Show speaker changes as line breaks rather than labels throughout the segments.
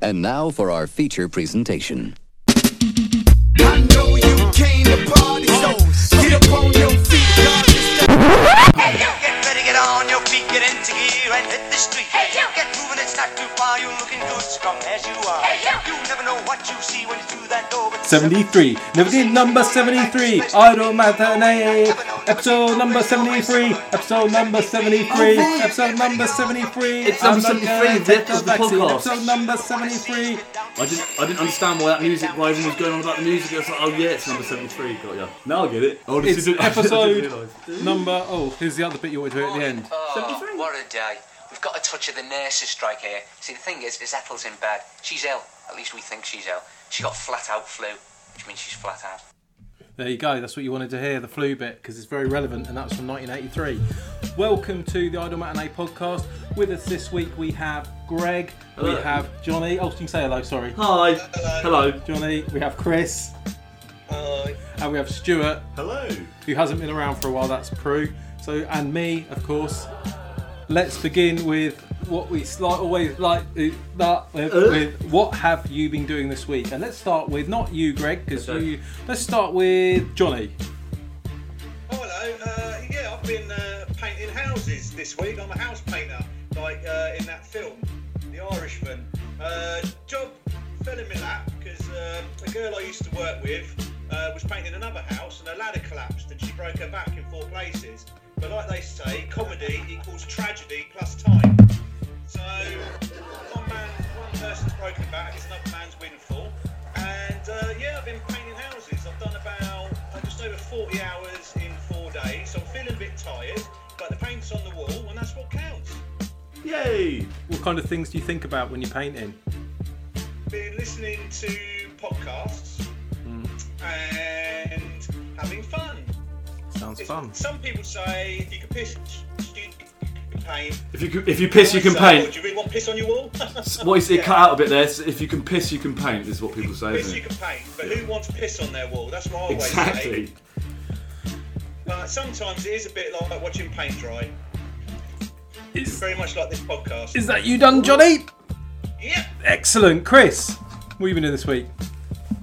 And now for our feature presentation.
I know you came to party, so get up on your feet, y'all. It's the
Hey, you get ready, get on your feet, get into gear and hit the street. Hey, you get moving, it's not too far. You're looking good, strong as you are. Hey, you, you never know what you see when you through that door. But
73. Never number 73. Idol Matinee. Episode number 73. Episode number 73. Episode number 73.
Oh, It's
I'm
number
not
73,
gonna
that
take
was the
vaccine.
podcast.
Episode number 73.
I didn't, I didn't understand why that music, why everyone was going on about the music. I was like, oh yeah, it's number 73, got ya. Now I get it. Oh,
It's episode number. Oh, here's the other bit you wanted to do at the end.
Oh, what a day. We've got a touch of the nurses' strike here. See, the thing is, is Ethel's in bed. She's ill. At least we think she's ill. She got flat out flu, which means she's flat out.
There you go. That's what you wanted to hear, the flu bit, because it's very relevant, and that's from 1983. Welcome to the Idle Matinee podcast. With us this week, we have Greg, we
Hello.
have Johnny. Oh, you can say hello, sorry.
Hi. Hello.
Johnny, we have Chris. And we have Stuart,
Hello.
who hasn't been around for a while, that's Prue. So, and me, of course. Let's begin with what we sli- always like, uh, that- with, with what have you been doing this week? And let's start with, not you, Greg, because
Okay.
you, let's start with Johnny.
Oh, hello. Uh, yeah, I've been uh, painting houses this week. I'm a house painter, like uh, in that film, The Irishman. Uh, job fell in my lap because uh, a girl I used to work with uh, was painting another house and a ladder collapsed and she broke her back in four places. But like they say, comedy equals tragedy plus time. So one man, one person's broken back, it's another man's windfall. And uh, yeah, I've been painting houses. I've done about uh, just over 40 hours in four days. So I'm feeling a bit tired, but the paint's on the wall, and that's what counts.
Yay.
What kind of things do you think about when you're painting?
Been listening to podcasts and having fun.
Sounds
It's-
fun.
Some people say if you can piss, you can paint.
If you, can- if you piss, you can
So,
paint.
Do you really want piss on your wall?
What is it cut out a bit there? So if you can piss, you can paint, is what people say,
piss
isn't
you
it?
can paint, but who wants piss on their wall? That's what I always say.
Exactly.
But Uh, sometimes it is a bit like watching paint dry.
Is,
Very much like this podcast.
is that you done, Johnny?
yep.
Excellent. Chris, what have you been doing this week?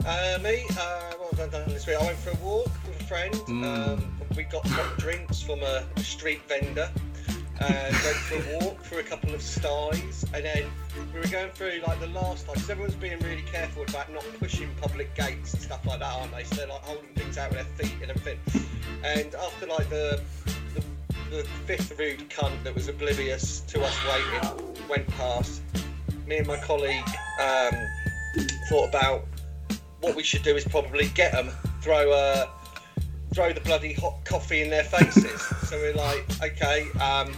Uh, me, uh, what have I done this week? I went for a walk with a friend. Um, we got hot drinks from a street vendor. And went for a walk through a couple of styes, and then we were going through like the last time. Because everyone's being really careful about not pushing public gates and stuff like that, aren't they? So they're like holding things out with their feet and everything. And after like the the, the fifth rude cunt that was oblivious to us waiting went past, me and my colleague um, thought about what we should do is probably get them throw uh, throw the bloody hot coffee in their faces. so we're like, okay, um,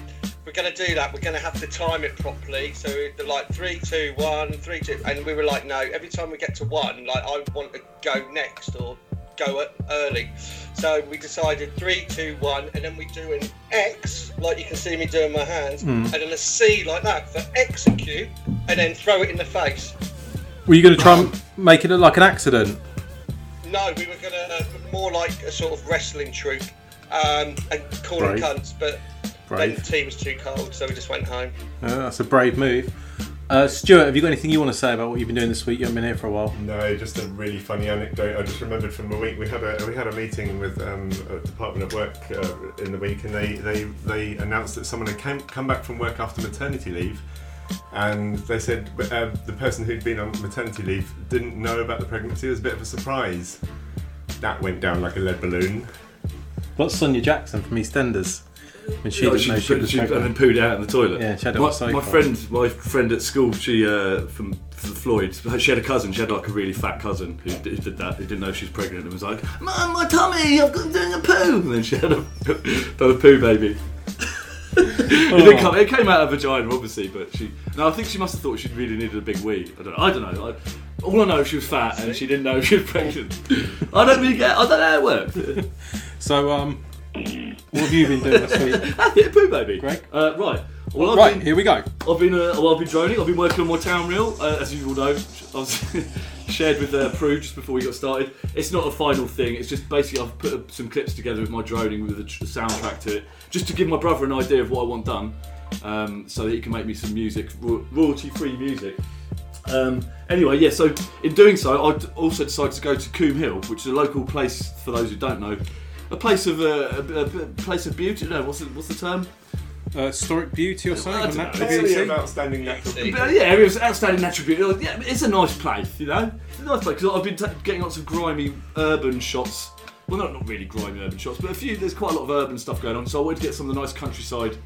we're going to do that. We're going to have to time it properly. So they're like three, two, one, three, two, and we were like, no. Every time we get to one, like I want to go next or go at early. So we decided three, two, one, and then we do an X, like you can see me doing my hands, and then a C like that for execute, and then throw it in the face.
Were you going to try and make it look like an accident?
No, we were gonna uh, more like a sort of wrestling troupe um, and call
Brave.
them cunts, but then the
Brave.
tea was too cold, so we just went home.
Uh, that's a brave move. Uh, Stuart, have you got anything you want to say about what you've been doing this week? You haven't been here for a while.
No, just a really funny anecdote. I just remembered from the week we had a we had a meeting with um, a Department of Work uh, in the week, and they, they they announced that someone had came, come back from work after maternity leave, and they said uh, the person who'd been on maternity leave didn't know about the pregnancy. It was a bit of a surprise. That went down like a lead balloon.
What's Sonia Jackson from EastEnders? When she
Oh,
didn't know she was
and then
pregnant.
pooed out in the toilet.
Yeah, she had it on
my,
the sofa.
my friend, my friend at school, she uh, from, from Floyd. She had a cousin. She had like a really fat cousin who did, who did that. Who didn't know she was pregnant and was like, "Mum, my tummy! I've got doing a poo." And then she had a, had a poo baby. it,
Oh.
didn't come, it came out of her vagina, obviously, but she. No, I think she must have thought she really needed a big wee. I don't know. I don't know. I, all I know is she was fat and she didn't know she was pregnant. I don't really get. I don't know how it worked.
So, um, what have you been doing this week?
I hit a poo baby.
Greg?
Uh, right. Well, I've
Right,
been-
here we go.
I've been uh, well, I've been droning. I've been working on my town reel, uh, as you all know. I was shared with uh, Prue just before we got started. It's not a final thing. It's just basically I've put uh, some clips together with my droning with a tr- soundtrack to it, just to give my brother an idea of what I want done, um, so that he can make me some music, ro- royalty-free music. Um, anyway, yeah, so in doing so, I d- also decided to go to Coombe Hill, which is a local place, for those who don't know, a place of uh, a, a- a place of beauty. No, what's the, what's the term?
Uh, historic beauty or something?
I don't
natural
know.
Really
beauty?
an outstanding natural
See?
But, uh, yeah, it was outstanding natural beauty. Like, Yeah, it's a nice place, you know. It's a nice place because I've been ta getting lots of grimy urban shots. Well, not not really grimy urban shots, but a few. There's quite a lot of urban stuff going on, so I wanted to get some of the nice countryside.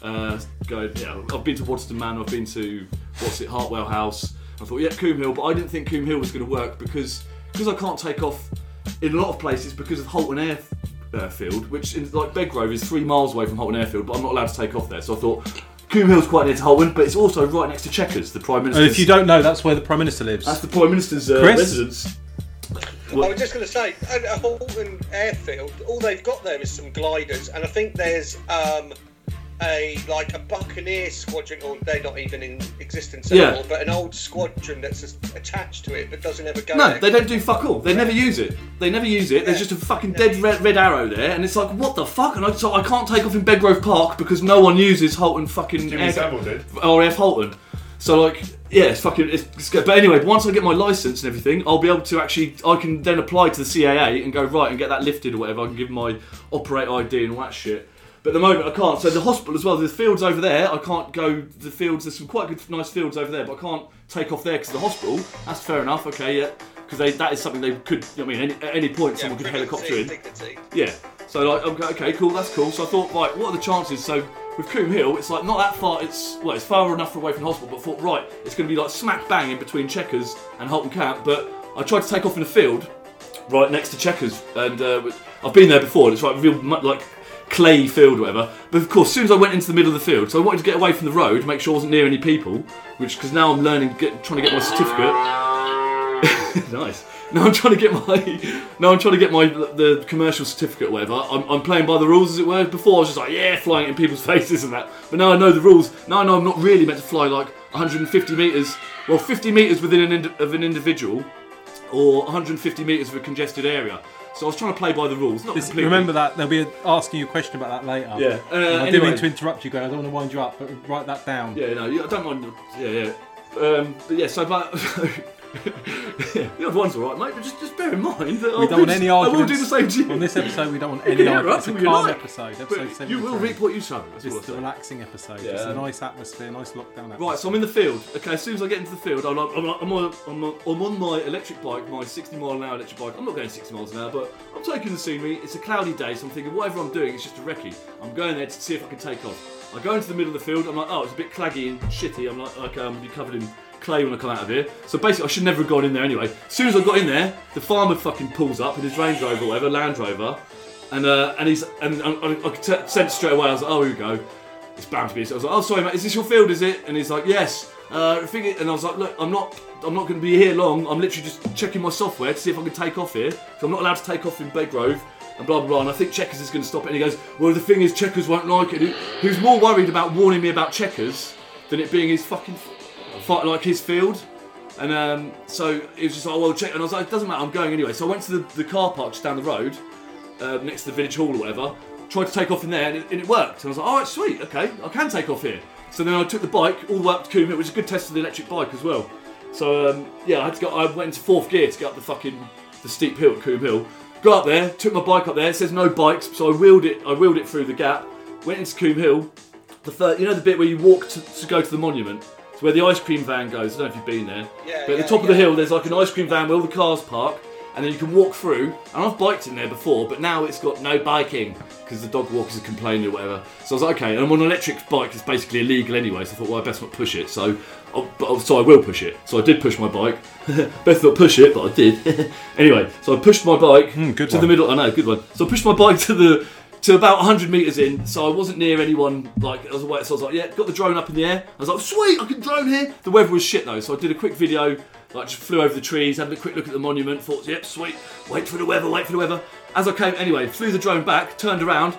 Uh, going. Yeah, I've been to Wadston Manor. I've been to what's it, Hartwell House. I thought, yeah, Coombe Hill, but I didn't think Coombe Hill was going to work because because I can't take off in a lot of places because of Holton Air. Airfield, which in like Bedgrove is three miles away from Holton Airfield, but I'm not allowed to take off there. So I thought Coombe Hill's quite near to Holton, but it's also right next to Checkers, the Prime Minister's.
And if you don't know, that's where the Prime Minister lives.
that's the Prime Minister's uh,
Chris?
residence.
I was just going to say, at at Halton Airfield, all they've got there is some gliders, and I think there's um, a like a Buccaneer squadron, or they're not even in existence
Yeah.
anymore, but an old squadron that's as- attached to it but doesn't ever go.
No,
there.
they don't do fuck all. They never use it. They never use it. There's
Yeah.
just a fucking dead red, red arrow there, and it's like, what the fuck? And I, so I can't take off in Bedgrove Park because no one uses Holton fucking
Jimmy
air-
Savile did.
or F Holton. So like, yeah, it's fucking. It's, it's good. But anyway, once I get my license and everything, I'll be able to actually. I can then apply to the CAA and go right and get that lifted or whatever. I can give my operate ID and all that shit. But at the moment, I can't. So the hospital as well. There's fields over there. I can't go. to The fields. There's some quite good, nice fields over there, but I can't take off there because the hospital. That's fair enough. Okay, yeah. Because that is something they could. I mean, any, at any point,
Yeah,
someone could
privacy,
helicopter in.
dignity.
Yeah. So like, okay, okay, cool, that's cool. So I thought, right, what are the chances? So with Coombe Hill, it's like not that far. It's well, it's far enough away from the hospital, but I thought, right, it's going to be like smack bang in between Checkers and Holton Camp. But I tried to take off in a field right next to Checkers, and uh, I've been there before. And it's like real mu- like clay field, or whatever. But of course, as soon as I went into the middle of the field, so I wanted to get away from the road, make sure I wasn't near any people, which because now I'm learning, get, trying to get my certificate nice. Now I'm trying to get my now I'm trying to get my the commercial certificate, or whatever. I'm, I'm playing by the rules, as it were. Before I was just like, yeah, flying it in people's faces and that. But now I know the rules. Now I know I'm not really meant to fly like 150 meters. Well, 50 meters within an ind- of an individual, or 150 meters of a congested area. So I was trying to play by the rules. Not
This-
completely.
remember that they'll be asking you a question about that later.
Yeah. Uh,
And I do
anyway.
mean to interrupt you, Greg. I don't want to wind you up, but write that down.
Yeah, no, yeah, I don't mind. Yeah, yeah. Um, but yeah, so but. yeah, the odd one's alright, mate, but just, just bear in mind that
We
I'll
don't want
just-
any
I will
arguments
do the same to you.
On this episode, we don't want any
Yeah,
arguments.
right,
It's a
you
calm
like.
episode. Episode
But
seven.
you will reap what you sow. That's
This
all I
is the
say.
relaxing episode.
Yeah.
It's a nice atmosphere, nice lockdown. Atmosphere.
Right, so I'm in the field. Okay, as soon as I get into the field, I'm, like, I'm, like, I'm, on, I'm, on, I'm on my electric bike, my 60 mile an hour electric bike. I'm not going 60 miles an hour, but I'm taking the scenery. It's a cloudy day, so I'm thinking whatever I'm doing, it's just a recce. I'm going there to see if I can take off. I go into the middle of the field. I'm like, oh, it's a bit claggy and shitty. I'm like, okay, I'm gonna be covered in clay when I come out of here. So basically, I should never have gone in there anyway. As soon as I got in there, the farmer fucking pulls up in his Range Rover, or whatever, Land Rover, and uh, and he's and, and I, I could t- sense straight away. I was like, oh, here we go it's bound to be. So I was like, oh, sorry, mate, is this your field, is it? And he's like, yes. Uh, I think it- and I was like, look, I'm not, I'm not going to be here long. I'm literally just checking my software to see if I can take off here. So I'm not allowed to take off in Bedgrove and blah, blah, blah. And I think Checkers is going to stop it. And he goes, well, the thing is, Checkers won't like it. He, he was more worried about warning me about Checkers than it being his fucking, fight like his field. And um, so it was just like, well, check. And I was like, it doesn't matter, I'm going anyway. So I went to the, the car park just down the road, uh, next to the village hall or whatever. Tried to take off in there, and it, and it worked. And I was like, all right, sweet, okay, I can take off here. So then I took the bike all the way up to Coombe, which was a good test of the electric bike as well. So um, yeah, I had to go. I went into fourth gear to get up the fucking the steep hill at Coombe Hill. Got up there, took my bike up there. It says no bikes, so I wheeled it. I wheeled it through the gap. Went into Coombe Hill, the third, you know the bit where you walk to, to go to the monument? It's where the ice cream van goes. I don't know if you've been there.
Yeah,
but at
yeah,
the top of the
yeah.
hill, there's like an ice cream van where all the cars park, and then you can walk through. And I've biked in there before, but now it's got no biking because the dog walkers are complaining or whatever. So I was like, okay. And on an electric bike, it's basically illegal anyway. So I thought, well, I best not push it. So, oh, but, oh, so I will push it. So I did push my bike. best not push it, but I did. anyway, so I pushed my bike
Hmm, good
to
one.
the middle. I know, good one. So I pushed my bike to the to about 100 meters in, so I wasn't near anyone. Like I was away, so I was like, yeah, got the drone up in the air. I was like, sweet, I can drone here. The weather was shit though, so I did a quick video. Like just flew over the trees, had a quick look at the monument. Thought, yep, sweet. Wait for the weather. Wait for the weather. As I came, anyway, flew the drone back, turned around,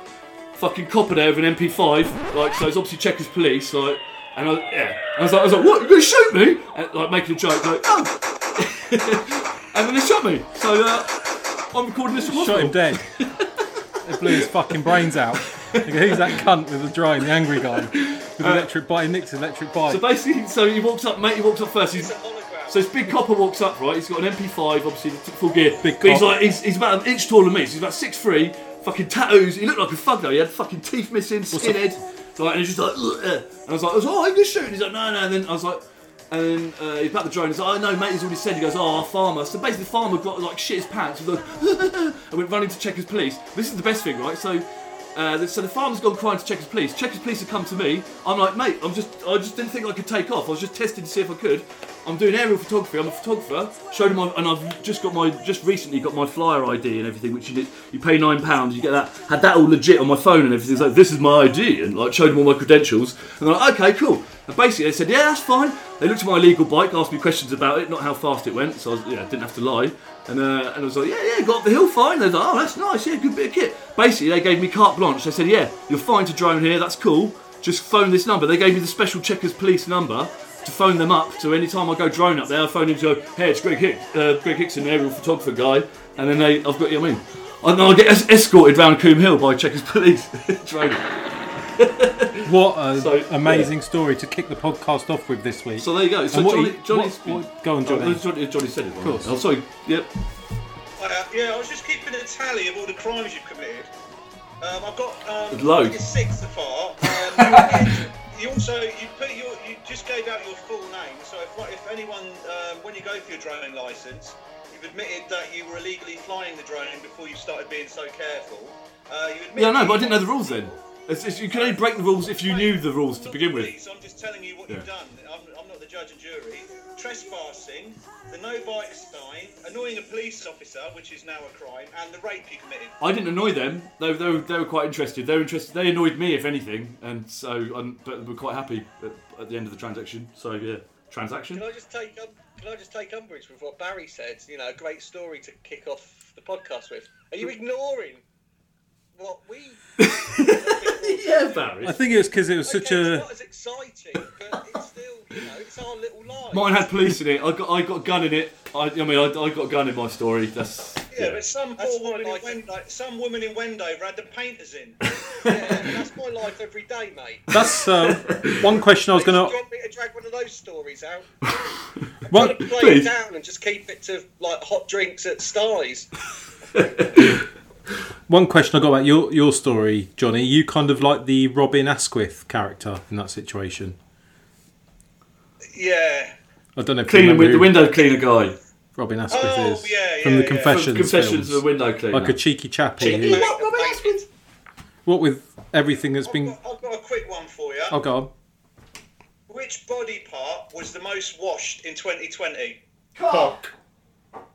fucking copper there with an MP5. Like so, it's obviously Checkers police. Like, and I, yeah, I was like, I was like, what? You gonna shoot me? And, like making a joke, like, oh. and then they shot me. So uh, I'm recording this from
Shot
hospital.
him dead. it blew his fucking brains out. Okay, who's that cunt with the drone, the
Uh,
angry guy? With the electric bike, Nick's electric bike.
So basically, so he walked up, mate. He walked up first.
It's
He's,
a hologram.
So this big copper walks up, right? He's got an MP5, obviously, the t- full gear.
Big
but he's
cop.
like, he's, he's about an inch taller than me. So he's about six three, fucking tattoos. He looked like a thug though. He had fucking teeth missing, skinhead. Like, and he's just like, "Ugh, eh." and I was like, I was like, oh, English shooting. He's like, no, no. And then I was like, and uh, he's about to drone. He's like, oh no, mate. He's already said. He goes, oh, our farmer. So basically, the farmer got like shit his pants. He was like, and went running to check his police. This is the best thing, right? So. Uh, the- so the farmer's gone crying to Checkers Police. Checkers Police have come to me. I'm like, mate, I'm just, I just didn't think I could take off. I was just testing to see if I could. I'm doing aerial photography. I'm a photographer. Showed him my, and I've just got my, just recently got my flyer ID and everything, which you did. You pay nine pounds, you get that. Had that all legit on my phone and everything. It's like, this is my ID, and like showed him all my credentials. And they're like, okay, cool. And basically they said, yeah, that's fine. They looked at my illegal bike, asked me questions about it, not how fast it went. So I was, yeah, didn't have to lie. And, uh, and I was like, yeah, yeah, got up the hill fine. They're like, oh, that's nice, yeah, good bit of kit. Basically, they gave me carte blanche. They said, yeah, you're fine to drone here, that's cool. Just phone this number. They gave me the special checkers police number to phone them up. So any time I go drone up there, I phone them to go, hey, it's Greg Hicks, uh, Greg Hickson, aerial photographer guy. And then they, I've got, you know what I mean? And I get es- escorted round Coombe Hill by checkers police. drone.
What an
So,
amazing story to kick the podcast off with this week.
So there you go. So
And what
Johnny,
he- what-
Johnny's
what- go on,
Oh,
Johnny.
Johnny, Johnny said it. Of
course.
Oh, sorry. Yep.
Uh, yeah, I was just keeping a tally of all the crimes you've committed. Um, I've got um,
Loads.
I think it's six so far. Um, you- you also you put your you just gave out your full name, so if if anyone um, when you go for your drone license, you've admitted that you were illegally flying the drone before you started being so careful. Uh, you admit
Yeah, I know, but I didn't know the rules then. It's, it's, you can only break the rules if you knew the rules to begin with.
Please, I'm just telling you what you've
Yeah.
done. I'm, I'm not the judge and jury. Trespassing, the no bike sign, annoying a police officer, which is now a crime, and the rape you committed.
I didn't annoy them. They, they, were, they were quite interested. They were interested. They annoyed me, if anything, and so I'm, but we're quite happy at, at the end of the transaction. So yeah, transaction.
Can I just take um, can I just take umbrage with what Barry said? You know, a great story to kick off the podcast with. Are you ignoring what we?
Yeah, Barry.
I think it was because it was such
Okay, it's
a.
not as exciting, but it's still you know it's our little life.
Mine had police in it. I got I got a gun in it. I, I mean I, I got a gun in my story. That's
yeah, but some
That's
poor
my
woman in
life.
Wen- like, some woman in Wendover had the painters in. yeah, that's my life every day, mate.
That's uh, one question I was going
Do you
to.
want me to drag one of those stories out?
One,
Play
Please.
it down and just keep it to like hot drinks at Styes.
one question I got about your your story, Johnny. You kind of like the Robin Asquith character in that situation.
Yeah.
I don't know if you
cleaning
remember
with the
who
window cleaner guy.
Robin Asquith
Oh,
is
yeah,
from
yeah,
the
yeah.
Confessions.
Confessions
films.
of a window cleaner.
like a cheeky chappie.
I've
Who,
got-
what with everything that's been.
I've got a quick one for you.
Oh, go on.
Which body part was the most washed in 2020?
cock.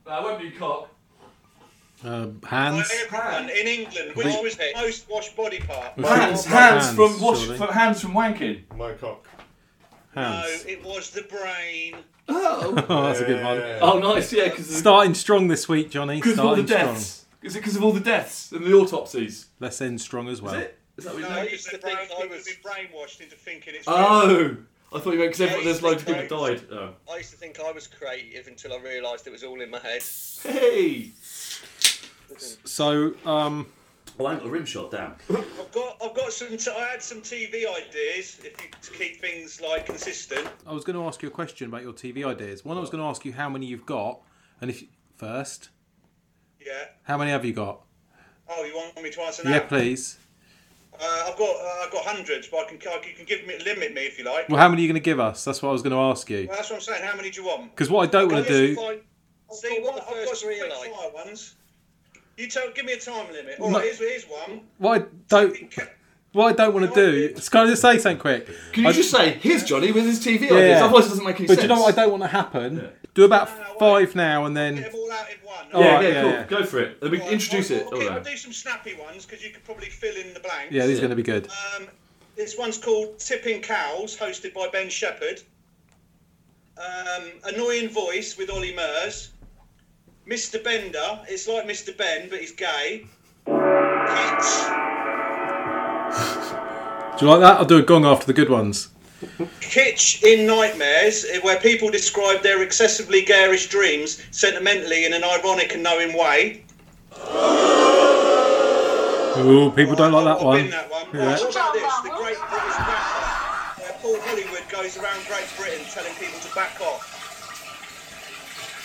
That Uh, won't be cock.
Um,
By
hands.
everyone in England, which was the most washed body part? No,
Hands, hands,
Hands,
from wash,
surely.
from, hands from wanking.
My cock.
Hands.
it was the brain.
Oh,
Oh, that's a good one.
oh nice, yeah, because
Starting strong this week, Johnny.
Because of all the
Starting strong.
deaths. Is it because of all the deaths and the autopsies?
Let's end strong as well.
Is it? Is that what you
I
mean?
used to think I was been brainwashed into thinking it's.
Oh, I thought you meant because
Yeah,
there's loads of people died.
it's-
Oh.
I used to think I was creative until I realised it was all in my head.
Hey!
So, um,
Well, I haven't got a rim shot, damn.
I've got, I've got some. T- I had some TV ideas if you to keep things like consistent.
I was going to ask you a question about your TV ideas. One, I was going to ask you how many you've got, and if first,
Yeah.
how many have you got?
Oh, you want me to answer now?
Yeah, please.
Uh, I've got, uh, I've got hundreds, but I can, I, can- you can give me, limit me if you like.
Well, how many are you going to give us? That's what I was going to ask you.
Well, that's what I'm saying. How many do you want?
Because what I don't want to do.
See what the
I've got
first
some
three
quick
are like. ones. You tell, give me a time limit. All
No.
right, here's, here's one.
What I don't. What I don't want to do. It's kind of just say something quick.
Can you just say, here's Johnny with his TV yeah.
Yeah.
Otherwise, it doesn't make any
But do you
sense.
know what I don't want to happen? Do about
No, no, wait.
five now and
Get
then.
them all out in one.
All
Yeah,
right,
yeah,
yeah,
cool.
yeah.
Go for it. Let me
All right,
introduce
I'll,
it. Oh,
I'll,
All
keep- I'll
right.
do some snappy ones because you could probably fill in the blanks.
Yeah, these are going to be good.
Um, this one's called Tipping Cows, hosted by Ben Shepherd. Um, Annoying Voice with Ollie Murs. Mr. Bender, it's like Mr. Ben, but he's gay. Kitsch,
Do you like that? I'll do a gong after the good ones.
Kitsch in Nightmares, eh, where people describe their excessively garish dreams sentimentally in an ironic and knowing way.
Ooh, people don't like that
I've
one.
been that one.
Yeah.
Right, what about this? The Great British Back Off. Where Paul Hollywood goes around Great Britain telling people to back off.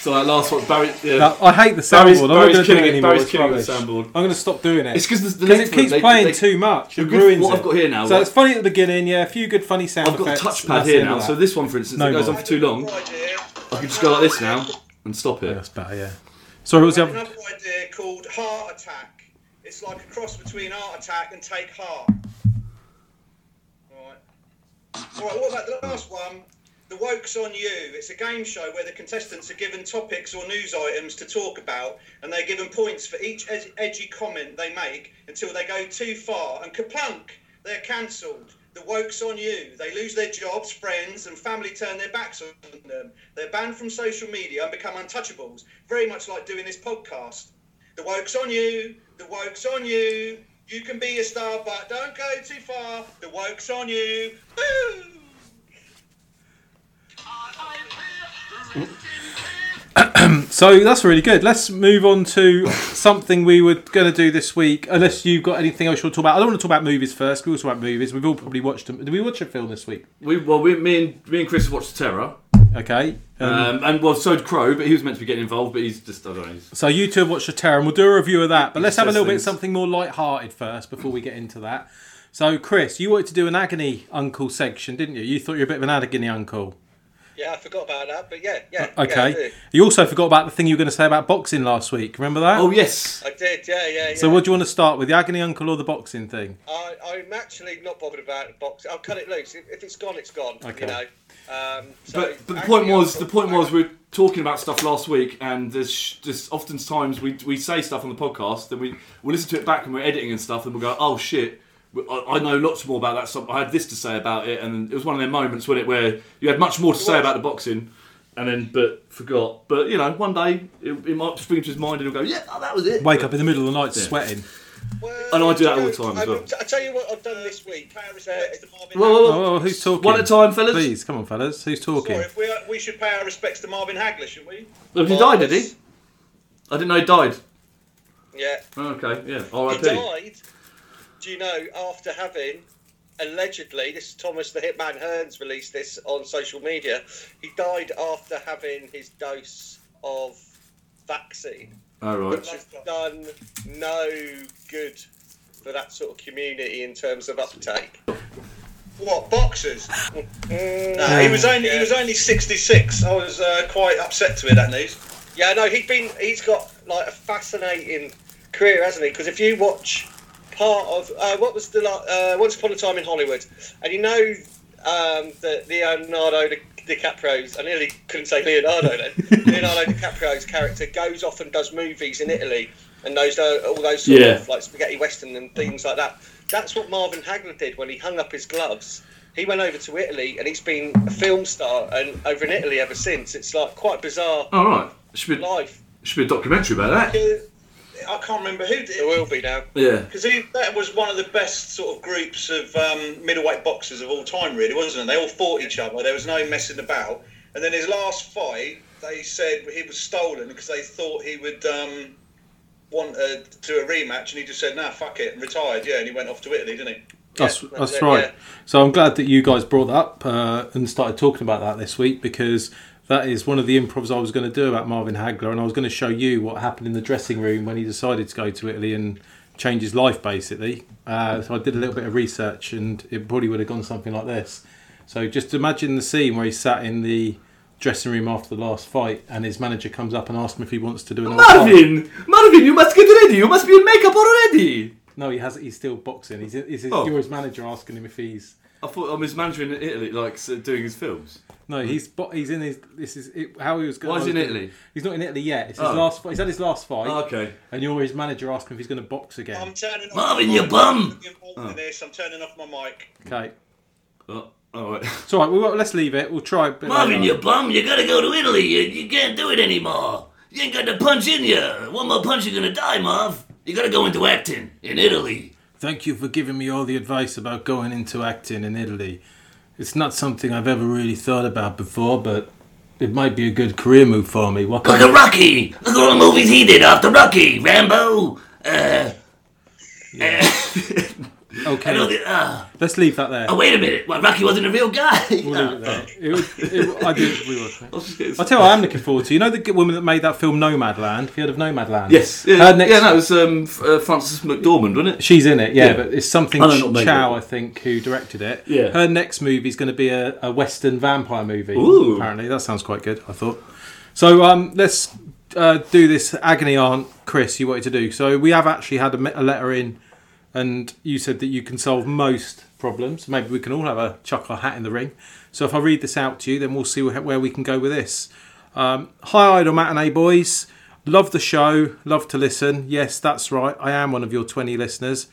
So that last one, Barry. Yeah.
Now, I hate the
Barry's-
soundboard. I'm not going
Barry's
to do
killing
it
it.
anymore.
Barry's
it's
killing the
rubbish.
soundboard.
I'm going to stop doing it.
It's 'cause the- the
it
next one,
keeps
they-
playing
they-
too much. It
Look at
ruins
what I've
it.
got here now,
So
like-
it's funny at the beginning, yeah. A few good funny sound
I've got
effects.
a touchpad
that's the
here
end
now.
of
So
that.
this one, for instance,
No
if it goes
more.
on for too long.
I've got an idea.
I can just go like this now and stop
Yeah,
it.
that's better. Oh, Yeah. Sorry, what was the
I've got
other?
another idea called Heart Attack. It's like a cross between Heart Attack and Take Heart. Alright. Alright, what about the last one? The Woke's on You. It's a game show where the contestants are given topics or news items to talk about, and they're given points for each ed- edgy comment they make until they go too far and kaplunk! They're cancelled. The woke's on you. They lose their jobs, friends, and family turn their backs on them. They're banned from social media and become untouchables, very much like doing this podcast. The woke's on you. The woke's on you. You can be a star, but don't go too far. The woke's on you. Woo!
So that's really good. Let's move on to something we were going to do this week. Unless you've got anything else you want to talk about. I don't want to talk about movies first. We'll talk about movies. We've all probably watched them. Did we watch a film this week?
We well, we, me and me and Chris watched Terror,
Okay. Um,
um, and well, so did Crow, but he was meant to be getting involved, but he's just I don't know. He's,
So you two have watched the terror, and we'll do a review of that. But let's have a little bit
Interesting.
something more light-hearted first before we get into that. So Chris, you wanted to do an agony uncle section, didn't you? You thought you were a bit of an agony uncle.
Yeah, I forgot about that, but yeah, yeah. yeah, I,
Okay.
did.
you also forgot about the thing you were going to say about boxing last week. Remember that?
oh yes,
I did, yeah, yeah, yeah.
So what do you want to start with, the agony uncle or the boxing thing?
I, I'm actually not bothered about the box. I'll cut it loose. If, if it's gone, it's gone.
Okay.
You know. Um, so
but, but the
actually,
point was
I'll-
the point was we we're talking about stuff last week, and there's sh- just oftentimes we we say stuff on the podcast, then we we listen to it back when we're editing and stuff, and we will go oh shit. I I know lots more about that. stuff. I had this to say about it, and it was one of their moments, wasn't it, where you had much more to say about the boxing, and then but forgot. But you know, one day it, it might spring to his mind, and he'll go, "Yeah, oh, that was it."
Wake up in the middle of the night sweating.
Well,
and I do that all
you
the
know,
time as
I-
well.
I tell you what I've done this week. Pay our respects to Marvin.
Whoa, whoa, whoa.
Oh, who's talking?
One at a time, fellas.
Please, come on, fellas. Who's
Sorry,
talking?
if we, are- we should pay our respects to Marvin Hagler, shouldn't we?
Well, Oh, he died, did he? I didn't know he died. Oh,
Yeah.
Okay, yeah.
He
R.I.P.
died. Do you know after having allegedly this is Thomas the Hitman Hearns released this on social media. He died after having his dose of vaccine.
All right.
That's done no good for that sort of community in terms of uptake. What boxers? Nah, he was only he was only 66. I was uh, quite upset to hear that news. Yeah, no, he's been he's got like a fascinating career, hasn't he? Because if you watch part of uh, what was the la- uh, Once Upon a Time in Hollywood, and you know um, that Leonardo Di- DiCaprio's, I nearly couldn't say Leonardo then. Leonardo DiCaprio's character goes off and does movies in Italy and those uh, all those sort
Yeah.
of like spaghetti western and things like that. That's what Marvin Hagler did when he hung up his gloves. He went over to Italy and he's been a film star and over in Italy ever since. It's like quite bizarre
All right. Should be
life.
should be a documentary about that.
I can't remember who did. There will be now.
Yeah.
Because that was one of the best sort of groups of um, middleweight boxers of all time, really, wasn't it? They all fought each other. There was no messing about. And then his last fight, they said he was stolen because they thought he would um, want uh, to do a rematch, and he just said, "Nah, fuck it," and retired. Yeah, and he went off to Italy, didn't he?
That's,
Yeah,
that's
yeah,
right.
yeah.
So I'm glad that you guys brought that up uh, and started talking about that this week because that is one of the improvs I was going to do about Marvin Hagler, and I was going to show you what happened in the dressing room when he decided to go to Italy and change his life, basically. Uh, so I did a little bit of research, and it probably would have gone something like this. So just imagine the scene where he sat in the dressing room after the last fight, and his manager comes up and asks him if he wants to do another fight.
Marvin, Marvin, you must get ready. You must be in makeup already.
No, he has. He's still boxing. He's, he's,
Oh.
You're his manager asking him if he's.
I thought I'm his manager in Italy, like so doing his films.
No, he's bo- he's in his. This is it, how he was going.
Mm. Why is he in Italy?
He's not in Italy yet. It's his
Oh.
last. fi- He's had his last fight.
Oh, okay.
And you're his manager asking if he's going to box again.
I'm turning off
Marvin,
my
you
mic.
bum!
I'm involved
Oh.
in this. I'm turning off my mic.
okay.
Oh, all right.
It's all right. Well, let's leave it. We'll try. a bit later.
bum. You gotta go to Italy. You, you can't do it anymore. You ain't got the punch in you. One more punch, you're gonna die, Marv. You gotta go into acting in Italy.
Thank you for giving me all the advice about going into acting in Italy. It's not something I've ever really thought about before, but it might be a good career move for me. What kind
Look at Rocky. Look at all the movies he did after Rocky. Rambo. Uh,
Okay.
And all the, uh,
ah,
Let's leave that there.
oh, wait a minute. Well, Rocky wasn't a real guy.
We'll leave it there. It was- it- I do. We were.
I'll just get
I tell you, what I'm looking forward to. You know the g- woman that made that film Nomadland. Have you heard of Nomadland?
Yes. Yeah,
Her next-
yeah no, it Uh, was um, F- uh, Francis McDormand, wasn't it?
She's in it, yeah,
Yeah.
but it's something
I don't know what they
Chow,
were.
I think, who directed it.
Yeah.
Her next movie is going to be a, a Western vampire movie.
Ooh.
Apparently, that sounds quite good. I thought. So um, let's uh, do this agony aunt, Chris. You wanted to do. So we have actually had a, me- a letter in, and you said that you can solve most problems. Maybe we can all have a chuck our hat in the ring. So if I read this out to you, then we'll see where, where we can go with this. Um, Hi, Idle Matinee Boys. Love the show. Love to listen. Yes, that's right. I am one of your 20 listeners.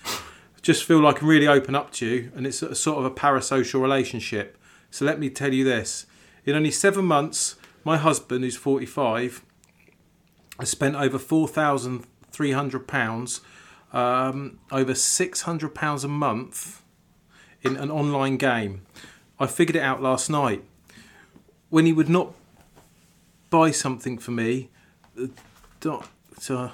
Just feel like I can really open up to you, and it's a sort of a parasocial relationship. So let me tell you this in only seven months, my husband, who's 45, has spent over £4,300, um, over £600 a month in an online game. I figured it out last night. When he would not buy something for me. The doctor.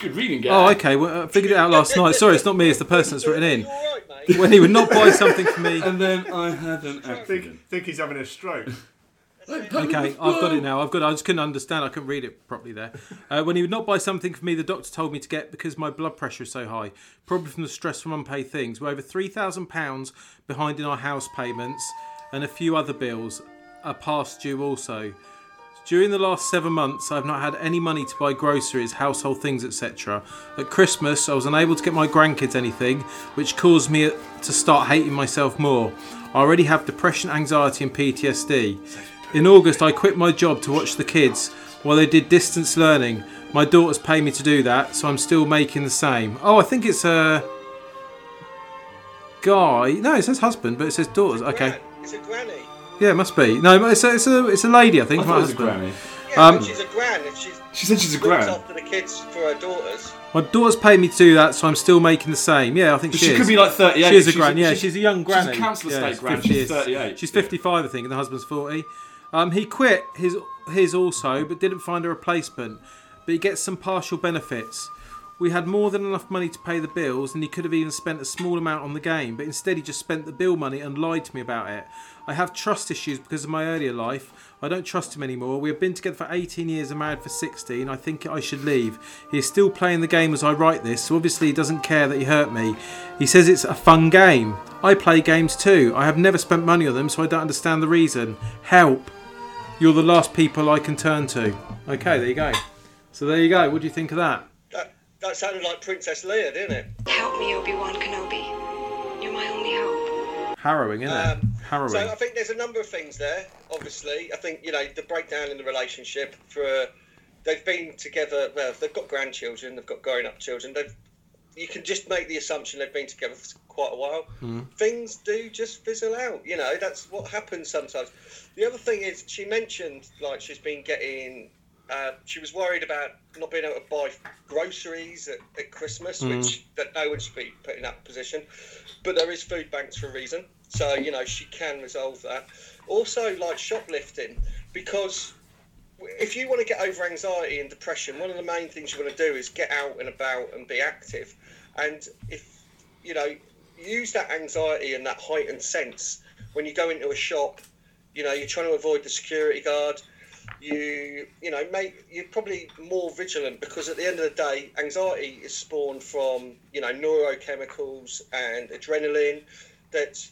Good reading, guy.
Oh, okay. Well, I figured it out last night. Sorry, it's not me. It's the person that's written
You
in.
alright, mate?
When he would not buy something for me.
And then I had an accident.
Think, think he's having a stroke.
Okay, I've got it now. I've got. I just couldn't understand. I couldn't read it properly there. Uh, when he would not buy something for me, the doctor told me to get because my blood pressure is so high, probably from the stress from unpaid things. We're over three thousand pounds behind in our house payments, and a few other bills are past due also. During the last seven months, I have not had any money to buy groceries, household things, etc. At Christmas, I was unable to get my grandkids anything, which caused me to start hating myself more. I already have depression, anxiety, and PTSD. In August, I quit my job to watch the kids while they did distance learning. My daughters pay me to do that, so I'm still making the same. Oh, I think it's a guy. No, it says husband, but it says daughters. Okay.
Gran. It's a granny.
Yeah, it must be. No, it's a, it's a, it's a lady, I think.
I
not
thought it was a
husband.
granny.
Yeah,
Um,
but she's a gran. If she's
She said she's a
looks
gran.
after the kids for her daughters.
My daughter's paid me to do that, so I'm still making the same. Yeah, I think
But
she,
she
is.
could be like 38.
She is a
She's
gran. Yeah, she's,
she's-
a young
she's a
granny.
council
yeah,
estate
she's
gran.
50
She's
years.
38.
She's
Yeah.
55, I think, and the husband's 40. Um, he quit his his also, but didn't find a replacement. But he gets some partial benefits. We had more than enough money to pay the bills, and he could have even spent a small amount on the game, but instead he just spent the bill money and lied to me about it. I have trust issues because of my earlier life. I don't trust him anymore. We have been together for 18 years and married for 16. I think I should leave. He is still playing the game as I write this, so obviously he doesn't care that he hurt me. He says it's a fun game. I play games too. I have never spent money on them, so I don't understand the reason. Help. You're the last people I can turn to. Okay, there you go. So there you go. What do you think of that?
That, that sounded like Princess Leia, didn't it?
Help me, Obi Wan Kenobi. You're my only hope.
Harrowing, isn't it?
Um,
Harrowing.
So I think there's a number of things there. Obviously, I think you know the breakdown in the relationship. For they've been together. Well, they've got grandchildren. They've got grown-up children. They've. You can just make the assumption they've been together for quite a while. Things do just fizzle out. You know that's what happens sometimes. The other thing is she mentioned like she's been getting. Uh, she was worried about not being able to buy groceries at, at Christmas, which that no one should be put in that position. But there is food banks for a reason, so you know she can resolve that. Also, like shoplifting, because if you want to get over anxiety and depression, one of the main things you want to do is get out and about and be active. And if you know, use that anxiety and that heightened sense when you go into a shop. You know, you're trying to avoid the security guard. You, you know, make you're probably more vigilant because at the end of the day, anxiety is spawned from you know neurochemicals and adrenaline. That's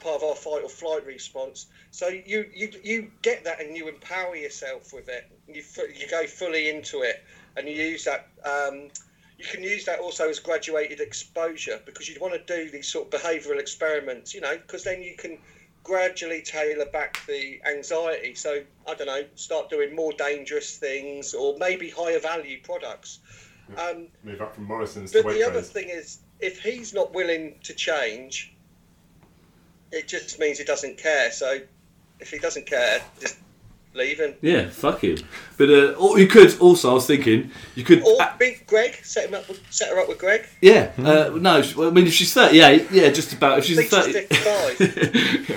part of our fight or flight response. So you you, you get that and you empower yourself with it. You fu- you go fully into it and you use that. Um, you can use that also as graduated exposure because you'd want to do these sort of behavioural experiments, you know, because then you can gradually tailor back the anxiety. So I don't know, start doing more dangerous things or maybe higher value products. Um,
Move up from Morrison's to
but the other
Waitrose.
thing is, if he's not willing to change, it just means he doesn't care. So if he doesn't care, just leave him.
Yeah, fuck him. But uh, or you could also, I was thinking, you could.
Or
uh,
beat Greg, set him up, with, set her up with Greg.
yeah, uh, no, she- well, I mean, if she's 38, yeah, just about. If she's
I think she's
30.
55.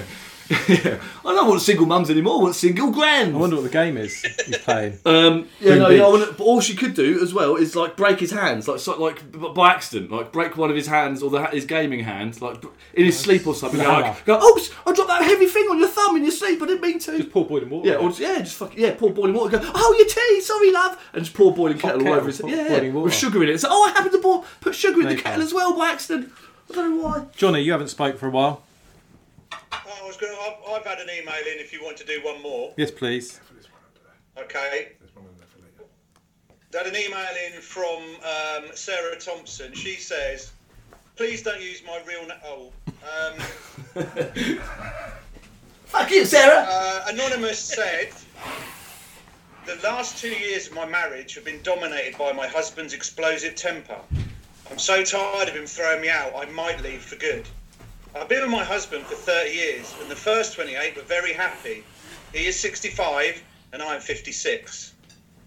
if I don't want single mums anymore. I want single grands.
I wonder what the game is he's playing.
Um, yeah,
Twin
no, yeah, I
Peaks.
wanna, but all she could do as well is like break his hands, like so, like b- by accident, like break one of his hands or the, ha- his gaming hand, like b- in his sleep or something.
Nah.
Like, go, oops, I dropped that heavy thing on your thumb in your sleep. I didn't mean to.
Just pour boiling water.
yeah, or just, yeah, just fuck, yeah, pour boiling water. Go, oh, your tea, sorry, love, and just pour boiling kettle all
kettle,
over his.
pour
Yeah,
boiling water.
with sugar in it. So, oh, I happened to pour, put sugar in the
Maybe.
kettle as well by accident. I don't know why.
Johnny, you haven't spoke for a while.
Oh, I was going. I've, I've had an email in. If you want to do one more,
Yes, please.
okay. Had an email in from um, Sarah Thompson. She says, "Please don't use my real name." Oh, um,
Fuck you, Sarah.
uh, anonymous said. The last two years of my marriage have been dominated by my husband's explosive temper. I'm so tired of him throwing me out, I might leave for good. I've been with my husband for 30 years, and the first 28 were very happy. He is 65, and I am 56.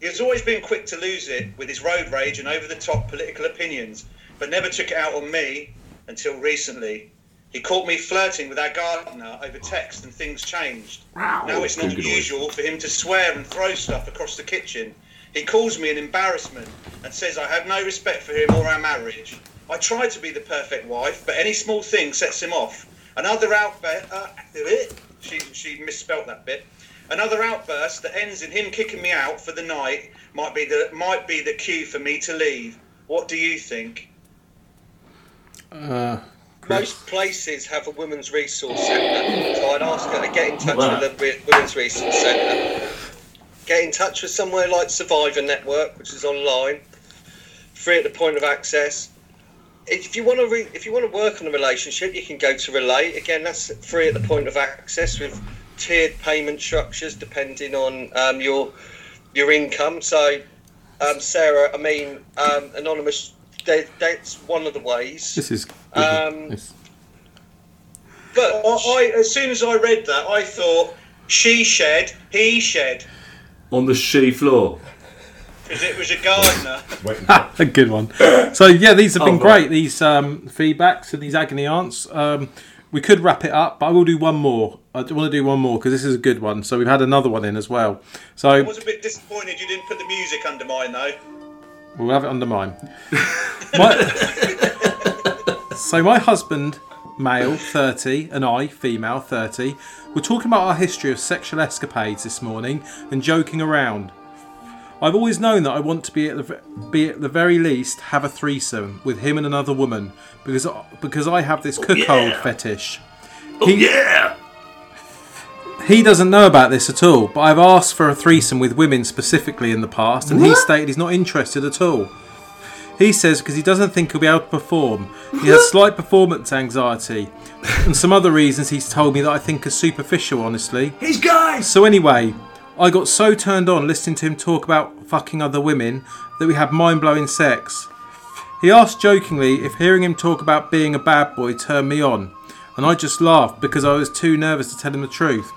He has always been quick to lose it with his road rage and over the top political opinions, but never took it out on me until recently. He caught me flirting with our gardener over text, and things changed. Now it's not
Googly noise.
usual for him to swear and throw stuff across the kitchen. He calls me an embarrassment and says I have no respect for him or our marriage. I try to be the perfect wife, but any small thing sets him off. Another outburst. Uh, she, she misspelt that bit. Another outburst that ends in him kicking me out for the night might be the might be the cue for me to leave. What do you think?
Uh,
Most places have a women's resource centre, so I'd ask her to get in touch
Wow.
with the wi- women's resource centre. Get in touch with somewhere like Survivor Network, which is online, free at the point of access. If you want to, re- if you want to work on a relationship, you can go to Relate. Again, that's free at the point of access with tiered payment structures depending on um, your your income. So, um, Sarah, I mean, um, anonymous. That, that's one of the ways.
this is.
Um,
Yes.
But I, I, as soon as I read that, I thought she shed, he shed,
On the she floor.
because it was a gardener.
Waiting
a good one. So yeah, these have been
Oh, right.
great. These um, feedbacks and these agony aunts. Um, we could wrap it up, but I will do one more. I want to do one more because this is a good one. So we've had another one in as well.
I
So
was a bit disappointed you didn't put the music under mine though.
We'll have it under mine. my, so my husband, male, 30, and I, female, 30, were talking about our history of sexual escapades this morning and joking around. I've always known that I want to be at the ve- be at the very least have a threesome with him and another woman because I- because I have this cuckold
Oh, yeah.
fetish.
Oh, yeah.
He doesn't know about this at all, but I've asked for a threesome with women specifically in the past, and he stated he's not interested at all. He says because he doesn't think he'll be able to perform. He has slight performance anxiety, and some other reasons he's told me that I think are superficial, honestly.
He's guys.
So, anyway, I got so turned on listening to him talk about fucking other women that we had mind blowing sex. He asked jokingly if hearing him talk about being a bad boy turned me on, and I just laughed because I was too nervous to tell him the truth.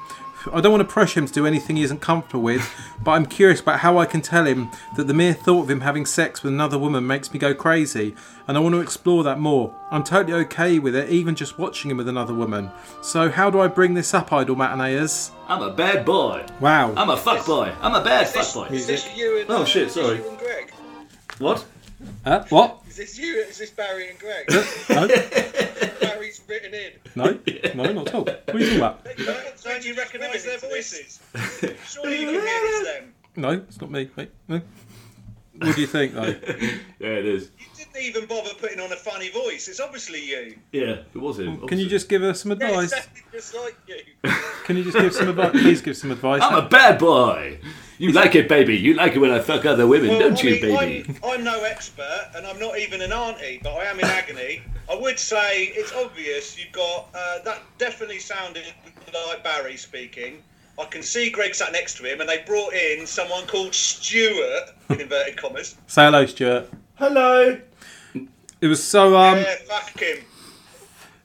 I don't want to pressure him to do anything he isn't comfortable with, but I'm curious about how I can tell him that the mere thought of him having sex with another woman makes me go crazy, and I want to explore that more. I'm totally okay with it, even just watching him with another woman. So, how do I bring this up, Idol Matineers?
I'm a bad boy.
Wow.
I'm a fuck boy. I'm a bad fuck
Is
boy.
this, is this you and
Oh, shit,
is this
sorry.
you and Greg?
What?
Uh, what?
Is this you? Is this Barry and Greg?
No,
Barry's written in.
no, no, not at all. What are you talking about?
Don't you recognise their voices? Surely you can hear it's them.
No, it's not me, mate. No. What do you think, though?
Yeah, it is.
You didn't even bother putting on a funny voice. It's obviously you.
Yeah, it was him.
Can you
obviously.
just give us some
Yeah,
advice?
exactly just like you.
Can you just give some advice? Please give some advice.
I'm a bad boy. You like it, baby. You like it when I fuck other women,
Well,
don't
I
you,
mean,
baby?
I'm, I'm no expert, and I'm not even an auntie, but I am in agony. I would say it's obvious you've got uh, that. Definitely sounded like Barry speaking. I can see Greg sat next to him, and they brought in someone called Stuart in inverted commas.
Say hello, Stuart.
Hello.
It was so. Um,
yeah, fuck him.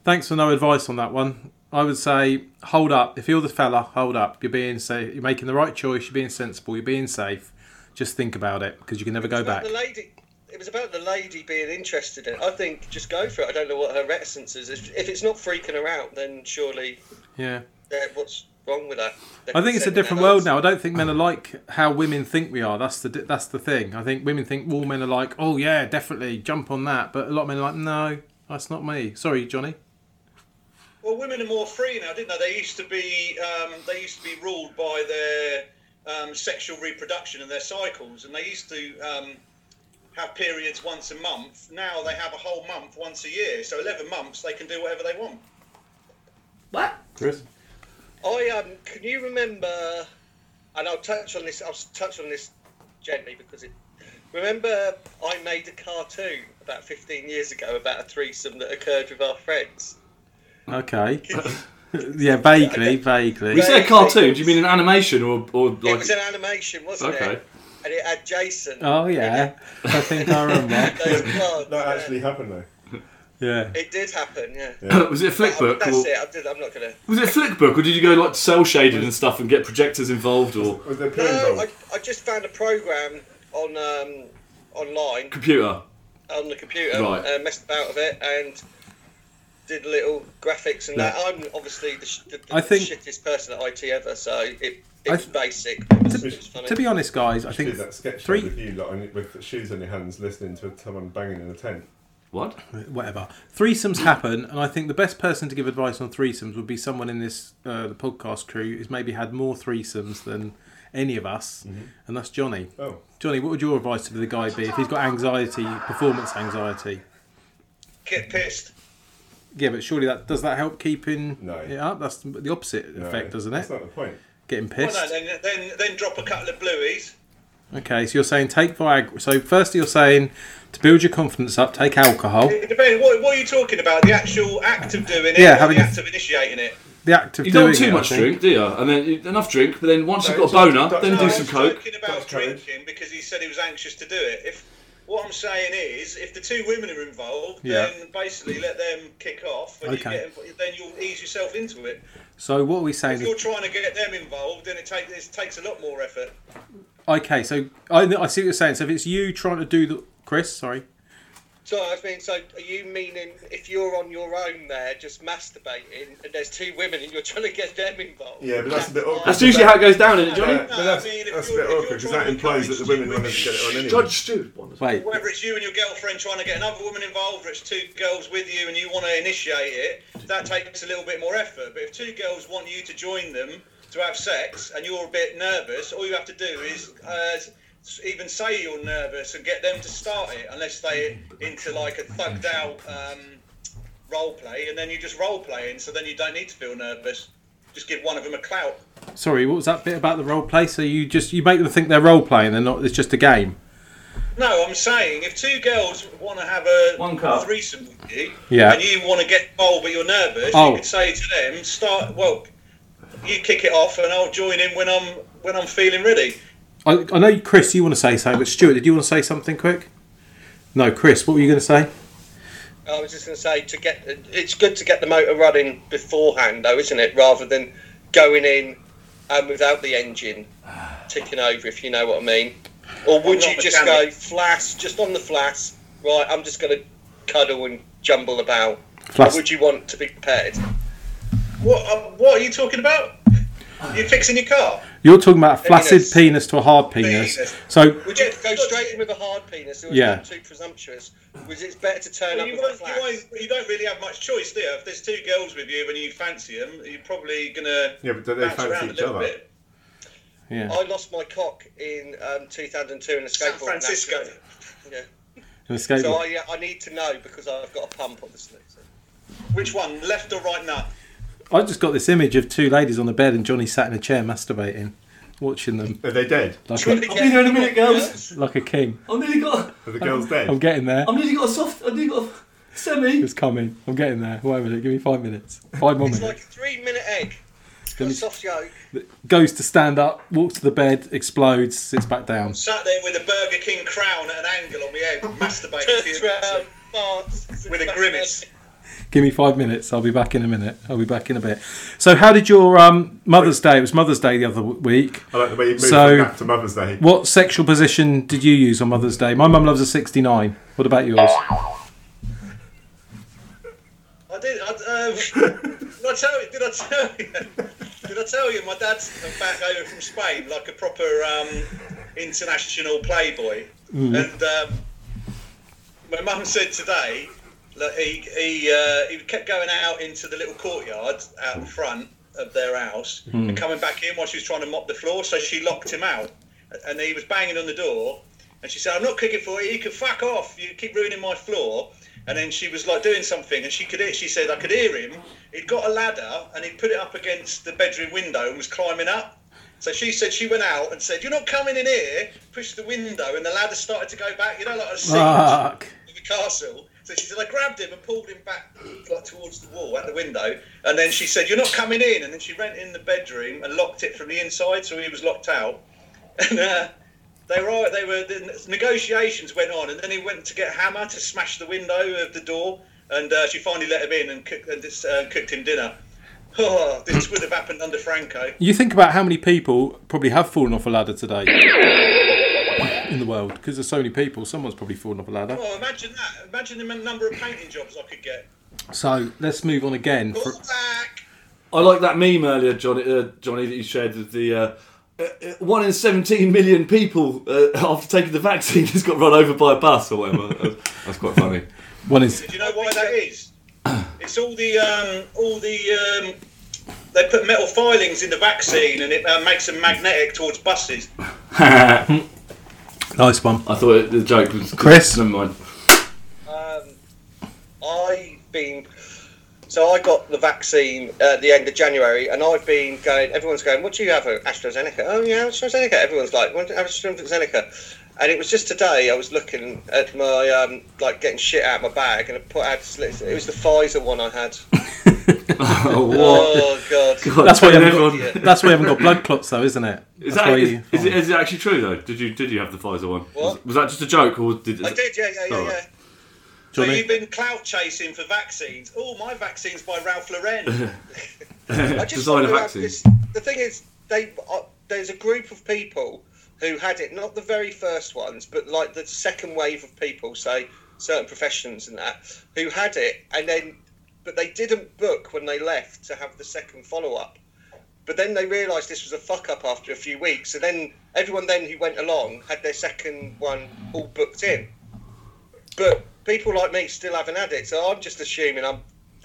thanks for no advice on that one. I would say hold up. If you're the fella, hold up. You're being safe. You're making the right choice. You're being sensible. You're being safe. Just think about it because you can never go
About
back.
the lady. It was about the lady being interested in. it. I think just go for it. I don't know what her reticence is. If, if it's not freaking her out, then surely
Yeah.
Yeah, what's wrong with that? They
I think it's a
send
different world
adults.
now. I don't think men are like how women think we are. That's the di- that's the thing. I think women think all men are like, oh yeah, definitely jump on that. But a lot of men are like, no, that's not me. Sorry, Johnny.
Well, women are more free now, didn't they? They used to be um, they used to be ruled by their um, sexual reproduction and their cycles, and they used to um, have periods once a month. Now they have a whole month once a year, so eleven months they can do whatever they want.
What?
Chris?
I um, can you remember? And I'll touch on this. I'll s- touch on this gently because it. Remember, I made a cartoon about 15 years ago about a threesome that occurred with our friends.
Okay. yeah, vaguely, vaguely.
You say a cartoon? Do you mean an animation or or
it
like?
was an animation, wasn't
Okay.
it? And it had Jason.
Oh yeah, I think I remember.
Those blood,
That
yeah.
actually happened though.
Yeah.
It did happen, yeah. Oh,
was it a flick book?
uh, That's
or,
it. I did, I'm not gonna.
Was it a flick book, or did you go like cell shaded and stuff and get projectors involved or
Was there poo
No, I,
involved?
I just found a program on um, online
computer?
on the computer,
Right.
uh, messed about with it, and did little graphics and that. I'm obviously the, sh- the, the
I think-
shittest person at IT ever, so it, it
I
was
th-
basic. It was, it was funny.
To be honest, guys, I
Did
think
that sketch
three-
show with you lot on, with shoes on your hands, listening to someone banging in a tent.
What?
uh, whatever threesomes happen, and I think the best person to give advice on threesomes would be someone in this uh, the podcast crew who's maybe had more threesomes than any of us, and that's Johnny.
Oh,
Johnny, what would your advice to the guy be if he's got anxiety, performance anxiety?
Get pissed.
Yeah, but surely that does that help keeping
No.
it up? That's the opposite
no,
effect, doesn't
That's
it?
not the point.
Getting
Well,
pissed.
no, then, then, then drop a couple of blueies.
Okay, so you're saying take Viagra. So firstly, you're saying to build your confidence up, take alcohol.
It depends. What, what are you talking about? The actual act of doing it,
Yeah,
or
having
the
a-
act of initiating it.
The act of
You
doing
don't too
it, I
much
think.
drink, do you? And then you- enough drink, but then once
No,
you've got a
it's-
boner,
don't-
then
no,
do
it's
some
I'm
coke.
talking about
That's courage.
drinking because he said he was anxious to do it. If what I'm saying is, if the two women are involved,
Yeah.
then basically let them kick off, and
Okay.
you get, then you'll ease yourself into it.
So what are we
If
saying?
you're trying to get them involved, then it, take, it takes a lot more effort.
Okay, so I, I see what you're saying. So if it's you trying to do the Chris, sorry,
So I mean, so are you meaning if you're on your own there, just masturbating, and there's two women, and you're trying to get them involved?
Yeah, but that's a bit awkward.
That's usually how it goes down, isn't it, Johnny?
Yeah, but that's,
I mean, if
that's a
you're-
bit
if
awkward
you're
because
trying
that
to
implies that the women
encourage
wanted to get it on anyway.
Judge Stu.
wait.
Whether it's you and your girlfriend trying to get another woman involved, or it's two girls with you and you want to initiate it, that takes a little bit more effort. But if two girls want you to join them to have sex and you're a bit nervous, all you have to do is uh, s- even say you're nervous and get them to start it, unless they into like a thugged out um, role play, and then you just role playing, so then you don't need to feel nervous. Just give one of them a clout.
Sorry, what was that bit about the role play? So you just you make them think they're role playing, they're not. It's just a game.
No, I'm saying if two girls want to have a
One cup.
threesome with you,
Yeah.
and you want to get bold but you're nervous,
Oh.
you could say to them, "Start well, you kick it off, and I'll join in when I'm when I'm feeling ready."
I, I know, Chris, you want to say something, but Stuart, did you want to say something quick? No, Chris, what were you going to say?
I was just going to say to get it's good to get the motor running beforehand, though, isn't it? Rather than going in and without the engine ticking over, if you know what I mean. Or would you just go flash, just on the flash? Right, I'm just going to cuddle and jumble about.
Flas-
Or would you want to be prepared? What uh, What are you talking about? You're fixing your car.
You're talking about a flaccid penis.
Penis.
to a hard penis.
Penis.
So
Would you go straight in with a hard penis? Or is
Yeah.
that too presumptuous? Was it better to turn
Well,
up
you
with a
won't- you
flash?
won't- you don't really have much choice, do you? If there's two girls with you and you fancy them, you're probably gonna
Yeah, but do they
bounce
fancy
around a
each
little
other?
bit.
yeah,
I lost my cock in um, 2002 in a skateboarding
San Francisco.
accident.
an escape.
So I, uh, I need to know because I've got a pump, obviously. So.
Which one, left or right nut?
I just got this image of two ladies on the bed and Johnny sat in a chair masturbating, watching them
Are they dead?
like a,
I'll be there in a minute, girls.
like a king.
I've nearly got.
Are the girls dead?
Oh.
I'm getting there.
I've nearly got a soft. I've nearly got a semi.
It's coming. I'm getting there. Wait a minute. Give me five minutes. Five more
It's
minutes.
like a three-minute egg. It's got a soft yolk.
Goes to stand up, walks to the bed, explodes, sits back down.
Sat there with a Burger King crown at an angle on my head, masturbating
Turns round,
furiously
farts.
with a grimace.
Give me five minutes. I'll be back in a minute. I'll be back in a bit. So, how did your um, Mother's Day? It was Mother's Day the other w- week.
I like the way you moved
So-
from that to Mother's Day.
What sexual position did you use on Mother's Day? My mum loves a 69. What about yours?
I did. I, um, Did I tell you? Did I tell you? Did I tell you? My dad's back over from Spain, like a proper um, international playboy.
Mm.
And um, my mum said today that he he uh, he kept going out into the little courtyard out in front of their house
Mm.
and coming back in while she was trying to mop the floor. So she locked him out, and he was banging on the door. And she said, "I'm not cooking for you. You can fuck off. You keep ruining my floor." And then she was like doing something, and she could hear. She said, "I could hear him. He'd got a ladder, and he'd put it up against the bedroom window and was climbing up." So she said she went out and said, "You're not coming in here." Pushed the window, and the ladder started to go back. You know, like a siege
Fuck.
of the castle. So she said, "I grabbed him and pulled him back like towards the wall at the window." And then she said, "You're not coming in." And then she went in the bedroom and locked it from the inside, so he was locked out. And uh, they were they were the negotiations went on, and then he went to get hammer to smash the window of the door, and uh, she finally let him in and cooked and just, uh, cooked him dinner. Oh, this would have happened under Franco.
You think about how many people probably have fallen off a ladder today in the world because there's so many people. Someone's probably fallen off a ladder.
Oh, imagine that! Imagine the number of painting jobs I could get.
So let's move on again. For,
I like that meme earlier, Johnny. Uh, Johnny, that you shared with the uh, uh, uh, one in seventeen million people uh, after taking the vaccine has got run over by a bus or whatever. That's- That's quite funny.
One is
Do you know why that is? It's all the um, all the um, they put metal filings in the vaccine, and it uh, makes them magnetic towards buses.
nice one.
I thought the joke was
Chris.
Never mind.
I've been so I got the vaccine at the end of January, and I've been going. Everyone's going, "What do you have? uh, AstraZeneca?" Oh yeah, AstraZeneca. Everyone's like, "What AstraZeneca?" And it was just today I was looking at my um, like getting shit out of my bag, and I put out. It was the Pfizer one I had.
oh, what?
Oh god.
that's why you haven't got, that's why you haven't got blood clots though, isn't it?
Is
That's
that
why
is,
you-
is, it, is it actually true though? Did you did you have the Pfizer one?
What?
Was, was that just a joke or did?
I did, yeah, yeah, yeah,
Alright.
yeah. So
Johnny?
you've been clout chasing for vaccines. Oh, my vaccine's by Ralph Lauren. I just
Design a
wonder how
vaccine.
this- the thing is, they uh, there's a group of people who had it, not the very first ones, but like the second wave of people, say certain professions and that, who had it, and then but they didn't book when they left to have the second follow up. But then they realised this was a fuck up after a few weeks, and then everyone then who went along had their second one all booked in. But people like me still haven't had it, so I'm just assuming I'm.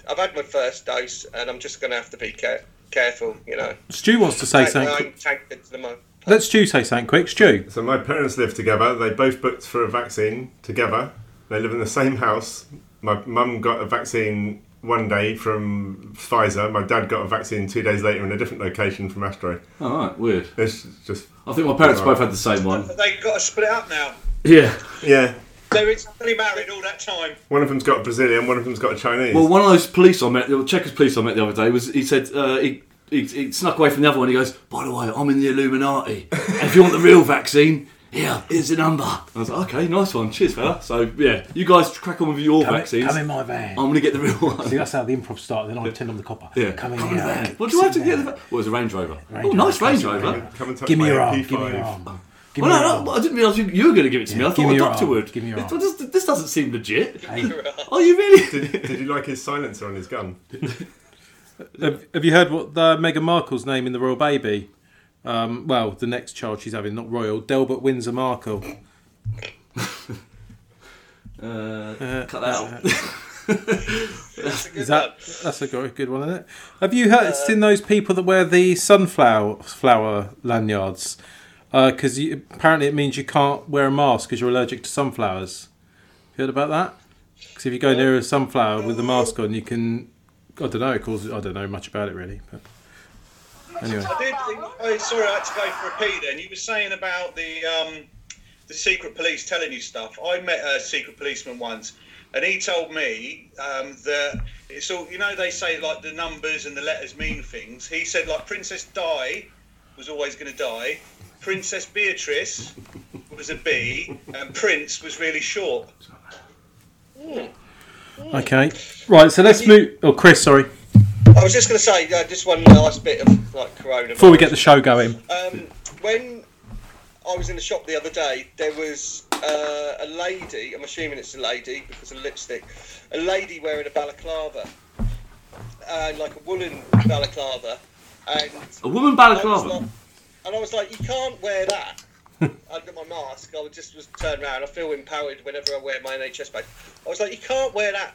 I've had my first dose, and I'm just going to have to be care- careful, you know.
Stu wants to say
Take my
something.
own- take the- the mo-
Let Stu say something quick. Stu.
So my parents live together. They both booked for a vaccine together. They live in the same house. My mum got a vaccine one day from Pfizer. My dad got a vaccine two days later in a different location from Astro.
All right, weird.
It's just.
I think my parents both had the same one.
They got to split up now.
Yeah.
Yeah.
They were only married all that time.
One of them's got a Brazilian. One of them's got a Chinese.
Well, one of those police I met, the Checkers police I met the other day, was he said uh, he, he he snuck away from the other one. He goes, "By the way, I'm in the Illuminati. if you want the real vaccine, here, here's the number." I was like, "Okay, nice one, cheers, fella." So yeah, you guys crack on with your
Come in-
vaccines.
come in my van.
I'm gonna get the real one.
See, that's how the improv started. Then I turned on the copper.
Yeah.
Come in
Come in
here.
the van. What do I have to get? The va- well, it's a Range Rover. oh, nice Range Rover.
Come and touch
Give me
my
your arm.
MP5.
Give me your arm. Give me
well,
your
no, no, I didn't realise you, you were going to give it to me. I
give
thought
me
a
your
doctor
arm.
would.
Give me your
It-
arm.
this, this doesn't seem legit. Are you really?
Did, did you like his silencer on his gun?
Have, have you heard what the Meghan Markle's name in the royal baby? Um, well, the next child she's having, not royal, Delbert Windsor Markle.
Uh, cut that out.
Is that that's a go- good one, isn't it? Have you heard? it's in those people that wear the sunflower flower lanyards because you apparently it means you can't wear a mask because you're allergic to sunflowers. You heard about that? Because if you go near a sunflower with a mask on, you can. I don't know. It causes. I don't know much about it really, but anyway.
I did think, oh, sorry, I had to go for a pee then. You were saying about the um, the secret police telling you stuff. I met a secret policeman once, and he told me um, that it's all, you know, they say like the numbers and the letters mean things. He said, like, Princess Di was always going to die, Princess Beatrice was a B, and Prince was really short.
Okay. Right. So let's move. Oh, Chris, sorry.
I was just going to say, uh, just one last bit of like coronavirus.
Before we get the show going,
Um, when I was in the shop the other day, there was uh, a lady. I'm assuming it's a lady because of the lipstick. A lady wearing a balaclava,
uh, like a woolen balaclava, and
A woman
I was
balaclava.
like- and I was like, you can't wear that. Under my mask, I would just was turn around. I feel empowered whenever I wear my NHS badge. I was like, you can't wear that.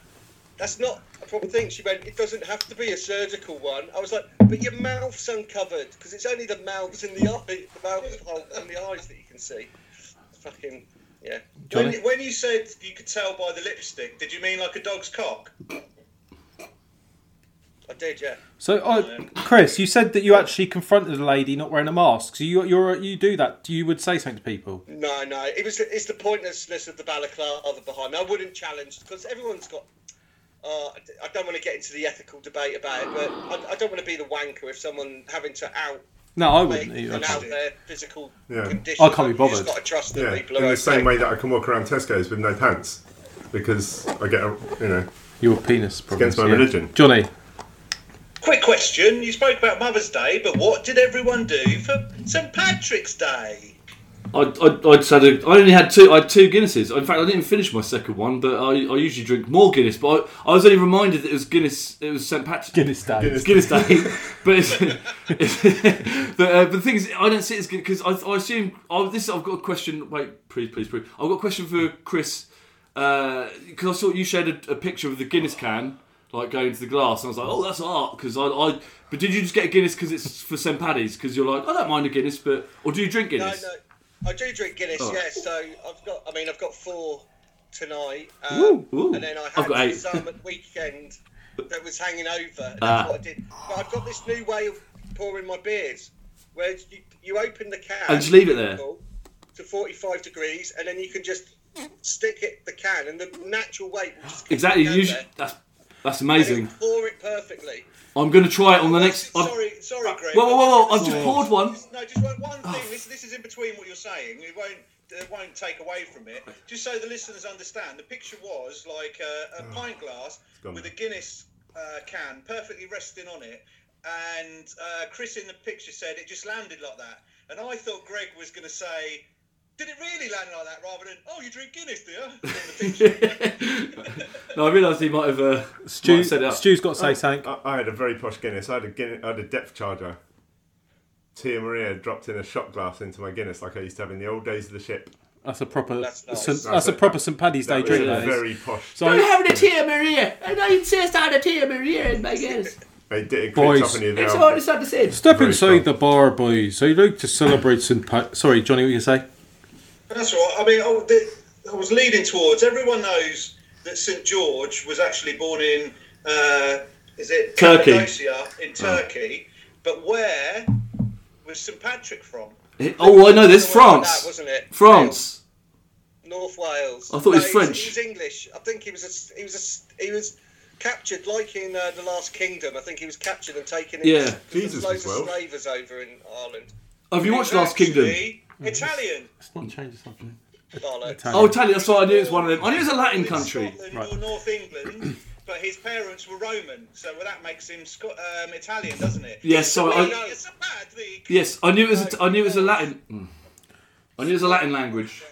That's not a proper thing. She went, it doesn't have to be a surgical one. I was like, but your mouth's uncovered because it's only the mouths and the eye, the mouth hole and the eyes that you can see. Fucking yeah.
When,
Johnny?
when you said you could tell by the lipstick, did you mean like a dog's cock?
I did, yeah.
So, uh, Chris, you said that you actually confronted a lady not wearing a mask. So you you're, you do that. You would say something to people.
No, no. It was it's the pointlessness of the balaclava behind. me. I wouldn't challenge because everyone's got. Uh, I don't want to get into the ethical debate about it, but I, I don't want to be the wanker if someone having to out
No, I wouldn't.
make
Either,
and out
actually.
their physical
Yeah.
condition.
I can't be
You just
bothered.
got to trust that
Yeah,
people are
in the
okay.
same way that I can walk around Tesco's with no pants because I get, a, you know,
Your penis problems.
against my religion.
Johnny,
Quick question: You spoke about Mother's Day, but what did everyone do for St Patrick's Day?
I, I, I, just had a, I only had two. I had two Guinnesses. In fact, I didn't finish my second one, but I, I usually drink more Guinness. But I, I was only reminded that it was Guinness. It was St Patrick's.
Guinness Day.
It's Guinness Day, but it's, it's- but, uh, but the thing is, I don't see it as good because I, I assume oh, this. I've got a question. Wait, please, please, please. I've got a question for Chris because I saw you shared a, a picture of the Guinness can like going into the glass, and I was like, oh, that's art. Because I, I, but did you just get a Guinness because it's for St Paddy's? Because you're like, I don't mind a Guinness, but or do you drink
No,
Guinness?
no. I do drink Guinness.
Oh.
Yeah. So I've got. I mean, I've got four tonight, um,
Ooh, ooh.
and then I
I've
had
got eight.
some at weekend that was hanging over. And that's
Ah.
what I did. But I've got this new way of pouring my beers, where you, you open the can
And Oh, just leave it there.
to 45 degrees, and then you can just stick it the can, and the natural weight will just keep
Exactly.
the can
You
there,
should, that's that's
and
amazing.
it'll pour it perfectly. Oh,
I'm gonna try it on the next. I've-
Sorry, sorry, Greg.
Whoa, whoa, whoa! whoa, I've
Oh.
Sorry.
just poured one.
No, just one, one thing. This, this is in between what you're saying. It won't. It won't take away from it. Just so the listeners understand, the picture was like a, a pint glass
gone.
with a Guinness uh, can perfectly resting on it, and uh, Chris in the picture said it just landed like that, and I thought Greg was going to say. Did it really land like that rather than, oh, you drink Guinness, do you? On the picture.
No, I realised he might have. Uh, might
Stu,
have set it up.
Stu's got to say something.
I, I had a very posh Guinness. I had a Guinness, I had a depth charger. Tia Maria dropped in a shot glass into my Guinness like I used to have in the old days of the ship.
That's a proper. That's,
That's nice.
a, that's a proper St Paddy's Day
That was
drink.
a
that is.
very posh.
So
having a Tia Maria. I know you said I had a Tia Maria in my guess.
They didn't
Boys.
up any of the
It's
alcohol.
all it's not the same.
step
Very
inside
strong.
the bar, boys. I like to celebrate St Pat. Sorry, Johnny, what you say?
That's all right. I mean,
oh,
I, the, I was leading towards. Everyone knows that St George was actually born in, uh, is it
Turkey. Oh.
Cappadocia in Turkey, but where was St Patrick from?
Oh, I know this.
Something like
France.
that, wasn't it?
France.
North Wales.
I thought he was
he's-
French.
He was English. I think he was. A, he was. A, he was captured, like in uh, the Last Kingdom. I think he was captured and taken. In,
Yeah.
'cause there was
Jesus
loads
was Welsh.
of slavers over in Ireland.
Have you
He
watched
was
Last Kingdom?
actually Italian.
It's not change the subject.
Barlow.
Oh, Italy. That's why I knew it was one of them. I knew it was a Latin country.
Scotland or North England, but his parents were Roman, so well, that makes him Sco- um, Italian, doesn't it?
Yes, so
We
I-
know it's a bad league.
Yes, I knew it was. A, I knew it was a Latin. mm. I knew it was a Latin language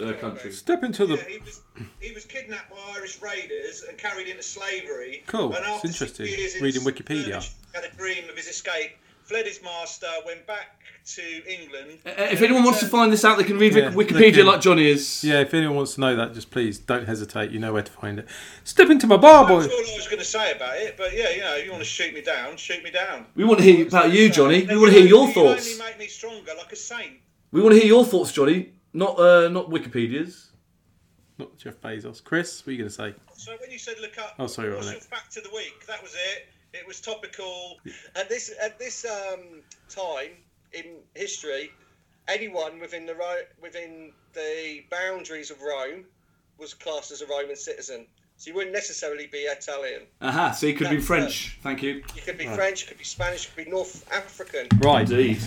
uh, country.
Step into the.
Yeah, he was he was kidnapped by Irish raiders and carried into slavery.
Cool,
And
it's
after six
interesting.
years in
Reading
servitude,
Wikipedia.
he had a dream of his escape, fled his master, went back to England.
Uh, If anyone wants to find this out, they can read Wik-
Yeah, they
Wikipedia
can.
like Johnny is.
Yeah, if anyone wants to know that, just please don't hesitate. You know where to find it. Step into my bar, boy.
That's all I was going to say about it, but yeah, you know, you want to shoot me down, shoot me down.
We want to hear about you, Johnny. We
Then
want to hear
you
your
only-
thoughts.
You only make me stronger, like a saint.
We want to hear your thoughts, Johnny. Not uh, not Wikipedia's.
Not Jeff Bezos. Chris, what are you going to say?
So when you said look up,
Oh, sorry,
what's
right.
your fact of the week? That was it. It was topical. At this
At this um, time in history, anyone within the Ro- within the boundaries of Rome was classed as a Roman citizen. So you wouldn't necessarily be Italian.
Aha. So he could be
That's
French. Thank you.
You could be French, you could be Spanish, you could be North African,
Right.
Indeed.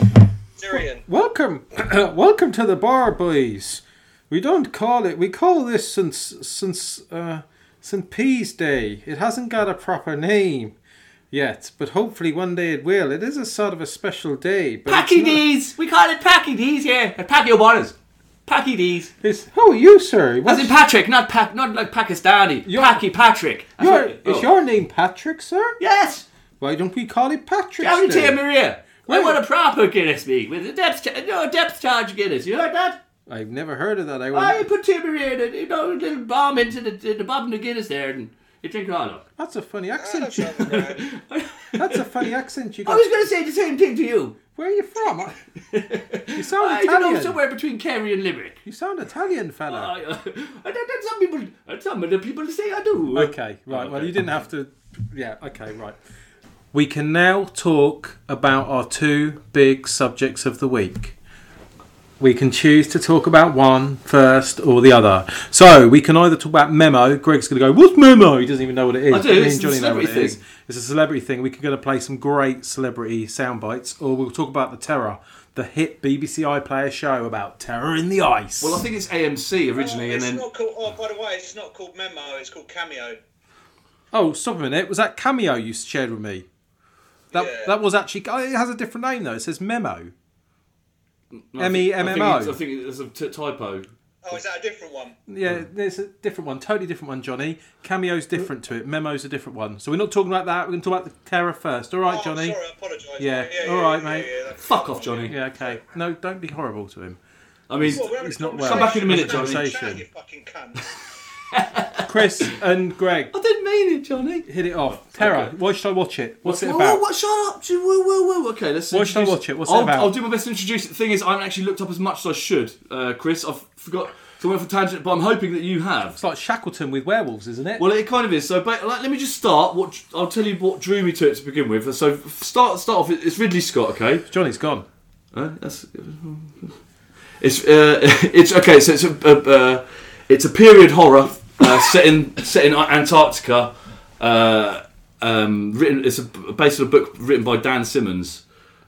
Syrian.
Welcome, welcome to the bar, boys. We don't call it. We call this since since uh, St. Pea's Day. It hasn't got a proper name yet, but hopefully one day it will. It is a sort of a special day. But it's
Packy
not-
D's. We call it Packy D's here. At Packy O'Bonner's. Paki D's.
It's, who are you, sir?
As in Patrick, not pa- not like Pakistani. Paki Patrick. That's
Your,
what-
Is
oh.
your name Patrick, sir?
Yes.
Why don't we call it Patrick?
Down to
then?
Maria. We
Wait.
want a proper Guinness me with a depth cha- no depth charge Guinness. You heard that?
I've never heard of that. I
I
went,
put Tim Maria in a you know, a little bomb into the, in the bottom of the Guinness there and you drink it all up.
That's a funny accent. you-
I
That's a funny accent you
I
got.
was going to say the same thing to you.
Where are you from? I- you sound
I don't
Italian.
know, somewhere between Kerry and Limerick.
You sound Italian, fella.
I, uh, that, that's some people, that's some of the people say I do.
Oh, okay, right. Well, you didn't have to. Yeah. Okay. Right. We can now talk about our two big subjects of the week. We can choose to talk about one first or the other. So we can either talk about memo. Greg's going to go, "What's memo?" He doesn't even know what it is.
I do,
Me
it's
and
the
Johnny know what it
celebrity
is.
thing.
It's a celebrity thing. We're going to play some great celebrity sound bites, or we'll talk about the terror, the hit BBC iPlayer show about terror in the ice.
Well, I think it's AMC originally, and
it's
then
not called. Oh, by the way, it's not called memo. It's called cameo.
Oh, stop a minute. Was that Cameo you shared with me? That
Yeah.
that was actually. oh, It has a different name though. It says Memo.
no, I
M
think-
E
I
M M
think
O.
it's- I think it's a t- typo.
Oh, is that a different one?
Yeah, there's a different one. Totally different one, Johnny. Cameo's different to it. Memo's a different one. So we're not talking about that. We're going to talk about the terror first. All right,
Oh,
Johnny.
Sorry, I apologise.
Yeah,
yeah,
all right,
yeah,
mate.
Yeah, yeah, that's-
Fuck off, Johnny.
Yeah, okay. No, don't be horrible to him.
I mean,
Well, we're having
He's
a
not well.
conversation.
Come back in a minute,
Shut
Johnny.
up, You fucking cunt.
Chris and Greg,
I didn't mean it, Johnny.
hit it off. Terror. Why should I watch it? What's it
Whoa,
about?
whoa, what- shut up! Ju- Woo, woo, woo. Okay, let's.
Why should I
introduce-
watch it? What's it
I'll,
about?
I'll do my best to introduce it. The thing is, I haven't actually looked up as much as I should, uh, Chris. I've forgot. So I went for tangent, but I'm hoping that you have.
It's like Shackleton with werewolves, isn't it?
Well, it kind of is. So, but, like, let me just start. What I'll tell you what drew me to it to begin with. So, f- start start off. It's Ridley Scott, okay?
Johnny's gone.
Uh, that's, it's uh, it's okay. So it's a uh, uh, it's a period horror uh, set in set in Antarctica. Uh, um, written it's a, based on a book written by Dan Simmons.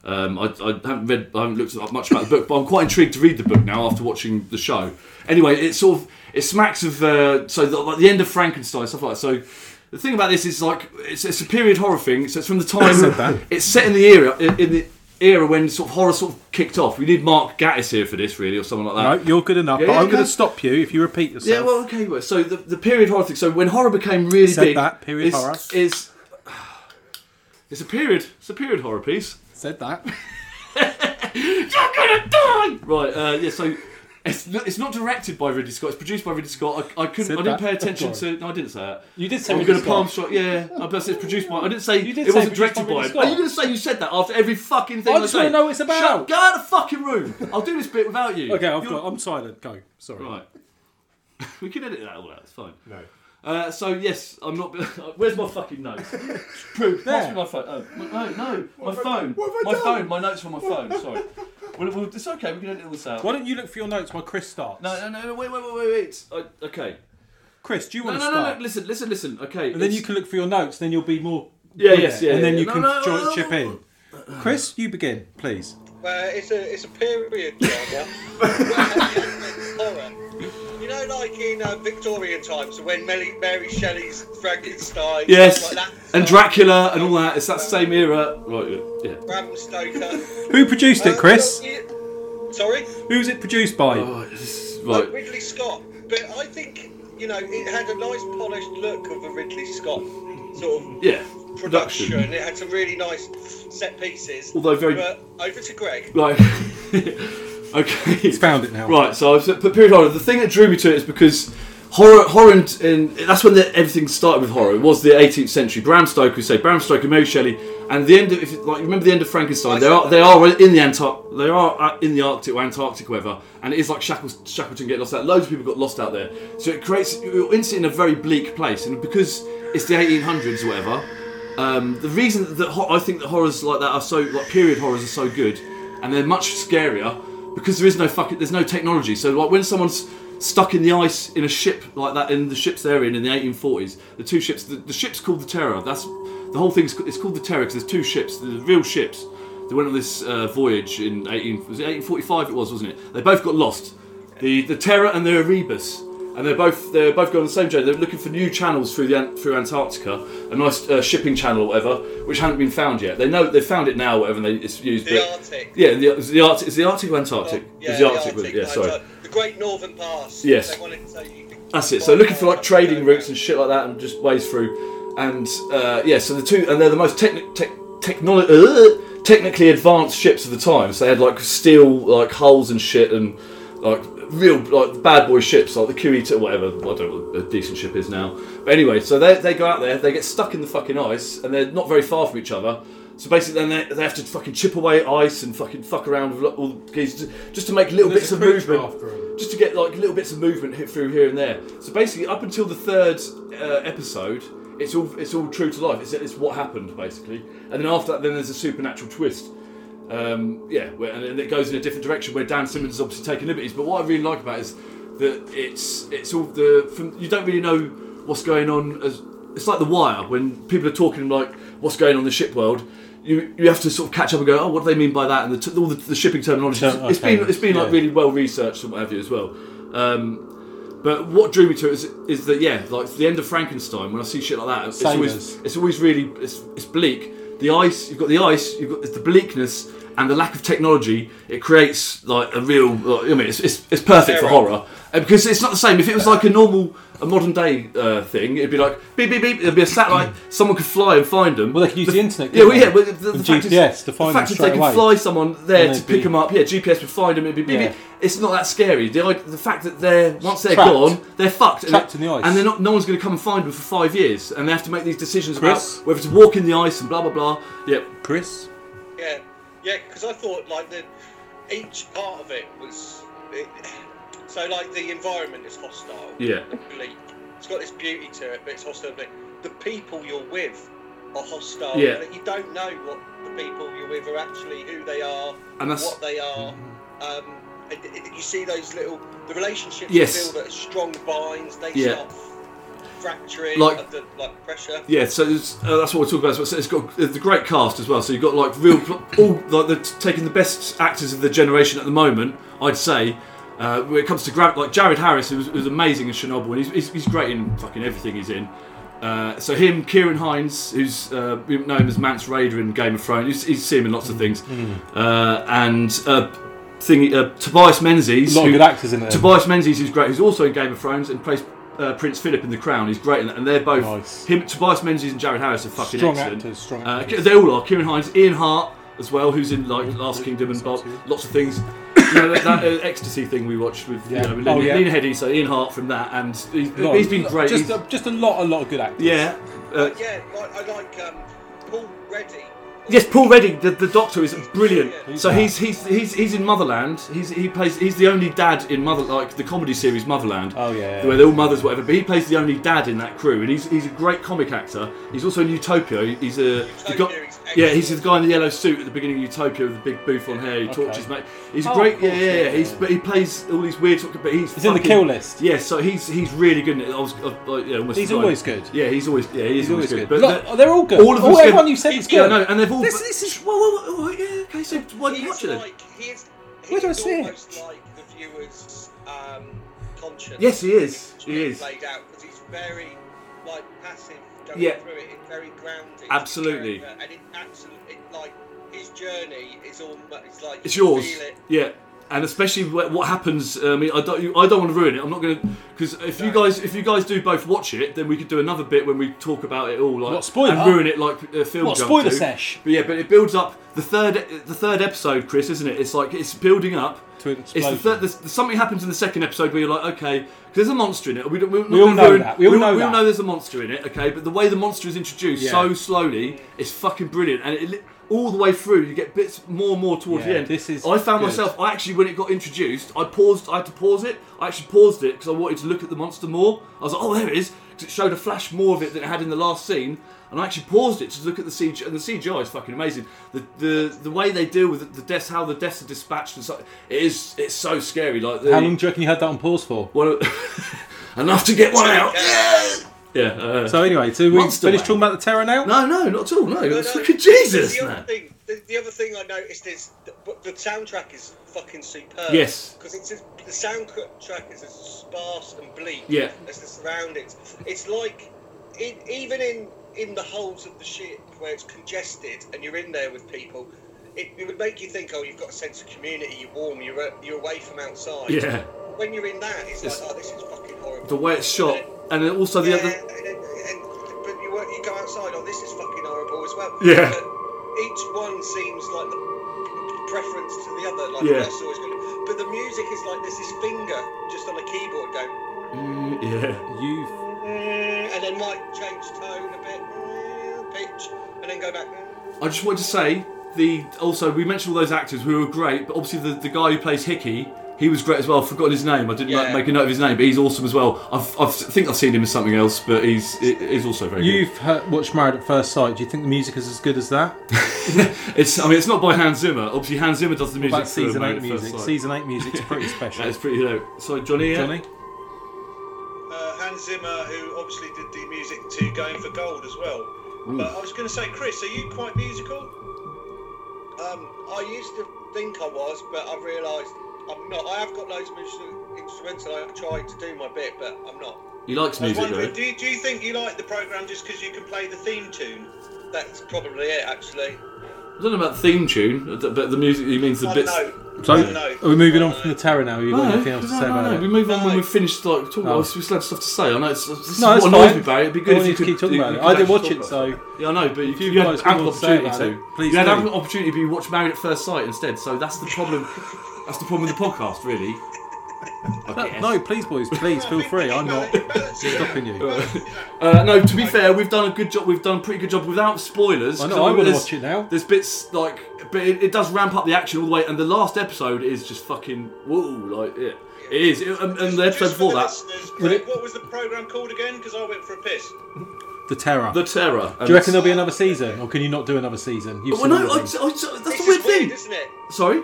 Um, I, I haven't read, I haven't looked up much about the book, but I'm quite intrigued to read the book now after watching the show. Anyway, it sort of it smacks of uh, so the, like the end of Frankenstein stuff like that. So the thing about this is like it's, it's a period horror thing. So it's from the time it's set in the era in, in the era when sort of horror sort of kicked off. We need Mark Gattis here for this really, or something like that.
No, you're good enough.
Yeah,
but
yeah,
I'm going
okay.
to stop you if you repeat yourself.
Yeah, well, okay. Well, so the, the period horror thing. So when horror became really
Said
big,
that, period
is,
horror.
is it's a period. It's a period horror piece.
Said that.
You're gonna die. Right. Uh, yeah. So it's not, it's not directed by Ridley Scott. It's produced by Ridley Scott. I, I couldn't.
Said
I
that.
didn't pay attention to. No, I didn't say that.
You did say
I'm
Ridley
gonna palm
Scott.
shot. Yeah. I bet it's produced by. I didn't say
You did
it
say
wasn't
produced
directed
by
by.
Ridley
him. Are you
Scott.
gonna say you said that after every fucking thing?
I just
say?
wanna know what it's about.
Shut, go out of the fucking room. I'll do this bit without you.
Okay, I've
You're-
got, I'm silent. Go. Sorry.
Right. we can edit that all out. It's fine.
No.
Uh, so yes, I'm not. Where's my fucking notes? Prove. Pass me my phone. Oh, my- no, no, my phone.
what have I
my
done?
phone. My notes are on my phone. Sorry. Well, well, it's okay. We can edit all this out.
Why don't you look for your notes while Chris starts?
No, no, no, no. Wait, wait, wait, wait, wait. I- okay.
Chris, do you
No,
want
no,
to
no,
start?
no. Listen, listen, listen. Okay.
and then
it's-
you can look for your notes. Then you'll be more.
Yeah,
good
yes,
at it,
yeah,
And then
yeah.
you
No,
can
no,
join-
no,
chip
no.
in. Chris, you begin, please.
Uh, it's a it's a period drama. where the element's horror. You know, like in uh, Victorian times, when Mary, Mary Shelley's Frankenstein,
Yes.
stuff like that, uh,
and Dracula and all that. It's that same era. Right. Yeah.
Bram Stoker.
Who produced it,
Uh,
Chris?
you- Sorry.
Who was it produced by?
Right. this is-
like
right.
Ridley Scott. But I think you know it had a nice polished look of a Ridley Scott sort of
Yeah.
production.
Production.
It had some really nice set pieces.
Although very-
But over to Greg.
Right. okay.
He's found it now.
Right, so I've said- put period horror. The thing that drew me to it is because horror, horror, and, and that's when the, everything started with horror. It was the 18th century. Bram Stoker, say Bram Stoker, Mary Shelley, and the end of if you, like remember the end of Frankenstein. They are they are in the Antar- they are uh, in the Arctic or Antarctic weather, and it is like Shackles, Shackleton getting lost out. Loads of people got lost out there, so it creates you're instantly in a very bleak place. And because it's the 1800s or whatever, um, the reason that ho- I think that horrors like that are so like period horrors are so good, and they're much scarier because there is no fucking there's no technology. So like when someone's stuck in the ice in a ship like that in the ships they're in in the 1840s, the two ships the, the ship's called the Terror. That's the whole thing's it's called the Terror because there's two ships, the real ships. They went on this uh, voyage in 18 was it 1845 it was wasn't it? They both got lost. The the Terror and the Erebus. and they're both they're both going on the same journey. They're looking for new channels through the An- through Antarctica, a nice uh, shipping channel or whatever, which hadn't been found yet. They know they've found it now, whatever. And they, it's used.
The
but-
Arctic.
Yeah, the, it's the Arctic. Is the Arctic or Antarctic? It's the Arctic. with- yeah,
no,
sorry.
sorry. The Great Northern Pass.
Yes.
They wanted to say you could-
That's it. So looking for like trading routes and shit like that, and just ways through. And uh, yeah, so the two, and they're the most techni- tech technolo- uh, technically advanced ships of the time. So they had like steel like hulls and shit, and like real like bad boy ships, like the QE or whatever. I don't know what a decent ship is now. But anyway, so they they go out there, they get stuck in the fucking ice, and they're not very far from each other. So basically, then they, they have to fucking chip away at ice and fucking fuck around with lo- all the keys just to make little
There's
bits
a
of
creature
movement
after 'em.
just to get like little bits of movement hit through here and there. So basically, up until the third uh, episode, it's all it's all true to life. It's, it's what happened basically, and then after that, then there's a supernatural twist. Um, yeah, where, and then it goes in a different direction where Dan Simmons is obviously taking liberties. But what I really like about it is that it's it's all the from, you don't really know what's going on. As it's like the Wire when people are talking like what's going on in the ship world. You, you have to sort of catch up and go, oh, what do they mean by that? And the t- all the, the shipping terminology.
Term-
It's been
okay,
it's been like
yeah.
really well researched and what have you as well. Um, but what drew me to it is, is that yeah, like the end of Frankenstein. When I see shit like that, it's
Same
always
as.
it's always really it's, it's bleak. The ice you've got the ice you've got the bleakness and the lack of technology. It creates like a real. Like, I mean, it's it's, it's perfect for
Terror.
horror Uh, because it's not the same. If it was like a normal a modern day uh, thing, it'd be like beep beep beep. It'd be a satellite. Someone could fly and find them.
Mm. Well, they could use the internet.
Yeah,
couldn't
well, yeah.
they?
Well, the, the,
And
fact
GPS
is,
to find
the
them
fact is they
straight
could
away.
fly someone there
And
to
they'd
pick
be-
them up. Yeah, GPS would find them. It'd be beep,
Yeah.
beep. It's not that scary. The, i- the fact that they're once they're
Trapped.
gone, they're fucked.
Trapped
and,
in the ice.
and they're not. No one's going to come and find them for five years, and they have to make these decisions
Chris?
about whether to walk in the ice and blah blah blah. Yep.
Chris.
Yeah, yeah, because I thought like the each part of it was it, so like the environment is hostile.
Yeah.
and bleak. It's got this beauty to it, but it's hostile. But the people you're with are hostile.
Yeah.
That you don't know what the people you're with are actually who they are,
And that's-
what
Mm-hmm.
they are. Um, and it- it- you see those little the relationships
Yes.
you build that are strong binds. They
Yeah.
start fracturing
Like-
under like pressure.
Yeah, so it's, uh, that's what we're talking about. So it's got it's the great cast as well. So you've got like real, all like the, taking the best actors of the generation at the moment. I'd say uh, when it comes to grab like Jared Harris, who was, who's amazing in Chernobyl, and he's, he's, he's great in fucking everything he's in. Uh, so him, Kieran Hines, who's uh, we know him as Mance Raider in Game of Thrones. He's, he's seen him in lots of things,
Mm.
uh, and. Uh, Thing, uh, Tobias Menzies.
A lot of good actors in there.
Tobias Menzies, who's great, who's also in Game of Thrones and plays uh, Prince Philip in The Crown. He's great in that, and they're both
Nice.
him, Tobias Menzies and Jared Harris are fucking
Strong
excellent.
actors, strong
Uh,
actors.
they all are. Kieran Hines, Ian Hart as well, who's in like Last Kingdom and Bob, lots of things. you know, that, that uh, ecstasy thing we watched with
Yeah.
you know, with
Oh,
Lena,
yeah.
Lena Headey, so Ian Hart from that, and he's,
Lot-
he's been great.
Just
He's-
a, just a lot, a lot of good actors.
yeah. Uh,
Yeah, like, I like um, Paul Reddy.
Yes, Paul Redding, the, the Doctor, is brilliant.
He's
so he's, he's he's he's in Motherland. He's he plays he's the only dad in Mother like the comedy series Motherland.
Oh, yeah, yeah.
where they're all mothers, whatever. But he plays the only dad in that crew, and he's he's a great comic actor. He's also in Utopia. He's a he's got-
Utopia is
yeah, he's the guy in the yellow suit at the beginning of Utopia with the big booth on hair. He torches mate. He's a
Oh,
great.
of course,
yeah, yeah,
yeah,
yeah. He's but he plays all these weird. But he's
He's in the
fucking-
kill list.
Yeah, so he's he's really good. In it. I was, I, I, yeah, almost
He's
forgot.
always good.
Yeah, he's always yeah he is
He's always good.
But
Look,
the-
they're all good.
All of
All-
them's
everyone
good.
you said was
Yeah,
good.
no, and they've all.
This-
but-
this is-
well, well, well, yeah, okay. So why do you
He's
watch it? then?
like, he's, he's
Where do I see it?
almost like the viewer's um, conscience.
Yes, he is.
It's
He is.
Laid out because he's very like passive going
Yeah.
through it, and very grounded.
Absolutely.
character, And it absolutely it, like his journey is all. It's like
It's
you can
yours.
feel it.
Yeah. And especially wh- what happens. uh, I mean, I don't. you- I don't want to ruin it. I'm not going to because if you guys, if you guys do both watch it, then we could do another bit when we talk about it all, like
What, spoiler?
and ruin it like uh, film.
What,
junk
spoiler
do.
sesh?
But yeah, but it builds up the third, e, the third episode, Chris, isn't it? It's like it's building up.
To an
it's the
explosion.
third, there's, something happens in the second episode where you're like, okay, 'cause there's a monster in it. We, don't, we're not
We all
gonna
know
ruin-
that. We all
we,
know
we all
that.
know there's a monster in it, okay? But the way the monster is introduced
Yeah.
so slowly is fucking brilliant, and it, li- all the way through, you get bits more and more towards the
Yeah,
end.
this is
I found
good.
myself. I actually, when it got introduced, I paused. I had to pause it. I actually paused it because I wanted to look at the monster more. I was like, oh, there it is, 'cause it showed a flash more of it than it had in the last scene. And I actually paused it to look at the CGI. And the CGI is fucking amazing. The the, the way they deal with the, the deaths, how the deaths are dispatched, and so it is. It's so scary. Like the,
How long do you reckon you had that on pause for?
One, enough to get one out. Yeah. Uh,
So anyway, so we
Monster
finished
Way.
talking about the Terror now.
no, no, not at all. No,
No,
it's
no,
fucking
that's
Jesus.
The
man.
other thing
the, the other thing I noticed is the, but the soundtrack is fucking superb.
Yes.
Because it's as, the soundtrack is as sparse and bleak
Yeah.
as the surroundings. It's like in, even in in the holes of the ship where it's congested and you're in there with people. It, it would make you think, oh, you've got a sense of community. You're warm. You're a- you're away from outside.
Yeah.
When you're in that, it's,
It's-
like, oh, this is fucking horrible.
The way it's shot, and then also the other.
But you, work- you go outside, oh, this is fucking horrible as well.
Yeah.
But each one seems like the preference to the other. Like
Yeah.
yeah. that's always good. But the music is like there's this finger just on a keyboard going,
yeah.
You've
"Mm," and then might change tone a bit, "Mm," pitch, and then go back. mm.
I just wanted to say the also we mentioned all those actors who were great, but obviously the, the guy who plays Hickey, he was great as well. I've forgotten his name. I didn't like,
Yeah.
make a note of his name, but he's awesome as well. I've, I've I think I've seen him in something else, but he's he- he's also very good.
you've heard, watched Married at First Sight. Do you think the music is as good as that?
It's I mean it's not by Hans Zimmer. Obviously Hans Zimmer does the
What about
music. for
season
Married
eight
at First
music?
Sight.
Season eight music's pretty special.
That's pretty low. So Johnny, yeah?
Johnny,
Uh, Hans Zimmer, who obviously did the music to Going for Gold as well. But I was going to say, Chris, are you quite musical?
Um, I used to think I was, but I've realised I'm not. I have got loads of instru- instruments, and I tried to do my bit, but I'm not.
He likes
I was
music
wondering,
though.
do you, do you think you like the program just because you can play the theme tune?
That's probably it, actually.
I don't know about the theme tune, but the music he means the
I
bits.
don't know.
so
I don't know.
are we moving on from the Terra now? Have you got anything else to
no,
say
no,
about
no.
it?
We move on when we've finished like talking.
Oh.
We still have stuff to say. I know it's, this
No, it's
is what annoys
fine.
me, Barry. It'd be
We
good if
need
you
to
could.
keep talking
you
about
could
it. I didn't
actually
watch it,
talk about
so-
yeah, I know. But if
you
you, you had
guys want
ample
to say
opportunity
about
to,
it, please
you had
do.
ample opportunity, but you watched Married at First Sight instead. So that's the problem. that's the problem with the podcast, really. I
No,
guess.
no, please, boys, please feel free. I'm not stopping you.
Uh, no, to be fair, we've done a good job. We've done a pretty good job without spoilers.
I know,
'cause
I wanna
there's-
watch it now.
There's bits like, but it, it does ramp up the action all the way, and the last episode is just fucking whoa, like it, it is. It- and, and the episode
Just for
before
the
that,
listeners,
Will it-
What was the program called again? Because I went for a piss.
The Terra.
the terror.
do you reckon there'll be another season, or can you not do another season? You've
Well,
seen
no,
all
I, I,
of them.
I- that's the
This
weird
is weird,
thing.
isn't it?
Sorry,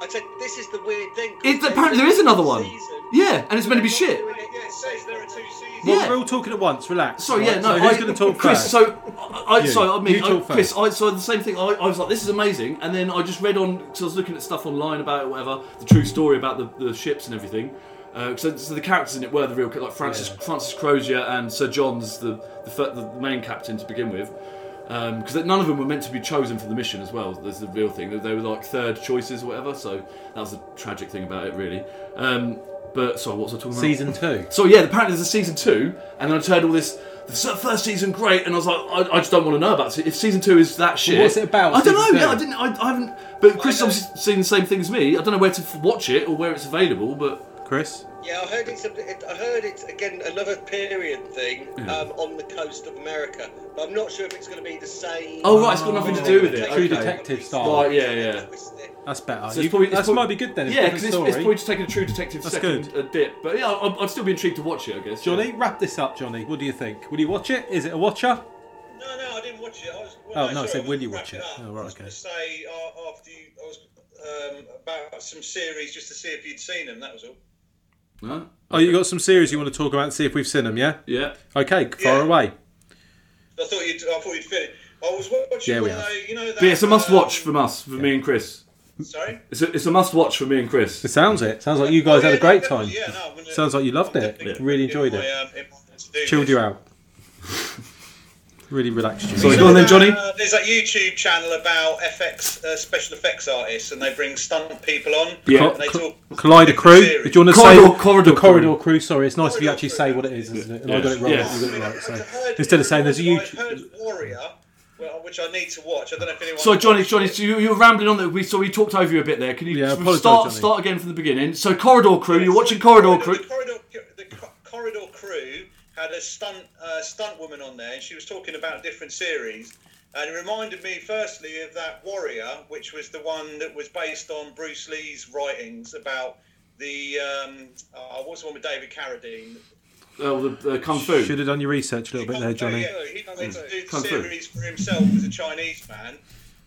I said this is the weird thing.
It's- apparently there is another one. Yeah, and it's meant to be shit.
Yeah, it says there are two seasons.
Yeah.
Well, we're all talking at once. Relax.
Sorry,
right?
yeah, no.
So who's
I-
going to talk
Chris,
first?
so I, I
You.
sorry, I mean,
You
I,
talk
Chris,
first.
I so the same thing. I, I was like, this is amazing, and then I just read on because I was looking at stuff online about it, whatever, the true story about the, the ships and everything. Uh, so, so the characters in it were the real, ca- like Francis Francis Crozier and Sir John's the the, fir- the main captain to begin with. Because none of them were meant to be chosen for the mission as well. There's the real thing. They- They were like third choices or whatever. So that was the tragic thing about it, really. Um, but sorry, what was I talking about?
Season two.
So yeah, apparently there's a season two, and then I heard all this. The se- first season great, and I was like, I, I just don't want to know about it. If season two is that shit,
what's it about,
I don't know.
season two?
Yeah, I didn't. I, I haven't. But Chris obviously seen the same thing as me. I don't know where to f- watch it or where it's available. But
Chris,
Yeah, I heard it's. A, it, I heard it's again another period thing um, on the coast of America, but I'm not sure if it's going to be the same.
oh right, it's got nothing to do with it.
True
okay.
Detective style.
Right, yeah, yeah.
that's better.
So it's
You-
probably- it's
that's
probably-
might be good then. It's
yeah,
a
because
different
it's, it's
story.
probably just taking a True Detective
That's
second
good.
A dip, but yeah, I'd, I'd still be intrigued to watch it. I guess.
Johnny, wrap this up. Johnny, what do you think? Will you watch it? Is it a watcher?
No, no, I didn't watch it. I was,
Oh,
well,
no, so
sorry, I was
will you
wrapping
watch it?
up.
Oh, right,
I was
okay.
going to say uh, after you, I was um, about some series just to see if you'd seen them. That was all.
Yeah. Huh?
Oh, you got some series you want to talk about and see if we've seen them, yeah?
Yeah.
Okay, far
Yeah.
away.
I thought you'd. I thought you'd fit it. I was watching.
Yeah, we
one
have.
though, you know that,
But yeah, it's a must
um,
watch from us, for me and Chris.
Sorry.
It's a, it's a must watch for me and
It
Chris.
sounds it. Sounds like you guys
Oh,
had a
yeah,
great
definitely,
time.
Yeah, no, I'm gonna-
Sounds like you loved
I'm
it.
definitely
Really
gonna
enjoyed
put
it.
my, um, in my to-do
Chilled
list.
you out. Really relaxed you.
Sorry, go on then, Johnny.
Uh, there's that YouTube channel about FX uh, special effects artists, and they bring stunt people on.
Yeah.
and they
Cl-
talk
Collider Crew.
series.
Did you want to
Corridor-
say
Corridor
the
Crew.
Corridor Crew? Sorry, it's nice if you
Corridor
actually
Crew.
say what it is, isn't it? And I
Yeah.
got it wrong.
Yes.
You got it
I
right. So
heard-
instead of saying there's a
I've
huge,
heard Warrior, well, which I need to watch. I don't know if anyone.
So Johnny, Johnny, so you, you were rambling on that. We so we talked over you a bit there. Can you
Yeah, I
sort of
apologise,
start
Johnny.
start again from the beginning? So Corridor Crew, you're watching Corridor Crew.
The corridor, the Co- corridor crew had a stunt uh, stunt woman on there, and she was talking about different series, and it reminded me firstly of that Warrior, which was the one that was based on Bruce Lee's writings about the um, uh, what's the one with David Carradine?
Oh, the, the Kung Fu.
should have done your research a little bit there, Johnny. Mm.
Yeah, he wanted to do the
Kung Fu.
series for himself as a Chinese man,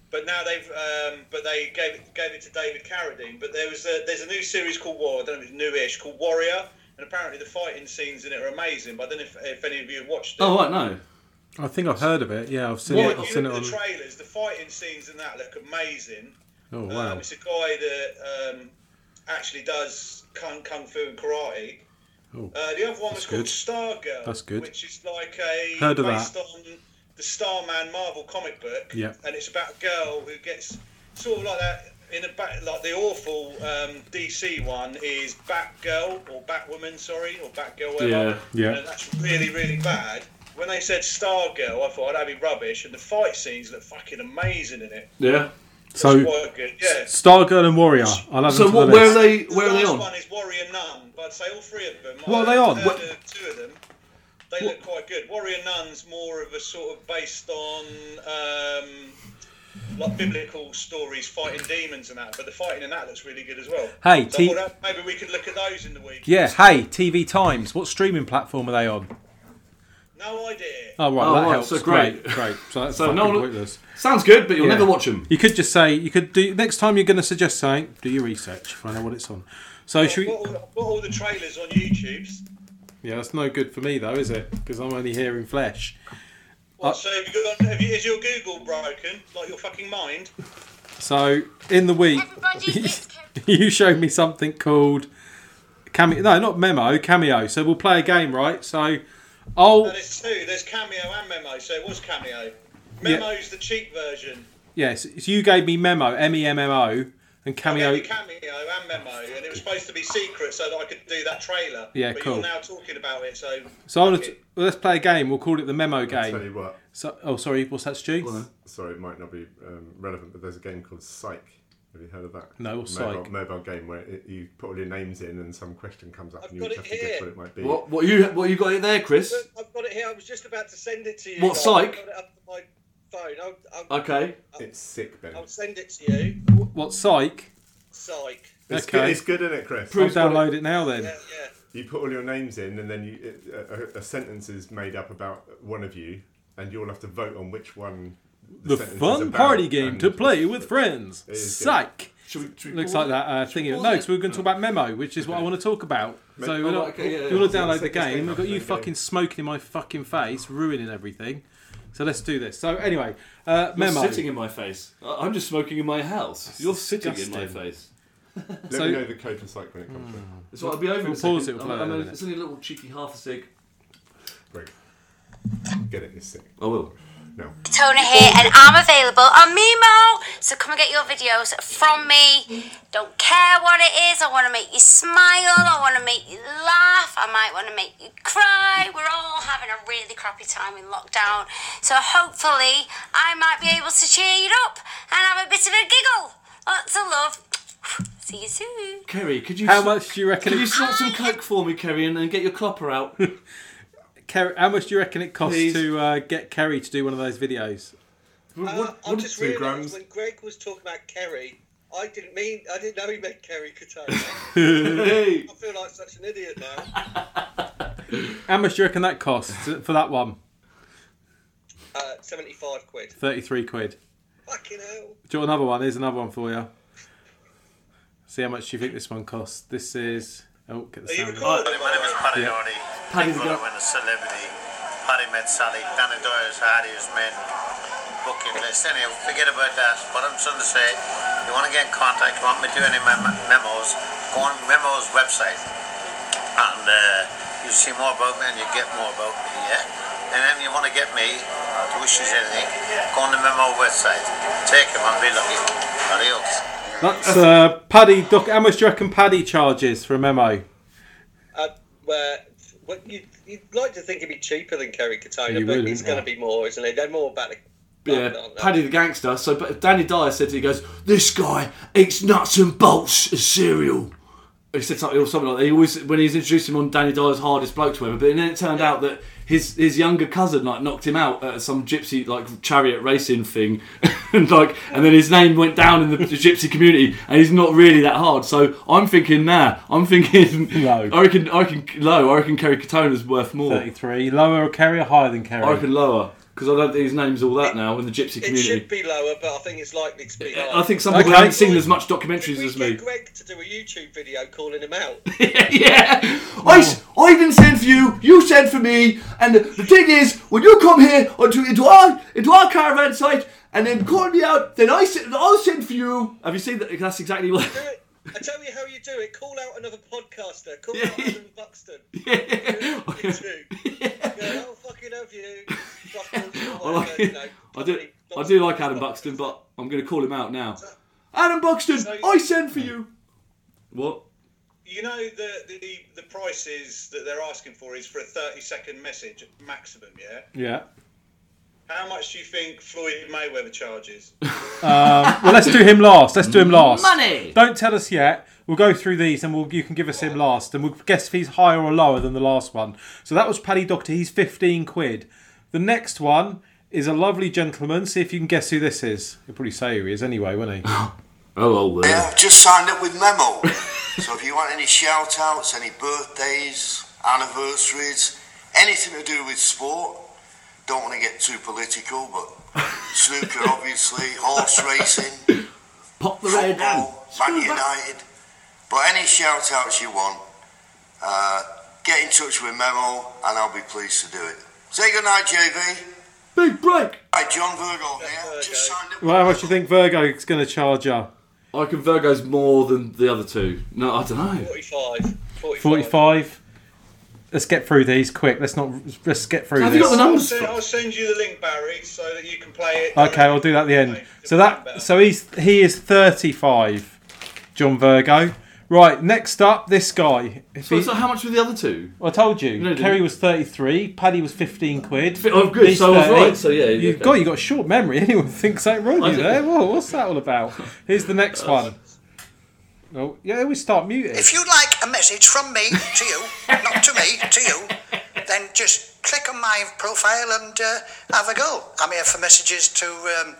but now they've um, but they gave it gave it to David Carradine. But there was a, there's a new series called War. I don't know if it's newish called Warrior, and apparently the fighting scenes in it are amazing. But I don't know if, if any of you have watched it.
Oh right, no.
I think I've heard of it. Yeah, I've seen
Well,
it. I've
if you
seen it
look
on.
at the trailers, the fighting scenes and that look amazing.
Oh wow!
Um, it's a guy that um, actually does kung, kung fu and karate.
Oh,
Uh, the other one was
that's
called
good.
Stargirl,
That's good.
which is like a
Heard of
based
that.
on the Starman Marvel comic book,
Yeah.
and it's about a girl who gets sort of like that in a bat, like the awful um, DC one is Batgirl or Batwoman, sorry, or Batgirl, whatever.
Yeah, yeah.
And that's really really bad. When they said Stargirl, I thought "Oh, that'd be rubbish, and the fight scenes look fucking amazing in it.
Yeah.
So,
quite good, yeah.
Stargirl and Warrior. I'll add
So
them to
what-
the
where
list.
are they- where are they on?
One is Warrior Nun, but I'd say all three of them.
What are
I
they on?
heard,
What-
uh, Two of them. They look quite good. Warrior Nun's more of a sort of based on um, like biblical stories, fighting demons and that. But the fighting in that looks really good as well.
Hey,
so
T-
I thought that- maybe we could look at those in the week.
Yeah. Hey, TV Times. What streaming platform are they on?
No idea.
Oh right,
Oh,
that
right,
helps.
so
great.
great.
great, So that's
So
fucking
no one-
pointless.
Sounds good, but you'll never watch 'em.
You could just say you could do next time you're going to suggest something. Do your research, find out what it's on. So should
I've
we?
got all- I've got all the trailers on YouTube's.
Yeah, that's no good for me though, is it? Because I'm only here in flesh. Uh,
What, so have you got, have you, is your Google broken? Like your fucking mind?
So in the week, you showed me something called cameo. No, not memo. Cameo. So we'll play a game, right? So I'll
No, there's two. There's Cameo and Memo, so it was Cameo.
Yeah.
Memo's the cheap version.
yes. so you gave me memo, M E M M O, and
I
cameo.
gave you Cameo and Memo, and it was supposed to be secret so that I could do that trailer.
Yeah,
but
cool.
You're now talking about it, so
So I'm gonna, well, let's play a game. We'll call it the memo game.
tell you what.
So oh, sorry. What's that, Stu?
Sorry, it might not be um, relevant, but there's a game called Psych. Have you heard of that?
No, what's
mobile,
Psych?
Mobile game where it, you put all your names in and some question comes up and you
got
just
it
have to guess
here.
what it might be.
What, what you what you got there, Chris?
I've got it here. I was just about to send it to you.
What,
guys.
psych?
I've got it up to my phone. I'll, I'll,
Okay.
It's sick, Ben.
I'll send it to you.
What psych?
Psych.
It's,
Okay.
good, it's good, isn't it, Chris?
I'll download it now then.
Yeah, yeah.
You put all your names in, and then you, it, a, a sentence is made up about one of you, and you'll have to vote on which one.
The
sentence is
fun
about,
party game
and-
to play with friends.
It is good.
Psych.
Should we, should we
Looks like
pause
that uh,
Should we
thing. No,
pause
because
it?
we are going to talk about memo, which is what I want to talk about. So
Oh,
we're not,
right, okay,
you
yeah, yeah.
want to
Yeah,
download
set
the
the screen
game? We've
up,
got you
okay.
fucking smoking in my fucking face, ruining everything. So let's do this. So anyway, uh,
You're
memo.
sitting in my face. I- I'm just smoking in my house. You're sitting in my
disgusting.
face.
Let
So-
me know the code for psych when it comes through.
So I'll be over. in a
We'll pause
second.
it, we'll
I'm-
play
I'm
it in a
a-
minute.
It's only a little cheeky half a cig.
Hmm.
Great. Get it, it's sick.
I will.
No.
Tona here, and I'm available on Mimo. So come and get your videos from me. Don't care what it is. I want to make you smile. I want to make you laugh. I might want to make you cry. We're all having a really crappy time in lockdown. So hopefully, I might be able to cheer you up and have a bit of a giggle. Lots of love. See you soon.
Kerry, could you?
How
s-
much do you reckon?
Could you
It,
sort some coke for me, Kerry, and, and get your clopper out?
Kerry, how much do you reckon it costs
Please.
to uh, get Kerry to do one of those videos?
what,
I just
two
realised
grams?
when Greg was talking about Kerry, I didn't mean, I didn't know he meant Kerry Katona.
hey,
I feel like such an idiot now.
How much do you reckon that costs for that one?
Uh, 75 quid.
Thirty-three quid.
Fucking hell.
Do you want another one? Here's another one for you. See how much you think this one costs. This is. Oh, get
Are
the
you
sound.
recording? by the
My name is
way?
Paddy
Yeah.
Doherty.
Paddy's
Big
got-
Brother went a celebrity. Paddy met Sally. Danny Doyle's Hardy's men. Booking list. Anyway, forget about that. What I'm trying to say, you want to get in contact, you want me to do any mem- memos, go on Memo's website. And uh, you see more about me and you get more about me, yeah? And then you want to get me, to wish you anything, go on the Memo website. Take him and be lucky. Adios.
That's uh, Paddy. Doc, how much do you reckon Paddy charges for a memo?
Uh, well, what you, you'd like to think it'd be cheaper than Kerry Katona,
You
but
would,
it's
wouldn't
going to
you?
be more, isn't it? They're more about the.
yeah, Paddy the gangster. So but Danny Dyer said to he goes, "This guy eats nuts and bolts as cereal." He said something or something like that. He always when he was introducing him on Danny Dyer's hardest blokes, whatever. But then it turned out that his his younger cousin like knocked him out at some gypsy like chariot racing thing, and like and then his name went down in the, the gypsy community, and he's not really that hard. So I'm thinking, nah, I'm thinking low. I reckon I reckon low. I reckon Kerry Katona's worth more.
Thirty-three. Lower or Kerry or higher than Kerry?
I reckon lower. Because I don't think his name's all that now in the gypsy
It
community.
should be lower, but I think it's likely to be higher.
I think some people haven't seen as much documentaries as me.
Greg to do a YouTube video calling him out.
I, s- I didn't send for you, you sent for me, and the, the thing is, when you come here onto, into, our, into our caravan site and then call me out, then I send, I'll send for you.
Have you seen that? That's exactly what.
I tell you how you do it. Call out another podcaster. Call out Adam Buxton. You too. Go, "Oh, fucking love you.
I, like, I, do, I do like Adam Buxton, but I'm going to call him out now.
Adam Buxton, I send for you.
What?
You know the, the the prices that they're asking for is for a thirty second message maximum. Yeah.
Yeah.
How much do you think Floyd Mayweather charges?
Um, well, let's do him last. Let's do him last.
Money.
Don't tell us yet. We'll go through these, and we'll, you can give us him last, and we'll guess if he's higher or lower than the last one. So that was Paddy Doctor. He's fifteen quid. The next one is a lovely gentleman. See if you can guess who this is. He'll probably say who he is anyway, won't he? oh,
well,
I've just signed up with Memo. so if you want any shout outs, any birthdays, anniversaries, anything to do with sport, don't want to get too political, but snooker, obviously, horse racing,
Pop the red down.
Man United. But any shout outs you want, uh, get in touch with Memo and I'll be pleased to do it. Say goodnight, JV.
Big break.
Hi, John Virgo here. Just signed up.
Well, how much do you think Virgo's going to charge up?
I reckon Virgo's more than the other two. No, I don't know.
45.
45. Let's get through these quick. Let's not. Let's get through this.
I'll send, I'll send you the link, Barry, so that you can play it.
Okay, I'll do that at the end. So that so he's he is 35, John Virgo. Right, next up, this guy. If
So,
he-
so how much were the other two?
I told you,
No,
Kerry
didn't.
was 33, Paddy was 15 quid.
Oh, good,
He's
so I was
30.
right, so yeah,
you
okay.
God, you got a short memory. Anyone thinks that wrong?
I
You
did.
there? Whoa, what's that all about? Here's the next one. Oh, yeah, we start muting.
If you'd like a message from me to you, not to me, to you, then just click on my profile and uh, have a go. I'm here for messages to, um,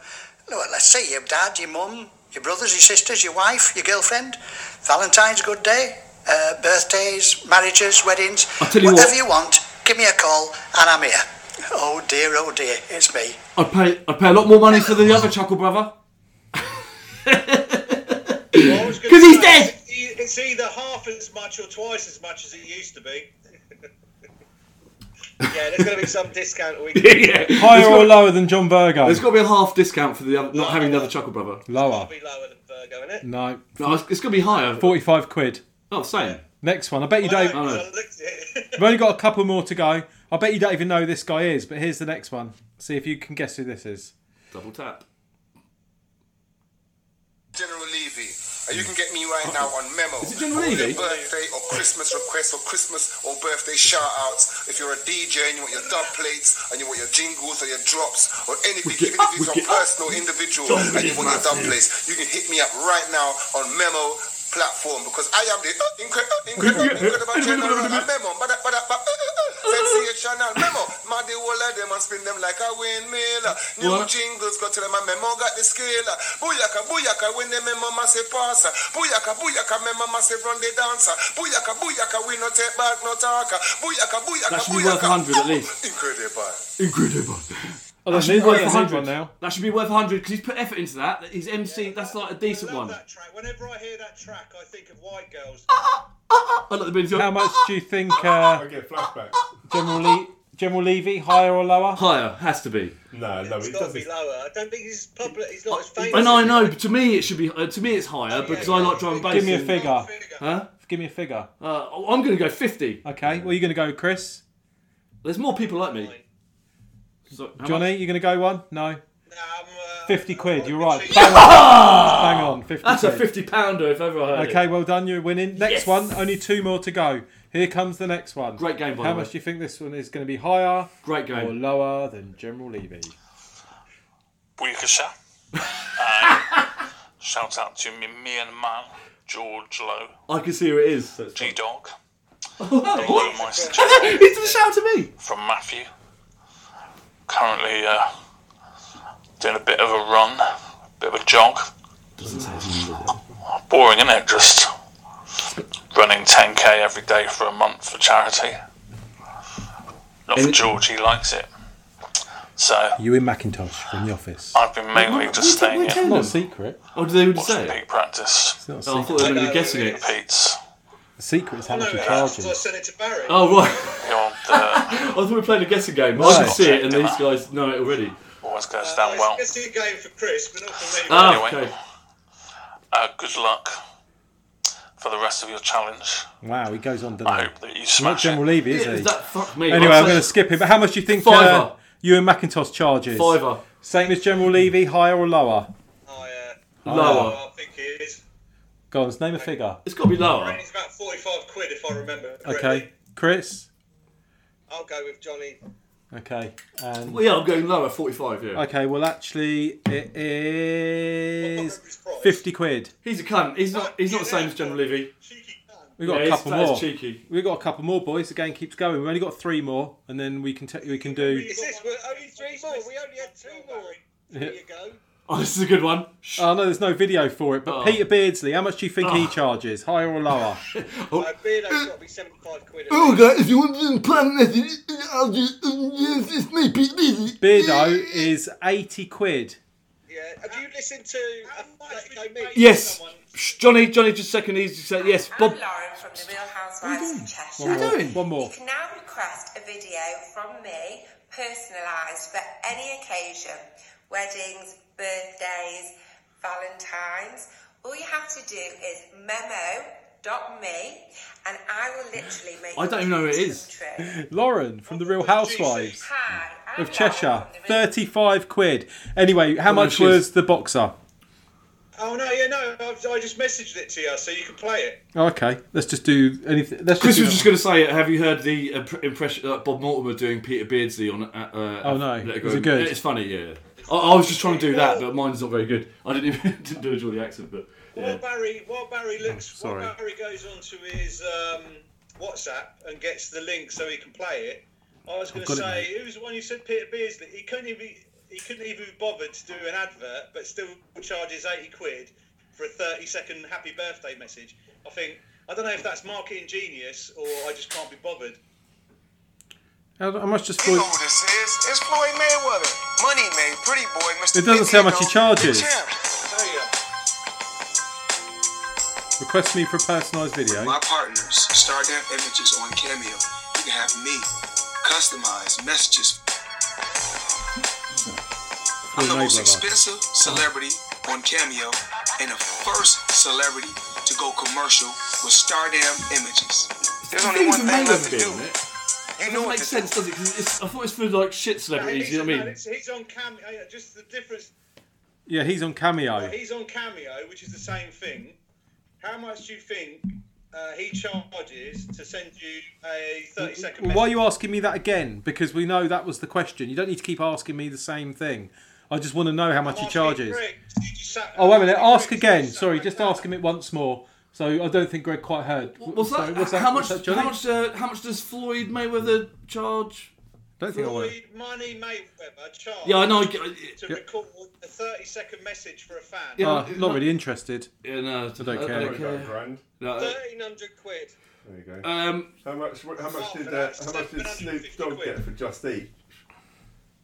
well, let's say your dad, your mum, your brothers, your sisters, your wife, your girlfriend. Valentine's good day, uh, birthdays, marriages, weddings,
I'll tell you what.
whatever you want. Give me a call and I'm here. Oh dear, oh dear, it's me.
I pay I pay a lot more money for the other Chuckle Brother.
Because he's dead. It's either half as much or twice as much as it used to be.
Yeah, there's going to be some discount. We
Yeah, yeah.
Higher
It's
or
got-
lower than John Virgo?
There's got to be a half discount for the other, not having the other Chuckle Brother.
Lower. No.
No, it's, going to be higher.
45 quid.
Oh, same.
Next one. I bet you don't. We've only got a couple more to go. I bet you don't even know who this guy is, but here's the next one. See if you can guess who this is.
Double tap.
General Levy. And you can get me right now on memo.
Is it General
For all
Levy?
your birthday or Christmas requests or Christmas or birthday shout outs. If you're a DJ and you want your dub plates and you want your jingles or your drops or anything, even if it's on personal, individual, and you want your dub plates, you can hit me up right now on memo platform because I am the incredible, incredible, incredible general and memo. Bada, bada, ba- sensational memo. My the whole of them and spin them like a windmill. Uh, New
What?
jingles go to them and memo got the skill. Booyaka, booyaka, when the memo must say pass. Uh, Booyaka, booyaka, memo must say run the dancer. Booyaka, booyaka, we no take back no talker. Booyaka, booyaka,
That should be worth 100 at
booyaka.
least.
Incredible.
Incredible.
Oh, that's
that should be
new one,
worth
yeah, new
100
one now.
That should be worth 100 because he's put effort into that. He's MC. that's like a decent one.
Whenever I hear that track, I think of white girls.
How much do you think uh, General, Le- General Levy, higher or lower?
Higher has to be.
No, no, it
got to be lower. I don't think he's public. He's
Oh,
not as famous.
I know, I know. But to me, it should be. Uh, to me, it's higher because I like drum and bass.
Give me a
and-
figure.
Huh?
Give me a figure.
Uh, I'm going to go 50.
Okay, where are you going to go, Chris?
There's more people like me. So, how
Johnny, you going to go one? No.
uh,
50 quid, you're right.
cheating.
Bang on. Bang on, 50
That's a
quid.
fifty pounder if ever I heard
Okay,
it.
well done. You're winning. Next one, only two more to go. Here comes the next one. Great
game, by
How
the way.
much do you think this one is going to be higher?
Great game.
Or lower than General Levy?
Weakershire. And shout out to me, me and man, George Lowe,
I can see who it is. So it's-
G Dog,
What?
suggestion.
He's gonna shout at me.
from Matthew. Currently uh, doing a bit of a run, a bit of a jog.
Doesn't say his number.
Boring, isn't it? Just running 10k every day for a month for charity. Not for George, he likes it. So
You in Macintosh from the office.
I've been mainly just staying
It's
in.
not secret.
Oh, do they already say? Peak practice.
not a Oh, I thought secret. they were gonna be guessing it.
Pete's.
The secret is how much you charge him.
Oh right.
I
thought we played a guessing game.
No.
I could see it, and these guys know it already.
Always goes down well.
It's a game for Chris, but not for me.
Ah,
anyway,
okay.
uh, good luck for the rest of your challenge.
Wow, he goes on, doesn't he?
that you
He's not
smash
General Levy, is
Yeah,
he?
that- fuck me,
anyway,
I'd
I'm
say-
going to skip him. But how much do you think
Fiver.
uh, you and Macintosh charges?
Fiver.
Same as General Levy, higher or lower? Higher.
Lower.
uh, I think it is.
Go on, let's name a figure.
It's got to be lower.
It's about 45 quid if I remember correctly.
Okay, Chris.
I'll go with Johnny.
Okay. And
Well, yeah, I'm going lower, 45, yeah.
Okay, well, actually, it is 50 quid.
He's a cunt. He's not. He's not the same as General Levy.
We've got
Yeah,
a
he's-
couple
that is
more.
cheeky.
We've got a couple more, boys. The game keeps going. We've only got three more, and then we can t- we can do.
Is this we're only three more? We only had two more. There you go.
Oh, this is a good one. Oh no, there's no video for it. But
Oh.
Peter Beardsley, how much do you think he charges, higher or lower?
Oh.
Uh, Beardo's got to be 75 quid.
Oh,
God!
if you want to play message, I'll just. It's me, Pete
Beardo
Mm.
is eighty quid.
Uh, Have you listened to uh, Let It Go Me?
Yes. Shh, Johnny, Johnny, just second. He's said yes. Bob.
Lauren from The Real Housewives of Cheshire.
What are you doing? One more.
You can now request a video from me, personalised for any occasion weddings, birthdays, Valentine's. All you have to do is memo.me and I will literally make
I don't even know who it
dreams
is.
come true.
Lauren from the Real Housewives
Hi, I'm
of Cheshire, thirty-five quid. Anyway, how
Oh,
much
she is.
was the boxer?
Oh, no, yeah, no. I, I just messaged it to you so you can play it.
Oh, okay, let's just do anything. Let's
Chris
do
was just going to say, have you heard the uh, pr- impression uh, Bob Mortimer doing Peter Beardsley on? Uh, uh,
Oh, no.
Let
Is it good?
It's funny, yeah. I, I was just trying to do that, but mine's not very good. I didn't even didn't do a Geordie accent, but yeah.
What Barry, what Barry looks,
Uh, oh, sorry.
what Barry goes onto his um, WhatsApp and gets the link so he can play it. I was going to
got it,
say, who was the one you said Peter Beardsley? He couldn't even he couldn't even be bothered to do an advert, but still charges eighty quid for a thirty second happy birthday message. I think I don't know if that's marketing genius or I just can't be bothered.
How, how much does
You
Floyd?
know who this is. It's Floyd Mayweather. Money made, pretty boy, Mr.
It doesn't say how much he
Big Ego,
charges.
champ. Tell ya.
Request me for a personalised video.
My partners, Stardam Images on Cameo. You can have me customize messages. I'm
Floyd
the most
Mayweather.
expensive celebrity on Cameo, and the first celebrity to go commercial was Stardam Images. There's only one thing left to do.
You know it makes sense, does it? 'Cause it's, I thought it's for like shit celebrities. You know
No,
what I mean?
it's- he's on cameo. Just the difference.
Yeah, he's on cameo.
He's on cameo, which is the same thing. How much do you think uh, he charges to send you a thirty second?
Well, why are you asking me that again? Because we know that was the question. You don't need to keep asking me the same thing. I just want to know how much he charges. Oh, wait a minute. Ask again. Sorry, just ask him it once more. So I don't think Greg quite heard.
What's that?
Sorry, what's
How
What's
much?
that, Johnny?
how much? Uh, how much does Floyd Mayweather charge?
Don't think I will. Floyd
Money Mayweather charge.
Yeah, I know. I get-
To
Yeah.
record a thirty second message for a fan.
Oh, not really interested.
Yeah, no,
I don't care.
Grand.
No, uh,
Thirteen hundred quid.
There you go.
Um,
how much? How much did? Uh, how much did Snoop Dogg get for Just Eat?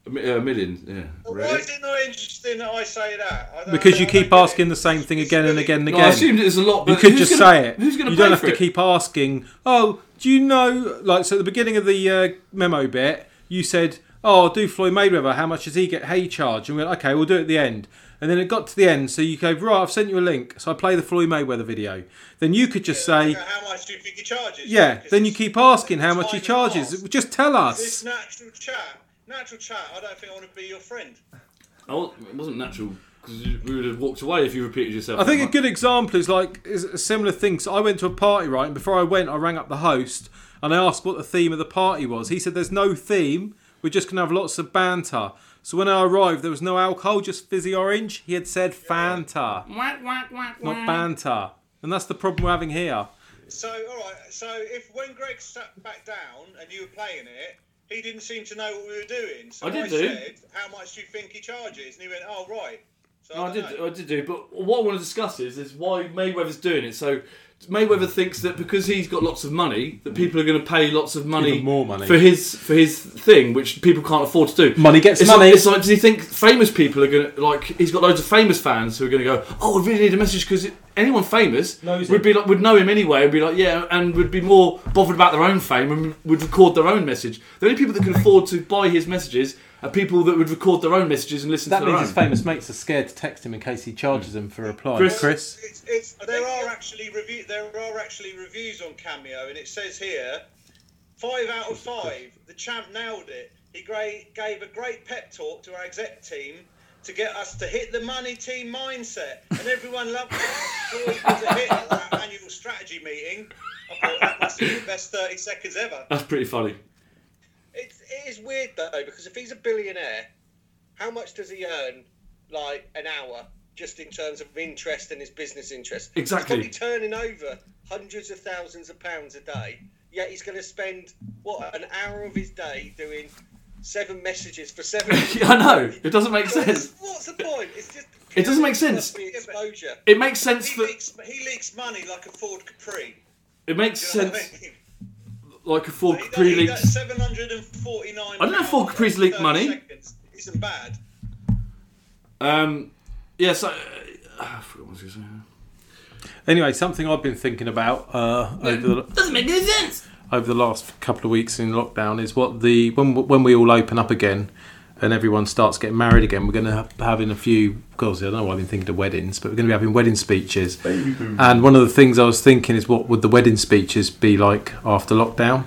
a mi-
uh,
a million. Yeah.
Why is it not interesting that I say that? I don't
Because you keep asking the same thing again and again and
No,
again.
I assumed it was a lot,
You
but
could
who's
just
gonna-
say it.
who's gonna
You don't
pay
have
for
to
it?
keep asking. Oh, do you know? Like, so at the beginning of the uh, memo bit, you said, "Oh, I'll do Floyd Mayweather? How much does he get? Hey, charge?" And we went, "Okay, we'll do it at the end." And then it got to the end, so you go, "Right, I've sent you a link." So I play the Floyd Mayweather video. Then you could just say,
How much do you think he charges?
"Yeah." Then you keep asking how much he charges. Just tell
This
us.
natural chat, natural chat. I don't think I want to be your friend.
I wa- it wasn't natural because we would have walked away if you repeated yourself.
I think
that
a good example is like is a similar thing. So I went to a party, right? And before I went, I rang up the host and I asked what the theme of the party was. He said, "There's no theme. We're just gonna have lots of banter." So when I arrived, there was no alcohol, just fizzy orange. He had said Fanta,
Whack, whack, whack,
not
whack.
banter, and that's the problem we're having here.
So, all right. So, if when Greg sat back down and you were playing it, he didn't seem to know what we were doing. So
I did
I
do.
said, "How much do you think he charges?" And he went, "Oh, right." So
No, I
don't
did.
know.
I did do. But what I want to discuss is is why Mayweather's doing it. So Mayweather thinks that because he's got lots of money, that people are going to pay lots of money,
Mm. Even more money.
for his for his thing, which people can't afford to do.
Money gets
it's
money.
Like, it's like, does he think famous people are going to like? He's got loads of famous fans who are going to go, "Oh, I really need a message," because anyone famous would be like would know him anyway and be like, "Yeah," and would be more bothered about their own fame and would record their own message. The only people that can afford to buy his messages are people that would record their own messages and listen
That
to their
means
own.
his famous mates are scared to text him in case he charges them for a reply.
Chris?
It's, it's, there are actually review, there are actually reviews on Cameo, and it says here, five out of five. The champ nailed it. He great, gave a great pep talk to our exec team to get us to hit the money team mindset, and everyone loved it. Floyd was a hit at our annual strategy meeting. I thought that must be the best thirty seconds ever.
That's pretty funny.
It's, it is weird though because if he's a billionaire, how much does he earn like an hour just in terms of interest and his business interest?
Exactly.
He's probably turning over hundreds of thousands of pounds a day. Yet he's going to spend what an hour of his day doing seven messages for seven.
I know it doesn't make sense.
What's the point? It's just
It doesn't make sense.
exposure.
It makes sense
He leaks, he leaks money like a Ford Capri.
It makes
Do you know what I
sense.
mean?
Like a Ford Capri leaks.
Seven hundred and forty-nine.
I don't know if Ford Capri's leaked money.
Isn't bad.
Um, yeah, so. Uh, I forgot what I was going to say.
Anyway, something I've been thinking about uh, over the
Doesn't make any sense.
over the last couple of weeks in lockdown is what the when when we all open up again and everyone starts getting married again, we're going to have having a few. Gosh, I don't know why I've been thinking of weddings, but we're going to be having wedding speeches.
Baby boom.
And one of the things I was thinking is what would the wedding speeches be like after lockdown?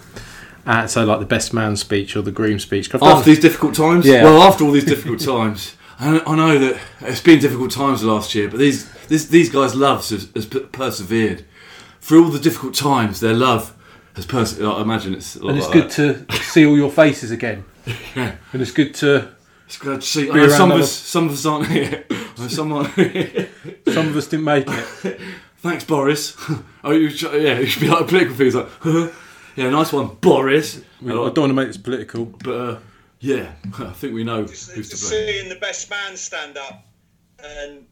Uh, so like the best man speech or the groom speech. I've done-
After these difficult times?
Yeah.
Well, after all these difficult times, I I know that it's been difficult times last year, but these this, these guys' loves has, has per- persevered. Through all the difficult times, their love has persevered. I imagine it's. a lot
and it's
like
good
that.
to see all your faces again.
Yeah.
And it's good to.
It's good to see.
be
I know
around
some of
other-
us, some of us aren't here. I know some aren't here.
Some of us didn't make it.
Thanks, Boris. oh, you sh- yeah, you should be like a political figure. It's like, yeah, nice one, Boris.
I don't want to make this political,
but uh, yeah, I think we know who's to
Just
blame.
seeing the best man stand up and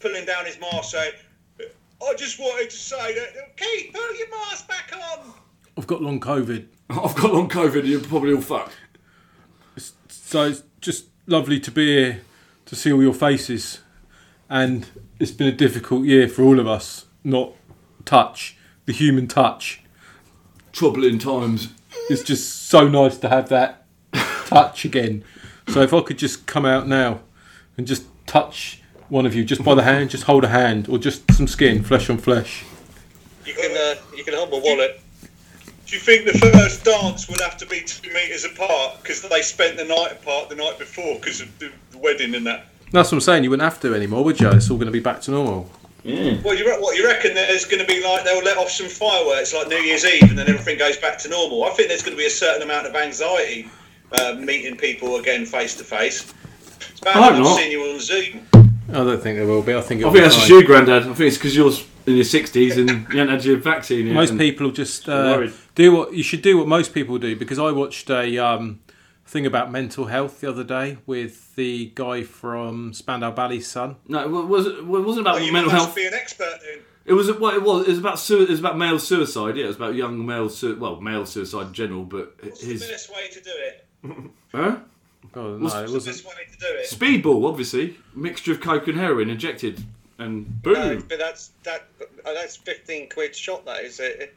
pulling down his mask, saying, "I just wanted to say that, Keith, put your mask back on."
I've got long COVID.
I've got long COVID. You're probably all fucked.
So it's just lovely to be here to see all your faces, and it's been a difficult year for all of us. Not touch the human touch.
Troubling times.
It's just so nice to have that touch again. So if I could just come out now and just touch one of you, just by the hand, just hold a hand, or just some skin, flesh on flesh.
You can uh, you can hold my wallet. Do you think the first dance will have to be two meters apart because they spent the night apart the night before because of the the wedding and that?
That's what I'm saying. You wouldn't have to anymore, would you? It's all going to be back to normal.
Well, you, re- what you reckon there's going to be like they'll let off some fireworks like New Year's Eve and then everything goes back to normal? I think there's going to be a certain amount of anxiety uh, meeting people again face to face. It's bad
I hope
I've
not.
seen you on Zoom.
I don't think there will be. I think.
I think that's just you, Grandad. I think it's because you're in your sixties and you haven't had your vaccine yet.
Most
and-
people just
I'm
uh,
worried.
do what you should do. What most people do, because I watched a um, thing about mental health the other day with the guy from Spandau Ballet's son.
No, it was it wasn't about
you
mental
must
health.
Oh, Be an expert then.
It was what it was. It was about sui- it was about male suicide. Yeah, it was about young male su- well male suicide in general, but
The
his
best way to do it.
huh?
Oh
What's-
no, it wasn't.
Best way to do it.
Speedball, obviously, mixture of coke and heroin injected, and boom.
No, Uh, but that's that. uh, That's fifteen quid shot. That is it.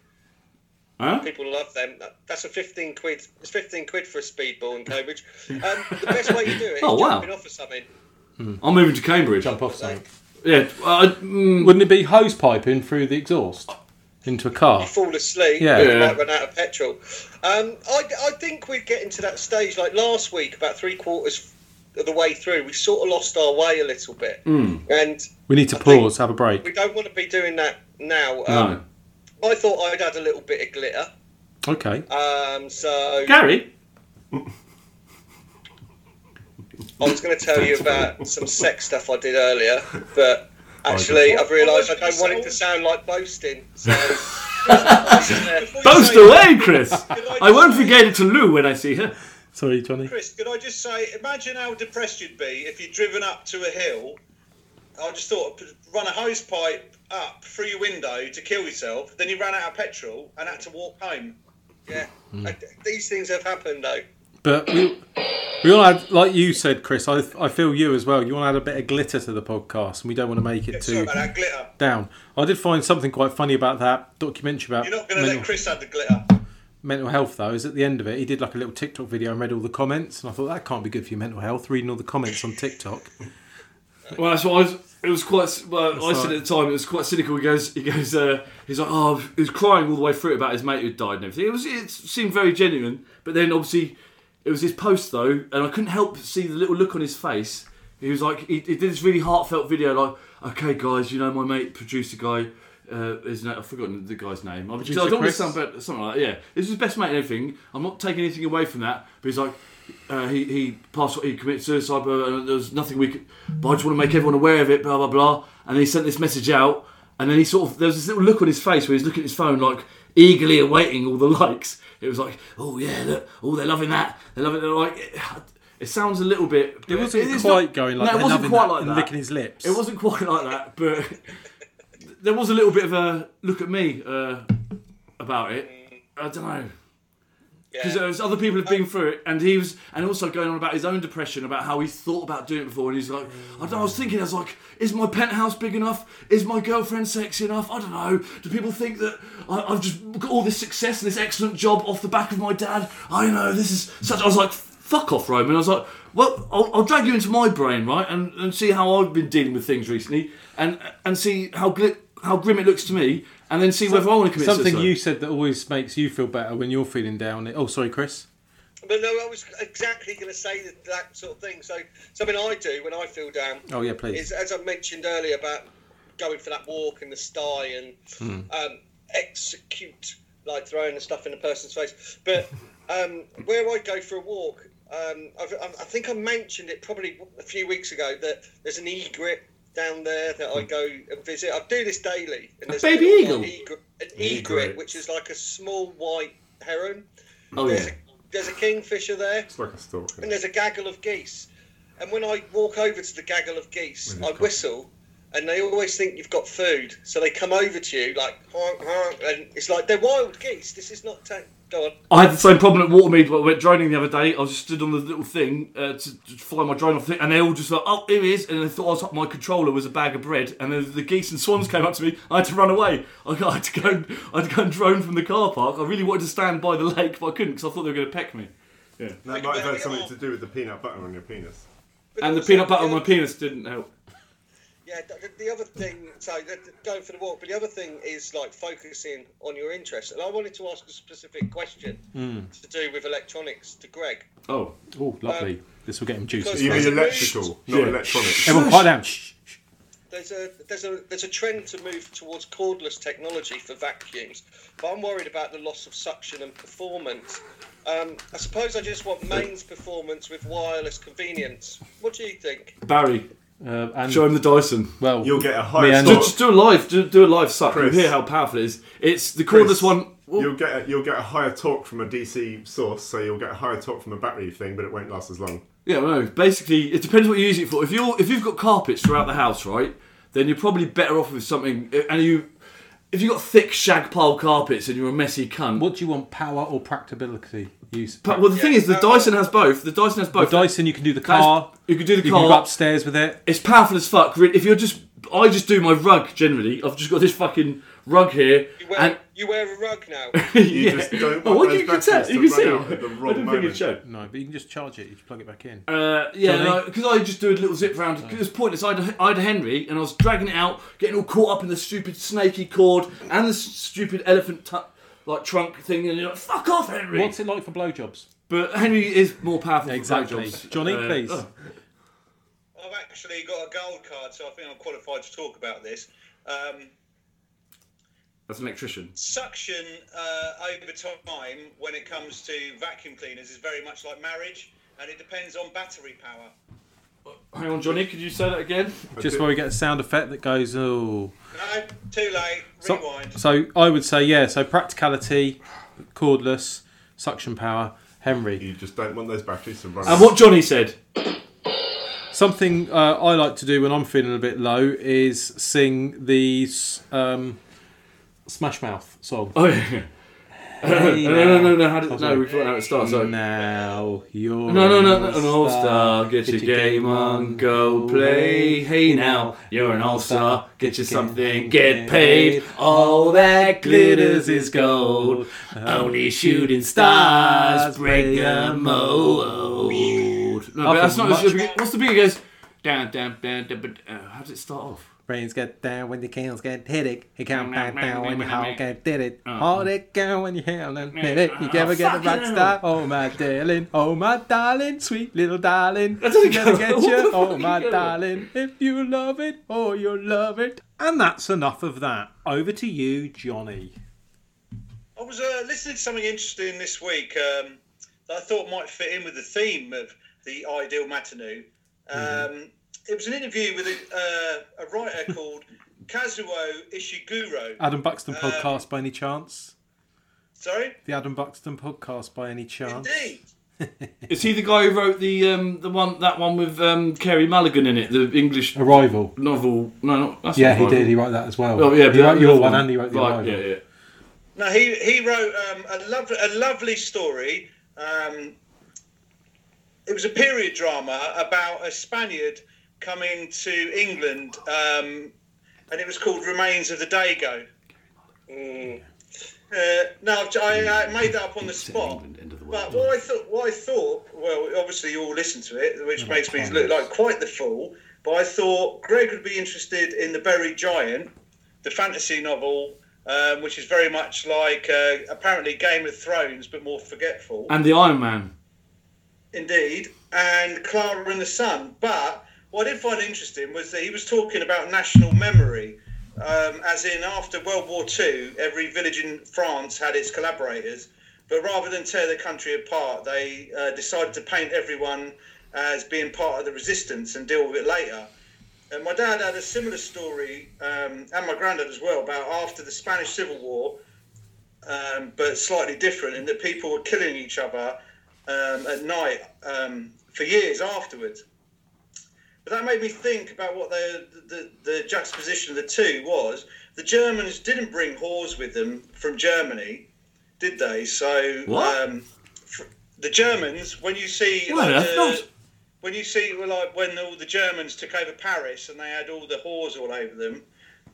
Huh?
People love them. That's a fifteen quid. It's fifteen quid for a speedball in Cambridge. Um, the best way to do it is
Oh, wow.
jumping off of something.
I'm moving to Cambridge.
Jump off something.
Yeah,
wouldn't it be hose piping through the exhaust into a car?
You fall asleep.
Yeah.
You
Yeah.
might run out of petrol. Um, I, I think we're getting to that stage. Like last week, about three quarters of the way through, we sort of lost our way a little bit,
Mm.
and
We need to pause, have a break.
we don't want to be doing that now.
No.
uh,
Um, I thought I'd add a little bit of glitter.
Okay.
Um, so
Gary?
I was going to tell you about some sex stuff I did earlier, but actually I've realised I don't want it to sound like boasting. So
Boast away, Chris. I won't forget it to Lou when I see her.
Sorry, Johnny.
Chris, could I just say, imagine how depressed you'd be if you'd driven up to a hill. I just thought, run a hose pipe up through your window to kill yourself. Then you ran out of petrol and had to walk home. Yeah,
Mm.
Like, these things have happened though.
But we, we all had, like you said, Chris. I, I feel you as well. You want to add a bit of glitter to the podcast, and we don't want to make it
sorry
too
about that, glitter.
down. I did find something quite funny about that documentary about
You're not going to
mental,
let Chris have the glitter.
mental health, though. Is at the end of it, he did like a little TikTok video and read all the comments, and I thought that can't be good for your mental health. Reading all the comments on TikTok.
Well, that's what I was. It was quite. Well, I
That's
said
right.
at the time it was quite cynical. He goes. He goes. Uh, he's like, oh, he was crying all the way through about his mate who died and everything. It was. It seemed very genuine. But then obviously, it was his post though, and I couldn't help but see the little look on his face. He was like, he, he did this really heartfelt video, like, okay, guys, you know, my mate producer guy. Uh, his name, I've forgotten the guy's name. I'm
Producer
I don't want to
Chris?
sound bad, something like that. Yeah, it's his best mate and everything. I'm not taking anything away from that. But he's like, uh, he he passed, he committed suicide, but uh, there was nothing we could. But I just want to make everyone aware of it. Blah blah blah. And he sent this message out, and then he sort of there was this little look on his face where he's looking at his phone like eagerly awaiting all the likes. It was like, oh yeah, look, oh they're loving that, they're loving. They're like, it, it sounds a little bit.
It wasn't
it's
quite going like
No, it
they're
wasn't
loving
quite
that
like
and
that.
licking his lips.
It wasn't quite like that, but there was a little bit of a look at me uh, about it. I don't know because there was other people have been through it, and he was, and also going on about his own depression, about how he thought about doing it before, and he's like, I don't. know, I was thinking, I was like, is my penthouse big enough? Is my girlfriend sexy enough? I don't know. Do people think that I, I've just got all this success and this excellent job off the back of my dad? I know this is such. I was like, fuck off, Roman. I was like, well, I'll, I'll drag you into my brain, right, and, and see how I've been dealing with things recently, and and see how glit, how grim it looks to me, and then see whether I want to commit
something
suicide.
you said that always makes you feel better when you're feeling down. Oh, sorry, Chris.
But no, I was exactly going to say that, that sort of thing. So something I do when I feel down.
Oh, yeah, please.
Is as I mentioned earlier about going for that walk in the sty and
Hmm.
um, execute, like throwing the stuff in a person's face. But um, where I go for a walk, um, I've, I've- I think I mentioned it probably a few weeks ago that there's an egret down there that I go and visit. I do this daily. And
Hmm. A
there's
baby
little
eagle?
egret- an
Egret.
egret, which is like a small white heron.
Oh yeah.
There's a kingfisher there.
It's like a stalker.
And there's a gaggle of geese. And when I walk over to the gaggle of geese, I whistle, and they always think you've got food. So they come over to you like, honk, honk, and it's like they're wild geese. This is not ta- go on.
I had the same problem at Watermead when I went droning the other day. I was just stood on the little thing uh, to, to fly my drone off, the thing, and they all just like, "Oh, here it is!" And they thought I was, my controller was a bag of bread. And then the geese and swans came up to me. I had to run away. I, got- I had to go. I had to go and drone from the car park. I really wanted to stand by the lake, but I couldn't because I thought they were going to peck me. Yeah.
That might have had something to do with the peanut butter on your penis.
And the peanut butter on my penis didn't help.
Yeah, th- th- the other thing, so th- th- going for the walk, but the other thing is like focusing on your interests. And I wanted to ask a specific question
Hmm.
Mm.
to do with electronics to Greg.
Oh, oh, lovely. this will get him juices.
because You mean there's a
electrical, not electronic.
Everyone, quiet down. Shh.
There's a there's a there's a trend to move towards cordless technology for vacuums, but I'm worried about the loss of suction and performance. Um, I suppose I just want mains performance with wireless convenience. What do you think?
Barry.
Uh, and
Show him the Dyson.
Well,
You'll get a higher
Leander-
score.
Just do a live, do, do a live suck.
Chris.
You hear how powerful it is. It's the cordless one.
You'll get a, you'll get a higher torque from a DC source, so you'll get a higher torque from a battery thing, but it won't last as long.
Yeah, well, no. Basically, it depends what you use it for. If you are if you've got carpets throughout the house, right, then you're probably better off with something. And you, if you've got thick shag pile carpets and you're a messy cunt,
what do you want? Power or practicability? Use.
But, well, the thing is, the Dyson has both. The Dyson has both.
The Dyson, you can do the
That is-
car.
you can do the
You
car.
can go upstairs with it.
It's powerful as fuck. Really. If you're just, I just do my rug generally. I've just got this fucking rug here.
You wear
and
you wear a rug now.
You Yeah. just don't Oh, want what, those you can batteries tell- to you can run see. out at the wrong I didn't think it'd moment. show.
No, but you can just charge it. You just plug it back in.
Uh,
Don't
yeah,
they?
because I just do a little zip round. It was pointless. I had, I had Henry, and I was dragging it out, getting all caught up in the stupid snaky cord and the s- stupid elephant tu- like trunk thing, and you're like, "Fuck off, Henry!"
What's it like for blowjobs?
But Henry is more powerful. For
Exactly.
blowjobs.
Johnny,
Uh,
please.
oh.
I've actually got a gold card, so I think I'm qualified to talk about this.
Um,
That's an electrician.
suction uh, over time when it comes to vacuum cleaners is very much like marriage, and it depends on battery power.
Hang on, Johnny. Could you say that again?
Just where we get a sound effect that goes, oh.
No, too late.
So, so I would say, yeah, so practicality, cordless, suction power, Henry.
You just don't want those batteries to run
And what Johnny said.
Something uh, I like to do when I'm feeling a bit low is sing the s- um, Smash Mouth song.
Oh, yeah.
Hey
No, no,
now.
no, no, how did-
Oh,
no,
sorry.
we forgot how it starts, sorry.
Now you're
No, no, no, no,
an
an all star. Get your game on, go play. Hey now, you're an all star. Get you something, get paid. All that glitters is gold. Only shooting stars break the mold. No, but that's not. that's the big- What's the beat? It goes down, down, down, down. But uh, how does it start off?
Brains get down when the cans get headache. It can't
Nah,
back
nah,
down
nah,
when
nah,
your heart
nah.
get did it.
Uh,
All that can when you hell and
Nah,
did it. You
uh,
never get a
fucking
rock star. Oh my darling, oh my darling, sweet little darling.
That doesn't
She's gonna
go-
get
what the
you. Oh
fuck
my
is going on?
darling, if you love it, oh you'll love it. And that's enough of that. Over to you, Johnny.
I was uh, listening to something interesting this week um, that I thought might fit in with the theme of the ideal matinee. Um, It was an interview with a, uh, a writer called Kazuo Ishiguro.
Adam Buxton
Uh,
podcast by any chance?
Sorry?
The Adam Buxton podcast by any chance?
Indeed.
Is he the guy who wrote the um, the one that one with um, Kerry Mulligan in it, the English
Arrival
novel? No, not, that's
yeah,
not
he
Arrival.
did. He wrote that as well.
Oh, yeah, but
he wrote
that-
your
that's
one
the
and he wrote the
Right,
Arrival.
yeah, yeah.
No, he, he wrote um, a, lovely, a lovely story. Um, it was a period drama about a Spaniard coming to England, um, and it was called Remains of the Dago. Mm. Uh, no, I've- I, I made that up on the spot. But what I thought, what I thought, well, obviously you all listened to it, which makes me look like quite the fool. But I thought Greg would be interested in the Buried Giant, the fantasy novel, um, which is very much like uh, apparently Game of Thrones, but more forgetful.
And the Iron Man.
Indeed, and Clara and the Sun. But what I did find interesting was that he was talking about national memory, um, as in after World War II, every village in France had its collaborators. But rather than tear the country apart, they uh, decided to paint everyone as being part of the resistance and deal with it later. And my dad had a similar story, um, and my granddad as well, about after the Spanish Civil War, um, but slightly different in that people were killing each other um, at night um, for years afterwards. But that made me think about what the, the, the juxtaposition of the two was. The Germans didn't bring whores with them from Germany, did they? So
What?
Um, fr- the Germans, when you see
Why
like,
on earth
the-
not?
when you see well, like when all the Germans took over Paris and they had all the whores all over them,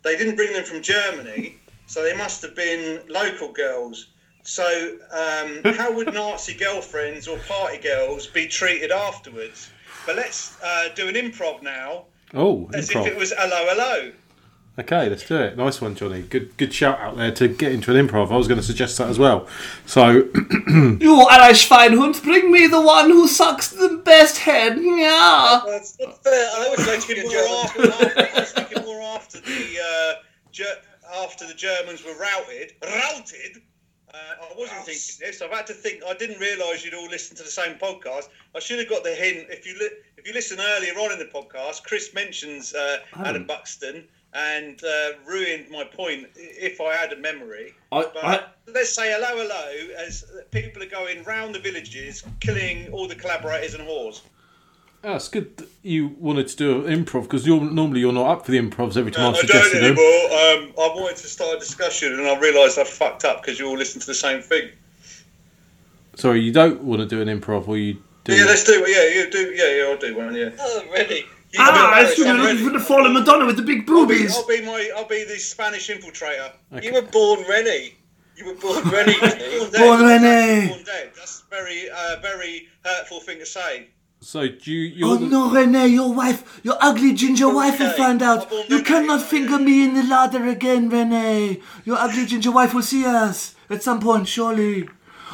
they didn't bring them from Germany, so they must have been local girls. So um, how would Nazi girlfriends or party girls be treated afterwards? But let's uh, do an improv now,
Oh,
as
improv.
if it was hello, hello.
Okay, let's do it. Nice one, Johnny. Good, good shout out there to get into an improv. I was going to suggest that as well. So,
You Schweinhund, bring me the one who sucks the best head. Yeah.
That's Oh, not fair. I always like to be more after. I was thinking more after the uh, Ger- after the Germans were routed. Routed. Uh, I wasn't thinking this. I've had to think. I didn't realise you'd all listened to the same podcast. I should have got the hint. If you li- if you listen earlier on in the podcast, Chris mentions uh,
Adam.
Adam Buxton and uh, ruined my point. i- If I had a memory.
I,
But
I,
let's say hello, hello, as people are going round the villages, killing all the collaborators and whores.
yeah, it's good that you wanted to do an improv because you're, normally you're not up for the improvs every time
No, Uh,
I've
I don't
suggested them.
anymore. Um, I wanted to start a discussion and I realised I fucked up because you all listen to the same thing.
Sorry, you don't want to do an improv or you do.
Yeah, let's do it. Yeah, you do. Yeah, yeah, I'll do one. Yeah. Oh, really?
Ah, I should have looking for the fallen Madonna with the big boobies.
I'll be my. I'll be the Spanish infiltrator.
Okay.
You were born ready. You were born ready. born, dead.
Born ready.
Born dead. That's a very, uh, very hurtful thing to say.
So, do you. You're
Oh
the-
no, Renee, your wife, your ugly ginger wife will find out. You cannot finger me in the ladder again, Renee. Your ugly ginger wife will see us at some point, surely.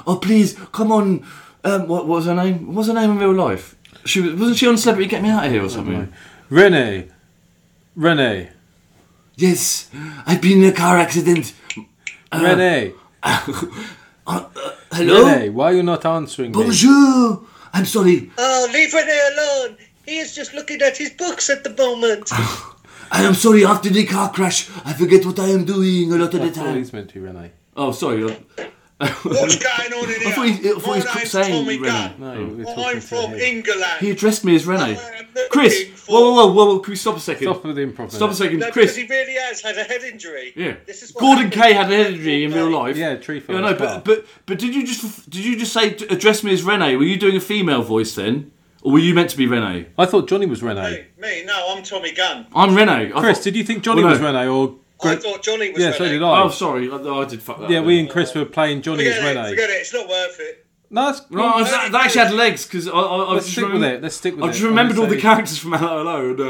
Oh please, come on. Um, what, what was her name? What was her name in real life? She was, wasn't she on Celebrity Get Me Out of Here or something?
Renee. Renee.
Yes, I've been in a car accident.
Ah.
Uh,
Renee.
hello?
Renee, why are you not answering me?
Bonjour. I'm sorry.
Oh, leave Rene alone. He is just looking at his books at the moment.
I am sorry. After the car crash, I forget what I am doing a lot of the
That's all
time.
he's meant to, Renee.
oh, sorry. Uh, I-
What's going on in here?
I thought he kept saying Renee.
Oh. I'm from England.
He addressed me as Renee.
the
Chris, whoa, whoa, whoa, whoa, whoa, can we stop a second?
Stop with the improv.
Stop a second,
No, because
Chris.
he really has had a head injury.
Yeah,
This is what
Gordon
happens.
Kay had a head injury in real life. Yeah, tree
fell
No, no,
as well.
but, but but did you just did you just say address me as Rene? Were you doing a female voice then, or were you meant to be Rene?
I thought Johnny was Rene.
Me, no, I'm Tommy Gunn.
I'm Rene. I
Chris,
thought-
did you think Johnny
Well, no.
was Rene or?
I thought Johnny was
Yeah,
Rene.
so did I.
Oh, sorry, I, I did fuck that.
Yeah,
up.
we and Chris were playing Johnny as
Forget it,
Rene.
forget it, it's not worth it.
No, that's
No, I was- that, that actually had legs because I, I, I
Let's
just
stick with
remember-
it, let's stick with
I
it.
just remembered all
Honestly.
the characters from Hello Hello. And, uh,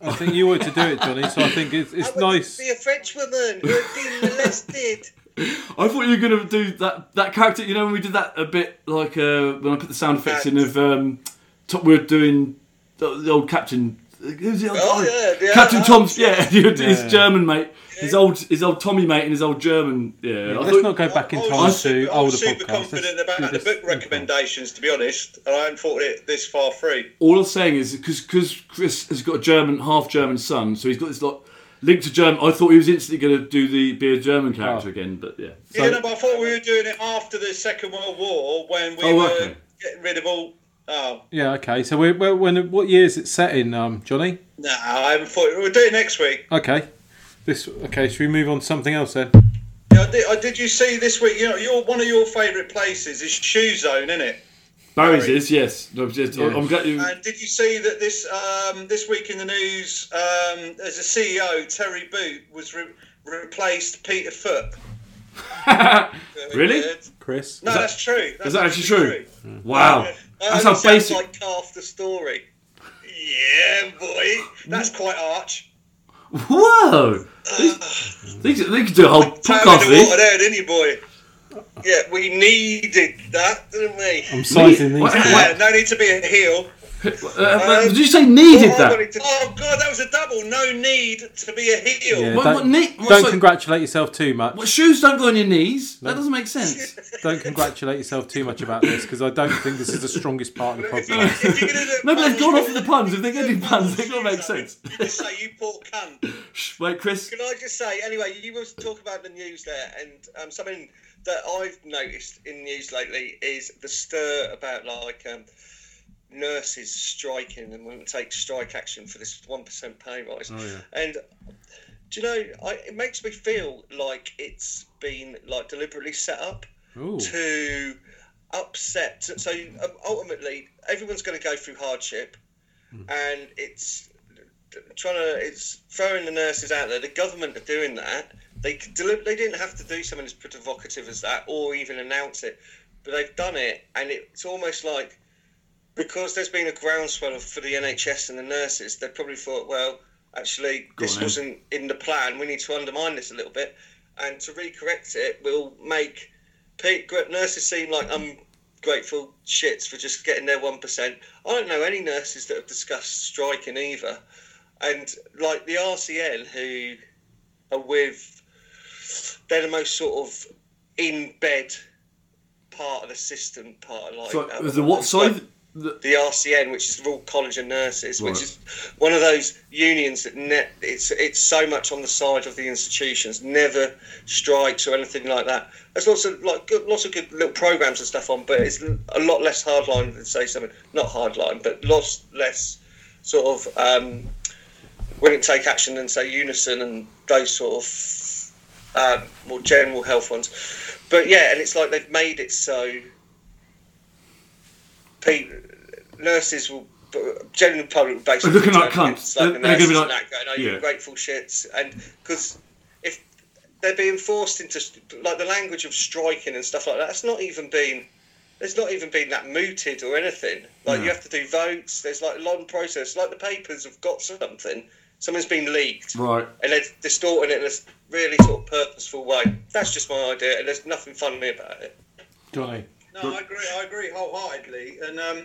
I think you were to do it, Johnny. So I think it's, it's nice.
Be a French woman who had been molested.
I thought you were gonna do that that character. You know when we did that a bit like uh, when I put the sound effects in of um, top, we were doing the, the old Captain. Who's the old
Oh, yeah, yeah,
Captain
yeah.
Tom's. Yeah, his
Yeah.
German mate, his old his old Tommy mate, and his old German. Yeah, I
Let's
thought-
not go back in
I-
time to
I-
older
super
podcasts.
confident about the book recommendations, to be honest, and I hadn't thought it this far through.
all I'm saying is because Chris has got a German, half German son, so he's got this like link to German. I thought he was instantly going to do the be a German
Oh.
character again, but yeah. So,
yeah, no, but I thought we were doing it after the Second World War when we
Oh,
were
okay.
getting rid of all. Oh,
Yeah. Okay. So we're, we're, when what year is it set in, um, Johnny?
no, I haven't thought. We'll do it next week.
Okay. This. Okay. Should we move on to something else then?
Yeah, I did, I uh, did you see this week? You know, your one of your favourite places is Shoe Zone, isn't it?
Barry's is yes. No, just,
Yeah.
I'm glad you.
And did you see that this um, this week in the news, um, as a CEO, Terry Boot was re- replaced Peter Foot.
Really,
Chris?
No, that's true. That's
is that actually true? Wow,
That
that's how
only sounds
basic.
Like half the story. Yeah, boy, that's quite arch.
Whoa, they, they, could do a whole
Down
podcast.
in
of
the
these.
water there, didn't you, boy? Yeah, we needed that, didn't we?
I'm sizing these What-
Yeah, no need to be a heel.
Uh, but did you say needed
Oh, I
that?
wanted to- oh god, that was a double. No need to be a heel.
Yeah,
What-
don't
what Nick- what's
don't
like-
congratulate yourself too much.
What shoes don't go on your knees? That doesn't make sense.
Don't congratulate yourself too much about this because I don't think this is the strongest part of the podcast.
no, but they've gone off with the puns. If they're going to be puns, they're going to make sense.
Just say you poor cunt.
Shh, Wait, Chris.
Can I just say anyway? You was talking about the news there, and um, something that I've noticed in the news lately is the stir about like um, nurses striking and won't take strike action for this one percent pay rise.
Oh, yeah.
And do you know? I, it makes me feel like it's been like deliberately set up
Ooh.
to upset. So um, ultimately, everyone's going to go through hardship,
Hmm.
and it's trying to it's throwing the nurses out there. The government are doing that. They could deli- they didn't have to do something as provocative as that, or even announce it, but they've done it, and it's almost like because there's been a groundswell of- for the NHS and the nurses, they probably thought, well, actually,
Go
this
on then.
wasn't in the plan. We need to undermine this a little bit, and to recorrect it will make pe- gr- nurses seem like ungrateful shits for just getting their one percent. I don't know any nurses that have discussed striking either, and like the RCN who are with they're the most sort of in bed part of the system, part of like
So,
uh,
the what side? the,
RCN, which is the Royal College of Nurses,
Right.
which is one of those unions that net it's it's so much on the side of the institutions, never strikes or anything like that. There's lots of like good, lots of good little programs and stuff on, but it's a lot less hardline than say something not hardline, but lots less sort of um, wouldn't take action than say Unison and those sort of um, more general health ones. But yeah, and it's like they've made it so pe nurses will, general public will basically
They're looking like
turn
cunts.
against,
They're-
the
they're gonna be
nurses
like-
and that going, oh,
yeah.
you grateful shits. And because if they're being forced into, like, the language of striking and stuff like that, that's not even been. There's not even been that mooted or anything. Like
No.
you have to do votes. There's like a long process. Like the papers have got something. Something's been leaked
Right.
and they're distorting it in this really sort of purposeful way. That's just my idea, and there's nothing funny about it.
Johnny.
No, I agree. I agree wholeheartedly. And um,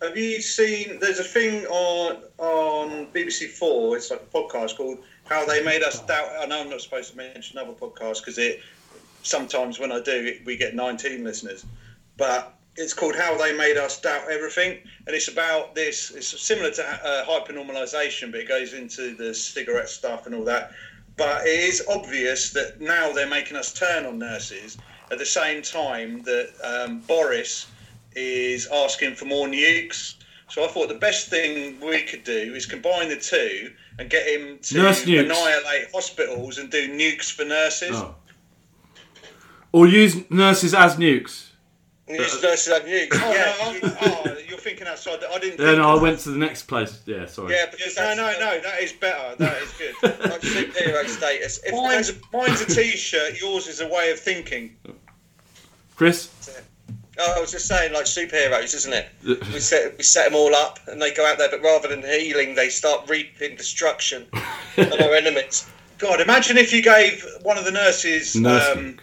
have you seen? There's a thing on on BBC Four. It's like a podcast called "How They Made Us Doubt." I know I'm not supposed to mention other podcasts because it sometimes when I do, it, we get 19 listeners. But it's called "How They Made Us Doubt Everything," and it's about this. It's similar to uh, hypernormalization, but it goes into the cigarette stuff and all that. But it is obvious that now they're making us turn on nurses at the same time that um, Boris is asking for more nukes
So I thought the best thing we could do is combine the two and get him to
Nurse nukes.
annihilate hospitals and do nukes for nurses.
Oh. Or use nurses as nukes.
And use nurses have nukes. yeah, you, oh, you're thinking outside. that. I didn't.
Then
think
I
of-
went to the next place. Yeah, sorry.
Yeah, because no, no, no, that is better. That is good. Like superhero status. If mine's, mine's a t-shirt, yours is a way of thinking.
Chris?
Oh, I was just saying, like superheroes, isn't it? We set we set them all up, and they go out there, but rather than healing, they start reaping destruction on their enemies. God, imagine if you gave one of the nurses.
Nurse
um,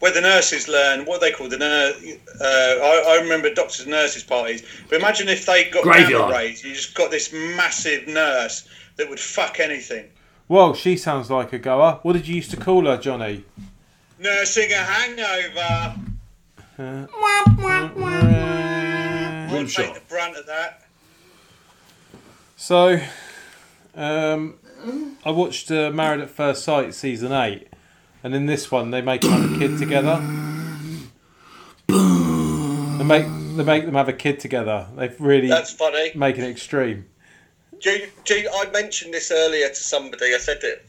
where the nurses learn what they call the nurse. Uh, I, I remember doctors and nurses parties. But imagine if they got
Graveyard.
gamma rays. You just got this massive nurse that would fuck anything.
Well, she sounds like a goer. What did you used to call her, Johnny?
Nursing a hangover.
Uh,
I'll take the brunt of that.
So, um, I watched uh, Married at First Sight season eight, and in this one they make them have a kid together. They make they make them have a kid together. They've really
That's funny.
make it extreme.
Do you, do you- I mentioned this earlier to somebody. I said it.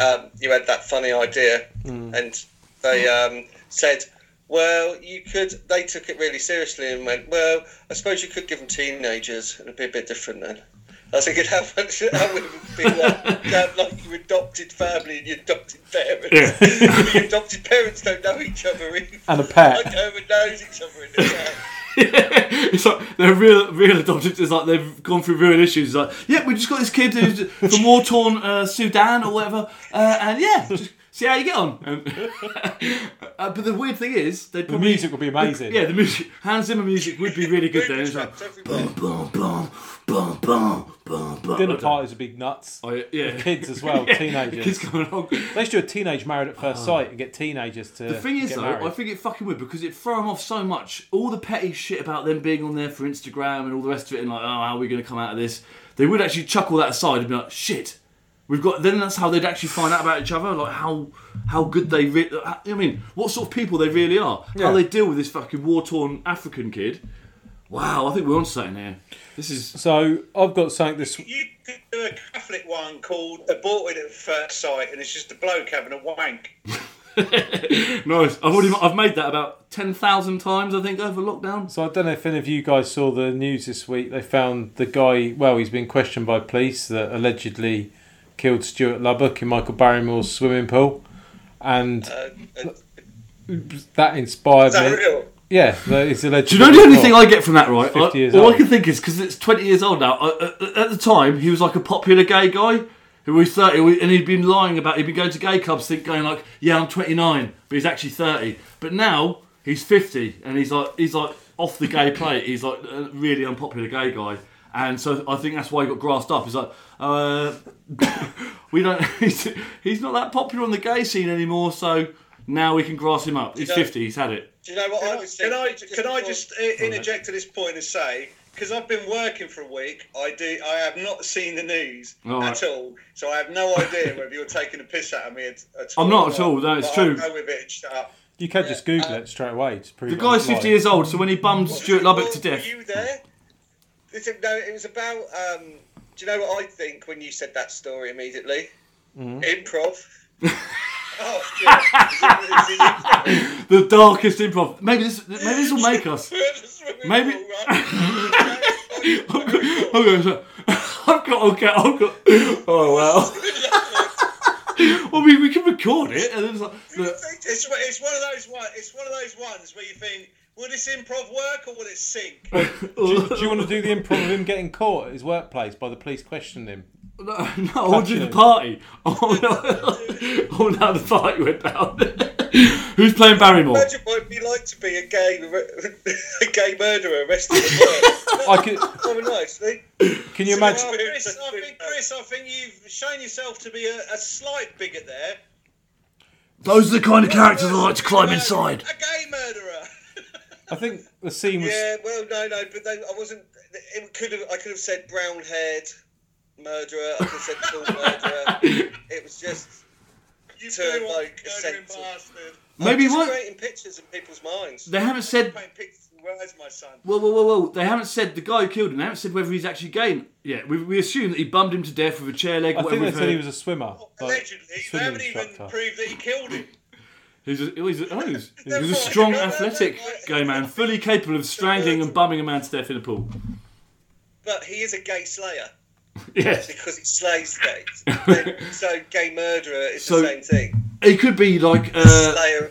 Um, you had that funny idea, and they um, said, "Well, you could." They took it really seriously and went, "Well, I suppose you could give them teenagers. It'd be a bit different then." I was thinking, how much how would it be like, damn, like your adopted family and your adopted parents?
Yeah.
your adopted parents don't know each other either.
And a pet.
Like, no one knows each other in the town.
it's like they're real, real adopted. It's like they've gone through real issues. It's like, yeah, we just got this kid who's from war-torn uh, Sudan or whatever, uh, and yeah, just see how you get on. And- uh, but the weird thing is, they probably,
music would be amazing.
yeah, the music, Hans Zimmer music would be really good. then it's like, boom, boom, boom, boom, boom, boom, boom.
Dinner parties would be nuts.
Oh, yeah, yeah.
With kids as well,
Yeah,
teenagers.
kids coming along.
They should do a teenage married at first sight and get teenagers to.
Oh. The thing is,
get
though,
married.
I think it fucking would because it'd throw them off so much. All the petty shit about them being on there for Instagram and all the rest of it, and like, oh, how are we going to come out of this? They would actually chuck all that aside and be like, shit, we've got. Then that's how they'd actually find out about each other, like how how good they. Re- uh, I mean, what sort of people they really are.
Yeah.
How they deal with this fucking war torn African kid. Wow, I think we're on something here. This is
so. I've got something this.
do a Catholic one called Aborted at First Sight, and it's just a bloke having a wank.
Nice. I've already I've made that about ten thousand times. I think over lockdown.
So I don't know if any of you guys saw the news this week. They found the guy. Well, he's been questioned by police that allegedly killed Stuart Lubbock in Michael Barrymore's swimming pool, and
Uh,
that inspired
Is that
me.
real?
Yeah, that is alleged.
Do you know the only thing I get from that, right? I-
50 Oh. years
all
old.
I can think is because it's 20 years old now. I, I- at the time, he was like a popular gay guy who was 30, who- and he'd been lying about he'd been going to gay clubs, think going like, "Yeah, I'm 29," but he's actually 30. But now he's 50, and he's like, he's like off the gay plate. He's like a really unpopular gay guy, and so I think that's why he got grassed up. He's like, uh, we don't. He's, he's not that popular on the gay scene anymore, so. Now we can grass him up. He's
You know-
50, he's had it.
Do you know what I was thinking? Can I just, can I just uh, interject at this point and say, because I've been working for a week, I do I have not seen the news
All right.
at all, so I have no idea whether you're taking a piss out of me at, at all.
I'm not at
or
all, no, it's
but I'll
true.
Go with it. and Shut up.
You can
Uh,
just Google it straight away. To prove
The guy's 50 years old, so when he bummed Stuart Lubbock to death,
you there? It's a- no, it was about. Um, do you know what I think when you said that story immediately?
Mm-hmm.
Improv. oh, shit. It's in- it's in improv.
the darkest improv. Maybe this, maybe this will make us. Maybe. I've got, I've got- I've got, okay, I've got. Oh wow. well, we, we can record it, and it's like, look,
It's, it's one of those one. It's one of those ones where you think, will this improv work or will it sink?
Oh.
do, you, do you want to do the improv of him getting caught at his workplace by the police questioning him?
no, no, I want to do the party. Oh no, oh no, the party went down. Who's playing Barrymore?
Imagine what it'd be like to be a gay, a gay murderer arrested at work.
I could.
Oh, nice. They-
Can you imagine?
Oh, Chris, I think, Chris, I think you've shown yourself to be a, a slight bigot there. Uh,
Those are the kind of characters I like to climb inside.
A gay murderer.
I think the scene was.
Yeah, well, no, no, but they, I wasn't. It could have. I could have said brown-haired murderer. I could have said tall murderer. It was just you turned like a sense of-
Maybe
I'm just
what-
creating pictures in people's minds.
They haven't said-
Painting pictures in where's my son?
Whoa, whoa, whoa, whoa. They haven't said the guy who killed him. They haven't said whether he's actually gay yet. We, we assume that he bummed him to death with a chair leg.
I think
whatever
they
we've
said he
heard.
was a swimmer.
Allegedly, they haven't even proved that he killed him.
He's a, he's a, oh, he's, he's a strong, athletic gay man, fully capable of strangling and bumming a man to death in a pool.
But he is a gay slayer.
Yes.
Because it slays gays. so gay murderer is
So-
the same thing.
It could be like uh,
Slayer.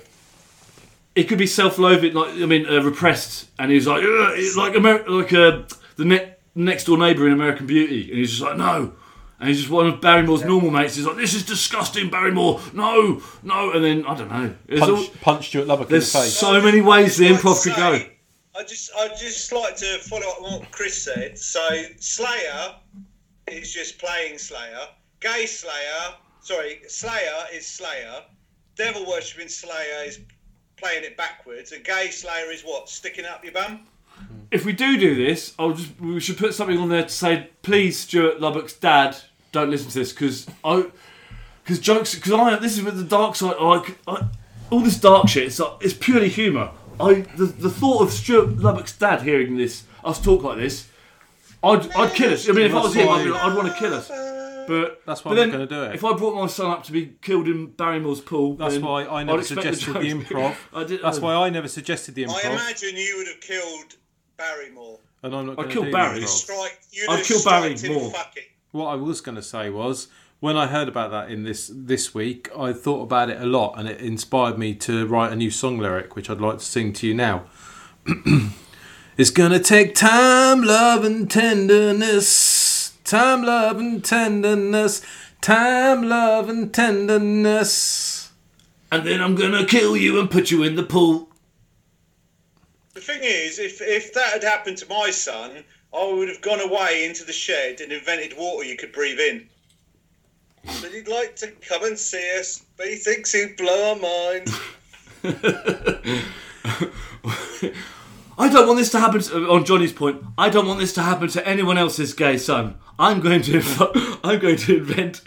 it could be self-loathing, like I mean, uh, repressed, and he's like "Ugh," it's like Amer- like uh, the ne- next door neighbour in American Beauty, and he's just like no, and he's just one of Barrymore's normal mates. He's like this is disgusting, Barrymore, no, no, and then I don't know. There's
Punch,
all-
punch Stuart Lubbock in the
there's
face.
so many ways the improv could go.
I just, I just like to follow up on what Chris said. So Slayer is just playing Slayer. Gay Slayer, sorry, Slayer is Slayer. Devil worshipping Slayer is playing it backwards, and Gay Slayer is what sticking up your bum.
If we do do this, I'll just we should put something on there to say, please, Stuart Lubbock's dad, don't listen to this because I, because jokes, because I this is with the dark side. Like I, all this dark shit, it's like, it's purely humour. I the, the thought of Stuart Lubbock's dad hearing this, us talk like this, I'd, I'd kill us. I mean, if I was him, I'd, be like, I'd want to kill us. But
That's why I'm
but then
not gonna do it.
If I brought my son up to be killed in Barrymore's pool,
That's
then
why I
I'd
never
expect the
suggested the
jokes-
improv.
I did-
That's why I never suggested the
I
improv.
imagine you would have killed Barrymore.
And I'm not
I'd
gonna
kill
do
Barry.
the improv.
Strike. You'd
I'd
have
kill Barry
striked him
more.
fucking-
What I was going to say was when I heard about that in this this week, I thought about it a lot, and it inspired me to write a new song lyric, which I'd like to sing to you now. it's gonna take time, love and tenderness, time, love and tenderness, time, love and tenderness.
And then I'm gonna kill you and put you in the pool.
The thing is, if if that had happened to my son, I would have gone away into the shed and invented water you could breathe in. But he'd like to come and see us, but he thinks he'd blow our minds.
I don't want this to happen to, on Johnny's point. I don't want this to happen to anyone else's gay son. I'm going to I'm going to invent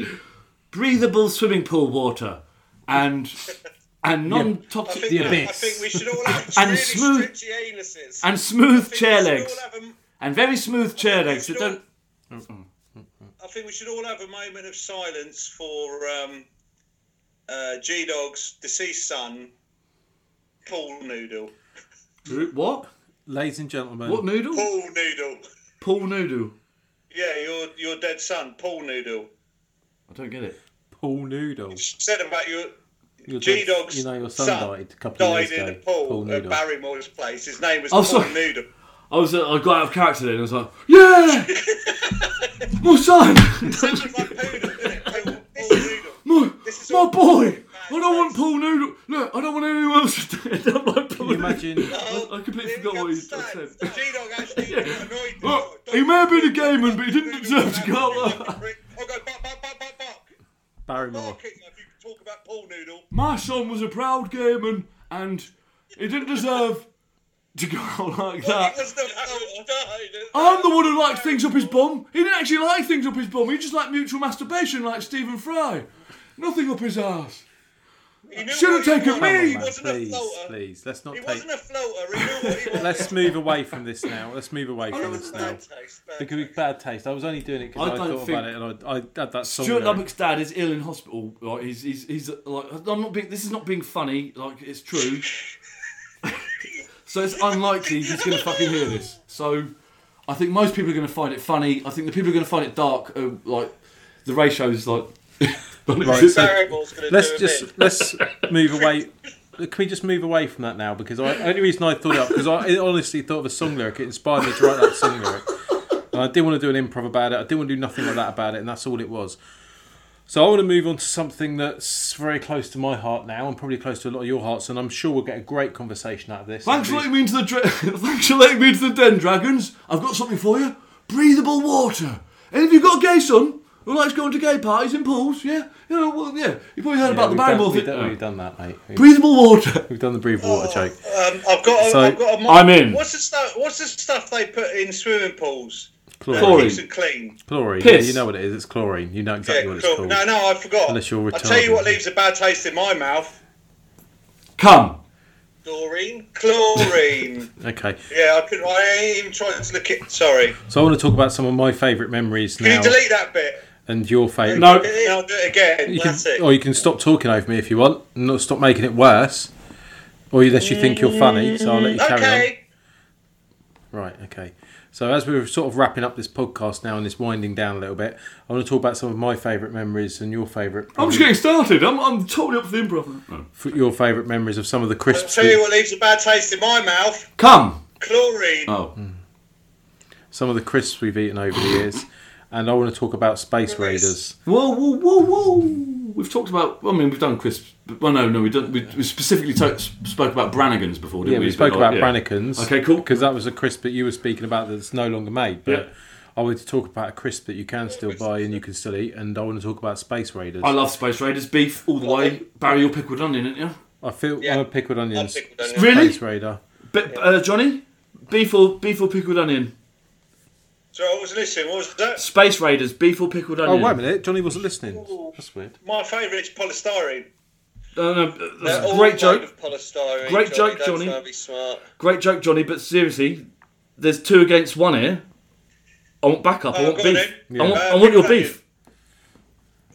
breathable swimming pool water and and non-toxic
I think, I think we should all have
And
really
smooth-
stretchy anuses.
and smooth chair legs and very smooth chair legs that don't Mm,
I think we should all have a moment of silence for um, uh, G Dog's deceased son, Paul Noodle.
what?
Ladies and gentlemen,
What noodle?
Paul Noodle.
Paul Noodle.
Yeah, your your dead son, Paul Noodle.
I don't get it.
Paul Noodle.
Said about your
Your
G
dog-
Dog's
you know your son, died a couple of
died
years
in
ago.
a pool,
Paul
at
Noodle.
Barrymore's place. His name was
Oh,
Paul
sorry.
Noodle.
I was uh, I got out of character then. I was like, yeah, my son, my, my boy. I don't want Paul Noodle. No, I don't want anyone else to die. I don't like Paul Noodle. I,
Oh,
I completely forgot what he I said. Look, he may have been a gay man, but he didn't deserve to go out like that.
Barrymore.
My son was a proud gay man, and he didn't deserve to go out like that. I'm the one who likes things up his bum. He didn't actually like things up his bum. He just liked mutual masturbation, like Stephen Fry. Nothing up his ass. Should have taken
Come on,
me.
man, please, please, let's not take.
floater.
Let's move away from this now. Let's move away from this now. Because we bad taste. I was only doing it because
I
I,
don't
thought about it
think-
and I, I had that song.
Stuart
there.
Lubbock's dad is ill in hospital. Like he's, he's, he's like I'm not being. This is not being funny. Like it's true. so it's unlikely he's going to fucking hear this. So I think most people are going to find it funny. I think the people who are going to find it dark. Are, like the ratio's like.
Right, so let's just let's move away. Can we just move away from that now? Because I, only reason I thought it up because I honestly thought of a song lyric. It inspired me to write that song lyric, and I didn't want to do an improv about it. I didn't want to do nothing like that about it, and that's all it was. So I want to move on to something that's very close to my heart now, and probably close to a lot of your hearts. And I'm sure we'll get a great conversation out of this.
Thanks for letting me into the dra- thanks for letting me into the den, dragons. I've got something for you. Breathable water. And if you've got a gay son who likes going to gay parties in pools, yeah, you know, well, yeah, you probably heard
Yeah,
about the
we've
Barrymore
done, we've
thing.
done- We've done that, mate. We've-
Breathable water.
We've done the breathable water joke.
Um, I've got. A,
So,
I've got a mo-
I'm in.
What's the stuff? What's the stuff they put in swimming pools?
Chlorine.
That keeps it clean.
Chlorine.
Piss.
Yeah, you know what it is. It's chlorine. You know exactly
Yeah,
what it's
cool.
called.
No, no, I forgot.
Unless you're
I'll tell you
retarded.
what leaves a bad taste in my mouth.
Come.
Chlorine? Chlorine.
Okay.
yeah, I couldn't. I even tried to look it. Sorry.
So I want to talk about some of my favourite memories
Can
now.
you delete that bit?
And your favourite.
Delete it, I'll do it again.
You
That's
can,
it.
or you can stop talking over me if you want. and Not stop making it worse. Or unless you think you're funny, so I'll let you carry on.
okay.
Right, okay. So as we're sort of wrapping up this podcast now and it's winding down a little bit, I want to talk about some of my favourite memories and your favourite.
I'm just getting started. I'm, I'm totally up for the improv.
f- your favourite memories of some of the crisps.
Tell you
we-
what leaves a bad taste in my mouth.
Come.
Chlorine.
Oh. Some of the crisps we've eaten over the years, and I want to talk about Space Raiders.
Whoa, whoa, whoa, whoa! We've talked about. I mean, we've done crisps. but- Well, no, no, we done. We, we specifically to, spoke about Brannigan's before, didn't
yeah,
we?
we, spoke
But
about
like, yeah.
Brannikins.
Okay,
cool. Because that was a crisp that you were speaking about that's no longer made. But I want to talk about a crisp that you can still buy and you can still eat, and I want to talk about Space Raiders.
I love Space Raiders beef all the way. Barry, you're pickled onion, aren't you?
I feel I'm a pickled onion.
Really?
Space Raider.
But, uh, Johnny, beef or beef or pickled onion?
So I was listening. What was that?
Space Raiders beef or pickled
Oh
onion?
wait a minute, Johnny wasn't listening. That's weird.
My favourite is polystyrene.
No, Uh, no, no, that's
They're
a
all
great
made
joke.
of polystyrene,
Great
Johnny,
joke,
don't
Johnny.
try and be smart.
Great joke, Johnny. But seriously, there's two against one here. I want backup. I
Oh,
want
go on
beef.
then.
I want,
Yeah. Uh,
I want your beef.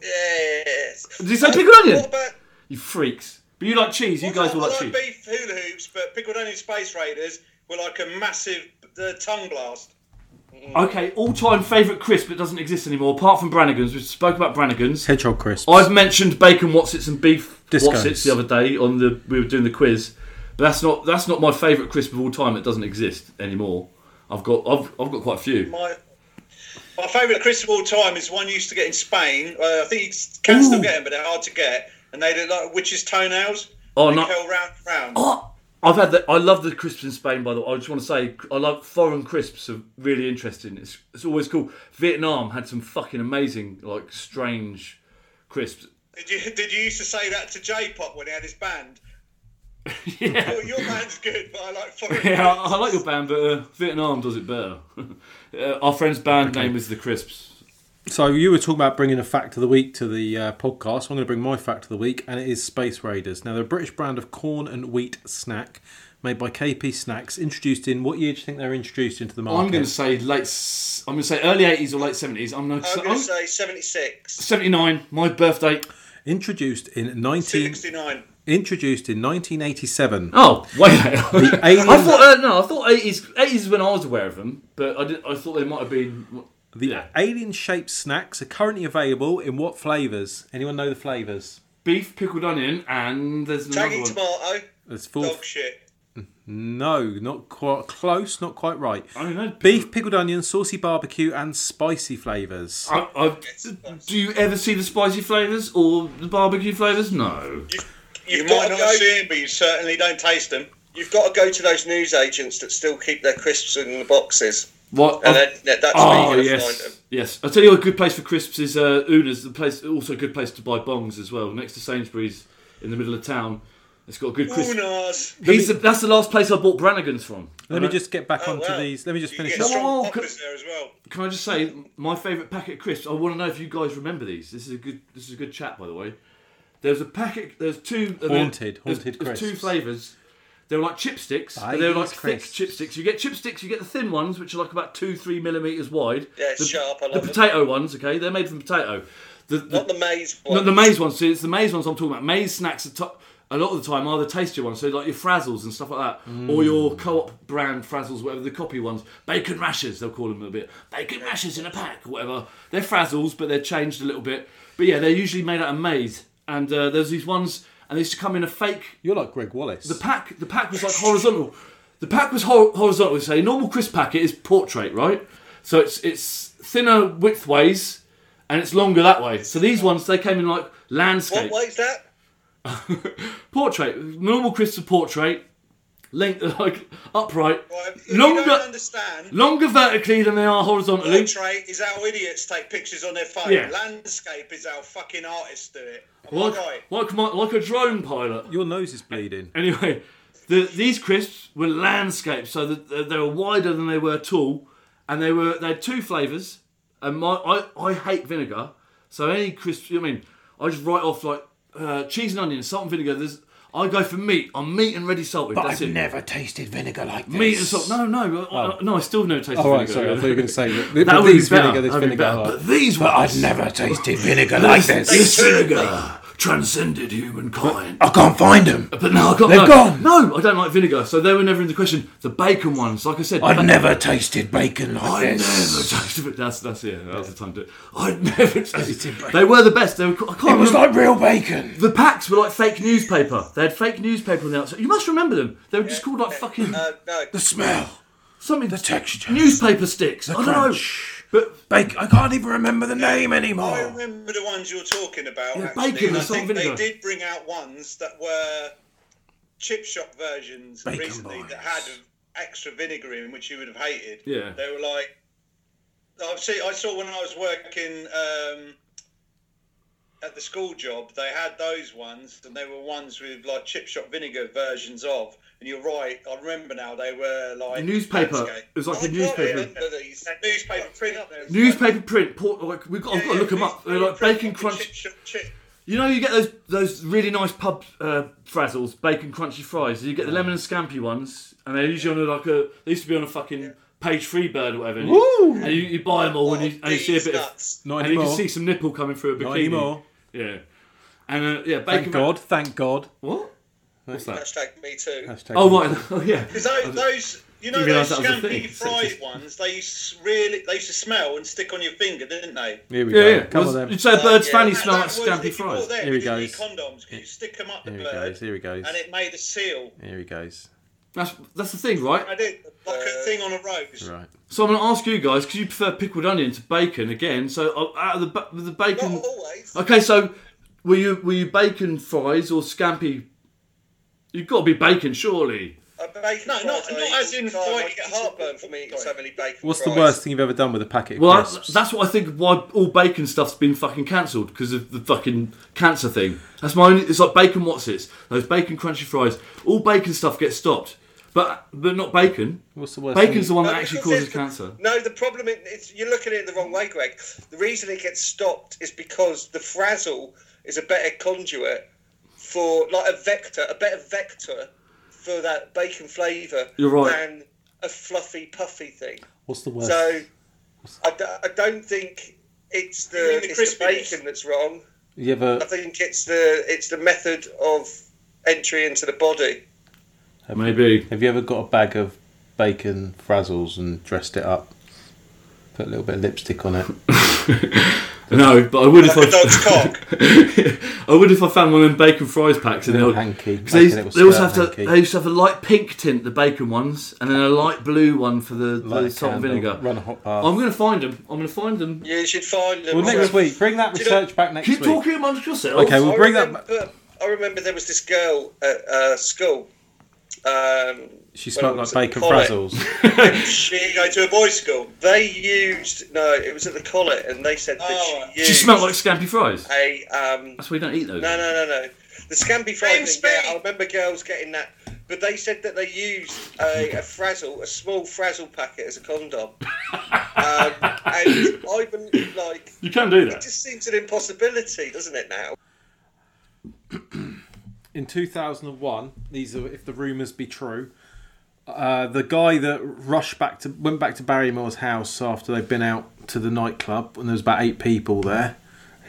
Yes.
Did you say pickled onion?
What about
You freaks. But you like cheese. You guys will
I
like
like
cheese.
beef hula hoops, but pickled onion space raiders were like a massive uh, tongue blast.
Okay, all-time favourite crisp that doesn't exist anymore, apart from Brannigan's. We spoke about Brannigan's.
Hedgehog crisps.
I've mentioned bacon watsits and beef
Discos.
watsits the other day on the we were doing the quiz, but that's not that's not my favourite crisp of all time. It doesn't exist anymore. I've got I've, I've got quite a few.
My my favourite crisps of all time is one you used to get in Spain. Uh, I think you can still get them, but they're hard to get. And they look like witches' toenails.
Oh,
they
no. Oh.
curl round and round.
I've had that. I love the crisps in Spain. By the way, I just want to say I love foreign crisps. Are really interesting. It's it's always cool. Vietnam had some fucking amazing like strange crisps.
Did you did you used to say that to J-pop when he had his band? yeah. Your, your band's good, but I like foreign.
yeah, I, I like your band, but uh, Vietnam does it better. uh, our friend's band name is the Crisps.
So you were talking about bringing a fact of the week to the uh, podcast. I'm going to bring my fact of the week, and it is Space Raiders. Now, they're a British brand of corn and wheat snack made by KP Snacks. Introduced in what year do you think they were introduced into the market?
I'm going to say late. s- I'm going to say early 80s or late 70s. I'm going
I'm
to
going to say 76,
79. My birthday.
Introduced in 19.
69.
Introduced in 1987.
Oh, wait. the
alien,
I thought uh, no, I thought 80s. 80s is when I was aware of them, but I didn't. I thought they might have been.
the alien-shaped snacks are currently available in what flavors? Anyone know the flavors?
Beef, pickled onion, and there's another
tangy
one.
tomato,
There's four.
dog shit.
No, not quite close, not quite right.
I don't know.
Beef, pickled onion, saucy barbecue, and spicy flavours.
I, I, do you ever see the spicy flavours or the barbecue flavours? No.
You've got to go, see them, but you certainly don't taste them. You've got to go to those news agents that still keep their crisps in the boxes.
What?
And that- that- that's where you're
oh
gonna
yes,
find them.
yes. I will tell you, a good place for crisps is uh, Una's. The place, also a good place to buy bongs as well, next to Sainsbury's in the middle of town. It's got a good crisp.
Una's.
He's the, that's the last place I bought Brannigan's from.
Let me just get back
Oh,
onto these. Let me just finish. up.
there as well.
Can I just say my favourite packet of crisps? I want to know if you guys remember these. This is a good. This is a good chat, by the way. There's a packet. There's two. I mean,
Haunted,
there's-
haunted
There's two
crisps.
flavours. They were like chipsticks. but they were like thick chipsticks. You get chipsticks. You get the thin ones, which are like about two, three millimeters wide.
Yeah, it's
the,
sharp, I
the
love them.
potato ones. Okay, they're made from potato. The,
Not the maize
no,
ones.
the maize ones. See, it's the maize ones I'm talking about. Maize snacks are top, a lot of the time are the tastier ones. So like your frazzles and stuff like that, or your co-op brand frazzles, whatever the copy ones. Bacon rashers, they'll call them a bit. Bacon rashers in a pack, or whatever. They're frazzles, but they're changed a little bit. But yeah, they're usually made out of maize. And uh, there's these ones, and they used to come in a fake.
You're like Greg Wallace.
The pack, the pack was like horizontal. The pack was hor- horizontal. So a normal crisp packet is portrait, right? So it's it's thinner width ways, and it's longer that way. So these ones they came in like landscape
What weight's that?
portrait. Normal crisps are portrait, length like upright,
you
longer,
don't understand-
longer vertically than they are horizontally.
Portrait is how idiots take pictures on their phone.
Yeah.
Landscape is how fucking artists do it. Am I
like,
right?
like, my, like a drone pilot.
Your nose is bleeding.
Anyway, the, these crisps were landscaped, so that that they were wider than they were tall, and they were they had two flavors. And my I, I hate vinegar, so any crisps. I mean, I just write off like uh, cheese and onion, salt and vinegar. There's I go for meat. I'm meat and ready salted.
But
That's
I've
it.
never tasted vinegar like this.
Meat and salt. No, no, I- I- no. I still never tasted
Oh, right,
vinegar.
sorry, I thought you were gonna say that-
that
but
would
these
be better.
vinegar, this
That'd be
vinegar
better.
are-
But these
But
ones,
I've never tasted vinegar like this.
This vinegar transcended humankind.
I can't find them.
But no, I can't.
They're
no.
gone.
No, I don't like vinegar, so they were never in the question. The bacon ones, like I said,
I've
ba-
never tasted bacon like
I
this.
never tasted. But that's that's yeah, that was the time to. I never tasted. They were the best. They were. I can't
It was
remember-
like real bacon.
The packs were like fake newspaper. They had fake newspaper on the outside. You must remember them. They were just called like fucking.
Uh,
Uh,
The smell.
Something. The
texture.
Newspaper sticks. I don't know. But
bacon. I can't even remember the name
I
anymore.
remember the ones you're talking about.
Yeah,
actually,
bacon
and I
and salt
think
vinegar.
they did bring out ones that were chip shop versions
Bacon
recently that had extra vinegar in, which you would have hated.
Yeah.
They were like, I've seen. I saw when I was working um, at the school job, they had those ones, and they were ones with like chip shop vinegar versions of. And you're right. I remember now. They were like
Newspaper.
landscape.
It was like
I
a newspaper.
got it, uh, these Newspaper print.
Newspaper print. Port, like we've got. I've got to look them up. They're like bacon crunch. You know, you get those those really nice pub uh, frazzles, bacon crunchy fries. You get the lemon and scampi ones, and they're usually on a, like a. They used to be on a fucking page three bird or whatever. And,
Woo!
You, and you, you buy them all, Oh, and you, and you see a bit of.
Not
and you can
anymore.
see some nipple coming through a
Not
bikini.
anymore.
Yeah. And uh, yeah, bacon.
Thank God. Thank God.
What? What's that?
Hashtag me too.
Hashtag
Oh right. Oh yeah.
Because those, those, you know,
Didn't realise
those
that was a thing.
scampi fried ones, they used to really, they used to smell and stick on your finger, didn't they? Uh,
Here we
yeah,
go.
Yeah.
Come
Was-
on then.
You'd say a bird's fanny
that-
smell like
that was
scampi
if you
fries.
bought them,
Here
you
he
didn't need
goes.
Condoms, 'cause you stick them up the
Here he
bird,
goes. Here he goes.
and it made a seal.
Here he goes.
That's that's the thing, right?
I did like
Uh,
a thing on a rose.
Right.
So I'm going to ask you guys because you prefer pickled onion to bacon again. So uh, out of the ba- the bacon, Okay, so were you were you bacon fries or scampi? You've got to be bacon, surely.
Bacon no, not, not as in fried. I get heartburn from eating so many bacon
What's
fries.
the worst thing you've ever done with a packet of
Well,
crisps?
that's, that's what I think. Why all bacon stuff's been fucking cancelled because of the fucking cancer thing. That's my only. It's like bacon what's it? Those bacon crunchy fries. All bacon stuff gets stopped, but but not bacon.
What's the worst?
Bacon's the one that
No,
actually
because
causes
it's-
cancer.
No, the problem is it's, you're looking at it the wrong way, Greg. The reason it gets stopped is because the frazzle is a better conduit for like a vector, a better vector for that bacon flavour.
You're right.
Than a fluffy puffy thing.
What's the worst?
So I, d- I don't think it's the, it's the bacon that's wrong.
you ever
I think it's the it's the method of entry into the body.
Maybe.
Have you ever got a bag of bacon frazzles and dressed it up? Put a little bit of lipstick on it.
No, but I would if I. I would if I found one of them bacon fries packs and
Yeah,
they'll
hanky.
Because they,
Back in it
used-
was
they also
skirt
have to.
hanky.
They used to have a light pink tint, the bacon ones, and then a light blue one for the, the
Light
salt and
candle,
vinegar.
run a hot bath.
I'm going to find them. I'm going to find them.
Yeah, you should find them.
Well, next week, bring that research back next
Keep
week.
talking amongst yourselves.
Okay, we'll
I
bring that.
remember, that. I remember there was this girl at uh, school. Um,
She
when
smelled
I was
like
at
bacon
Collet.
frazzles.
she didn't go to a boys' school. They used no, it was at the collet, and they said that she used.
She smelled like scampi fries.
a um.
That's why you don't eat those.
No, no, no, no. The scampi fried thing. Yeah, I remember girls getting that, but they said that they used a, a frazzle, a small frazzle packet as a condom. um, and I believe, like,
You can do
it
that.
just seems an impossibility, doesn't it? Now.
in 2001 these are if the rumors be true uh, the guy that rushed back to went back to barrymore's house after they'd been out to the nightclub and there was about eight people there